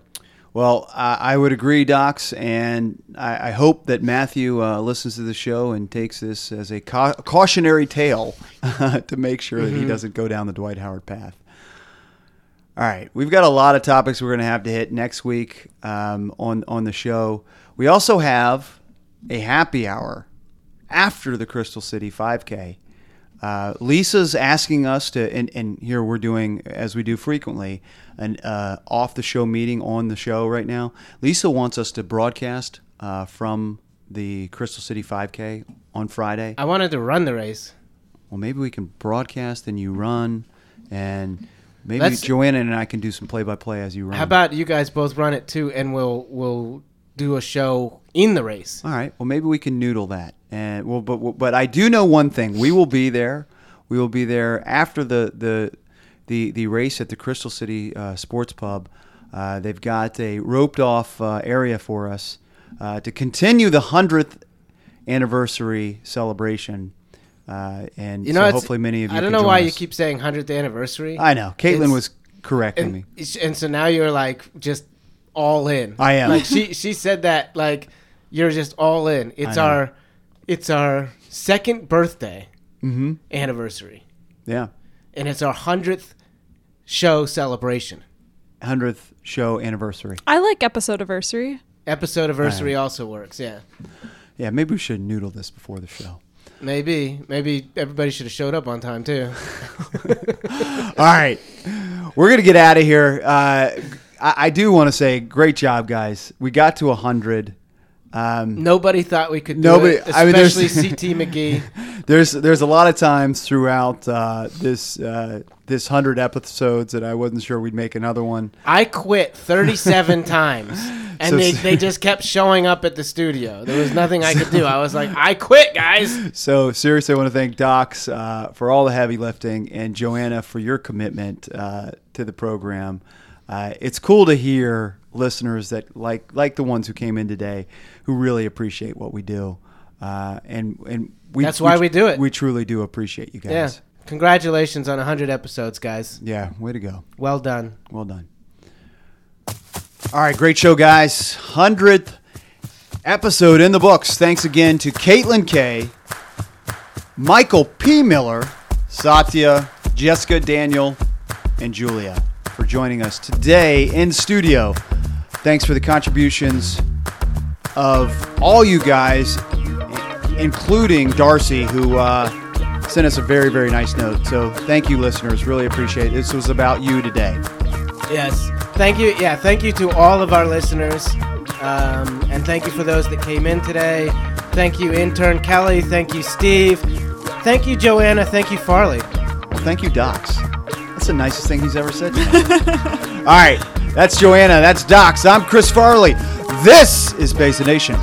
Speaker 1: Well, I, I would agree, Docs, and I, I hope that Matthew uh, listens to the show and takes this as a cau- cautionary tale to make sure that he doesn't go down the Dwight Howard path. All right, we've got a lot of topics we're going to have to hit next week um, on on the show. We also have a happy hour after the Crystal City 5K. Uh, Lisa's asking us to, and, and here we're doing, as we do frequently, an uh, off the show meeting on the show right now. Lisa wants us to broadcast uh, from the Crystal City 5K on Friday.
Speaker 2: I wanted to run the race.
Speaker 1: Well, maybe we can broadcast and you run, and maybe
Speaker 2: Let's-
Speaker 1: Joanna and I can do some play by play as you run.
Speaker 2: How about you guys both run it too, and we'll we'll do a show in the race.
Speaker 1: All right. Well, maybe we can noodle that. And well, but but I do know one thing. We will be there. We will be there after the the the, the race at the Crystal City uh, Sports Pub. Uh, they've got a roped off uh, area for us uh, to continue the hundredth anniversary celebration. Uh, and
Speaker 2: You know,
Speaker 1: so
Speaker 2: it's-
Speaker 1: hopefully many of you.
Speaker 2: I don't
Speaker 1: can
Speaker 2: know
Speaker 1: join
Speaker 2: why
Speaker 1: us.
Speaker 2: you keep saying hundredth anniversary.
Speaker 1: I know. Caitlin
Speaker 2: It's-
Speaker 1: was correcting me.
Speaker 2: and, and so now you're like just all in.
Speaker 1: I am.
Speaker 2: Like she she said that like you're just all in. It's
Speaker 1: know.
Speaker 2: our it's our second birthday
Speaker 1: Mm-hmm.
Speaker 2: anniversary,
Speaker 1: Yeah.
Speaker 2: and it's our hundredth show celebration.
Speaker 1: Hundredth show anniversary.
Speaker 3: I like episode anniversary.
Speaker 2: Episode anniversary also works. Yeah,
Speaker 1: Yeah, maybe we should noodle this before the show.
Speaker 2: maybe maybe everybody should have showed up on time too.
Speaker 1: All right. We're going to get out of here. Uh, I, I do want to say, great job, guys. We got to 100. Um,
Speaker 2: Nobody thought we could.
Speaker 1: Nobody-
Speaker 2: do it,
Speaker 1: I mean, there's-
Speaker 2: especially CT McGee.
Speaker 1: there's there's a lot of times throughout uh, this uh, this 100 episodes that I wasn't sure we'd make another one.
Speaker 2: I quit 37 times. And
Speaker 1: So-
Speaker 2: they, they just kept showing up at the studio. There was nothing I could do. I was like, I quit, guys.
Speaker 1: So, seriously, I want to thank Docs uh, for all the heavy lifting and Joanna for your commitment uh, to the program. Uh, it's cool to hear listeners that like like the ones who came in today, who really appreciate what we do, uh, and and we,
Speaker 2: That's why we do it.
Speaker 1: We truly do appreciate you
Speaker 2: Yeah.
Speaker 1: guys.
Speaker 2: Congratulations on 100 episodes, guys.
Speaker 1: Yeah, way to go.
Speaker 2: Well done.
Speaker 1: Well done. All right, great show, guys. 100th episode in the books. Thanks again to Caitlin Kay, Michael P. Miller, Satya, Jessica, Daniel, and Julia for joining us today in studio. Thanks for the contributions of all you guys, i- including Darcy, who uh, sent us a very, very nice note. So thank you, listeners. Really appreciate it. This was about you today.
Speaker 2: Yes. Thank you. Yeah. Thank you to all of our listeners. Um, and thank you for those that came in today. Thank you, intern Kelly. Thank you, Steve. Thank you, Joanna. Thank you, Farley.
Speaker 1: Well, thank you, Docs. That's the nicest thing he's ever said. to me. All right, that's Joanna. That's Docs. I'm Chris Farley. This is Base Nation.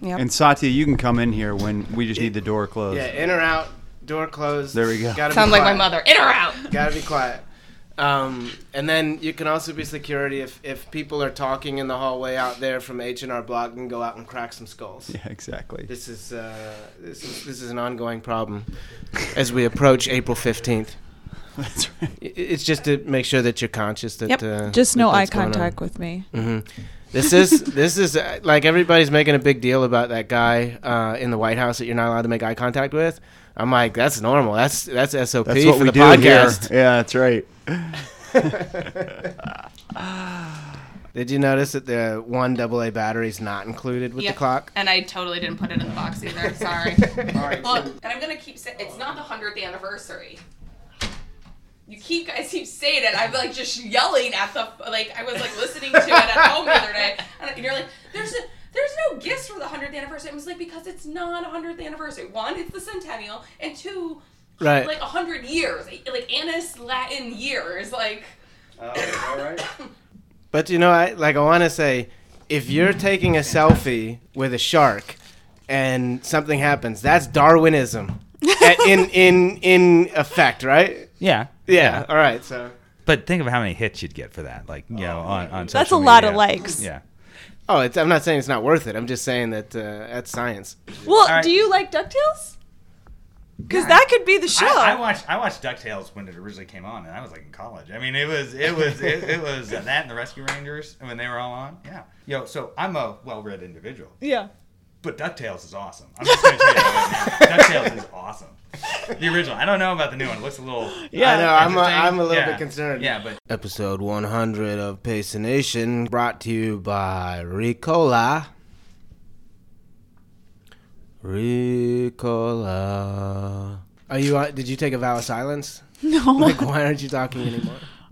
Speaker 4: Yep.
Speaker 1: And Satya, you can come in here when we just need the door closed.
Speaker 2: Yeah. In or out. Door closed.
Speaker 1: There we go.
Speaker 2: Gotta be
Speaker 4: Sounds like my
Speaker 2: quiet.
Speaker 4: mother. In or out?
Speaker 2: Gotta be quiet. Um, and then you can also be security if, if people are talking in the hallway out there from H and R Block and go out and crack some skulls.
Speaker 1: Yeah, exactly.
Speaker 2: This is uh, this is this is an ongoing problem as we approach April fifteenth.
Speaker 1: That's right.
Speaker 2: I- It's just to make sure that you're conscious that
Speaker 4: Yep.
Speaker 2: uh,
Speaker 3: Just
Speaker 2: that
Speaker 3: no eye
Speaker 2: that's going on. Mm-hmm.
Speaker 3: contact with me.
Speaker 2: This is this is uh, like everybody's making a big deal about that guy uh, in the White House that you're not allowed to make eye contact with. I'm like, that's normal. That's that's SOP
Speaker 1: That's
Speaker 2: for
Speaker 1: what we
Speaker 2: the
Speaker 1: do
Speaker 2: podcast.
Speaker 1: here. Yeah, that's right.
Speaker 2: Did you notice that the one AA battery's not included with
Speaker 4: Yeah.
Speaker 2: the clock?
Speaker 4: And I totally didn't put it in the box either. Sorry. Look, and I'm gonna keep saying it's not the hundredth anniversary. You keep guys keep saying it. I'm like just yelling at the like I was like listening to it at home the other day, and you're like, "There's a, there's no gifts for the hundredth anniversary." I was like, because it's not a hundredth anniversary. One, it's the centennial, and two,
Speaker 2: Right.
Speaker 4: like a hundred years, like Anna's Latin years, like.
Speaker 2: But you know, I like I want to say, if you're taking a selfie with a shark, and something happens, that's Darwinism, A- in in in effect, right?
Speaker 5: Yeah.
Speaker 2: Yeah. All right. So.
Speaker 5: But think of how many hits you'd get for that. Like, you know, on, on
Speaker 3: That's
Speaker 5: social
Speaker 3: a lot of
Speaker 5: media.
Speaker 3: likes.
Speaker 5: Yeah.
Speaker 2: Oh, it's, I'm not saying it's not worth it. I'm just saying that uh, that's science.
Speaker 3: Well,
Speaker 5: right.
Speaker 3: do you like DuckTales? Because that could be the show.
Speaker 5: I, I watched I watched Ducktales when it originally came on, and I was like in college. I mean, it was it was it, it was that and the Rescue Rangers when they were all on. Yeah, yo. So I'm a well-read individual,
Speaker 3: yeah.
Speaker 5: but Ducktales is awesome. I'm just gonna tell you that right now. Ducktales is awesome. The original. I don't know about the new one. It looks a little.
Speaker 2: Yeah, I know. I'm a,
Speaker 5: interesting.
Speaker 2: I'm a little
Speaker 5: Yeah.
Speaker 2: bit concerned.
Speaker 5: Yeah, but
Speaker 2: Episode 100 of Pace Nation brought to you by Ricola. Ricola. Are you? Uh, did you take a vow of silence?
Speaker 3: No.
Speaker 2: Like, why aren't you talking anymore?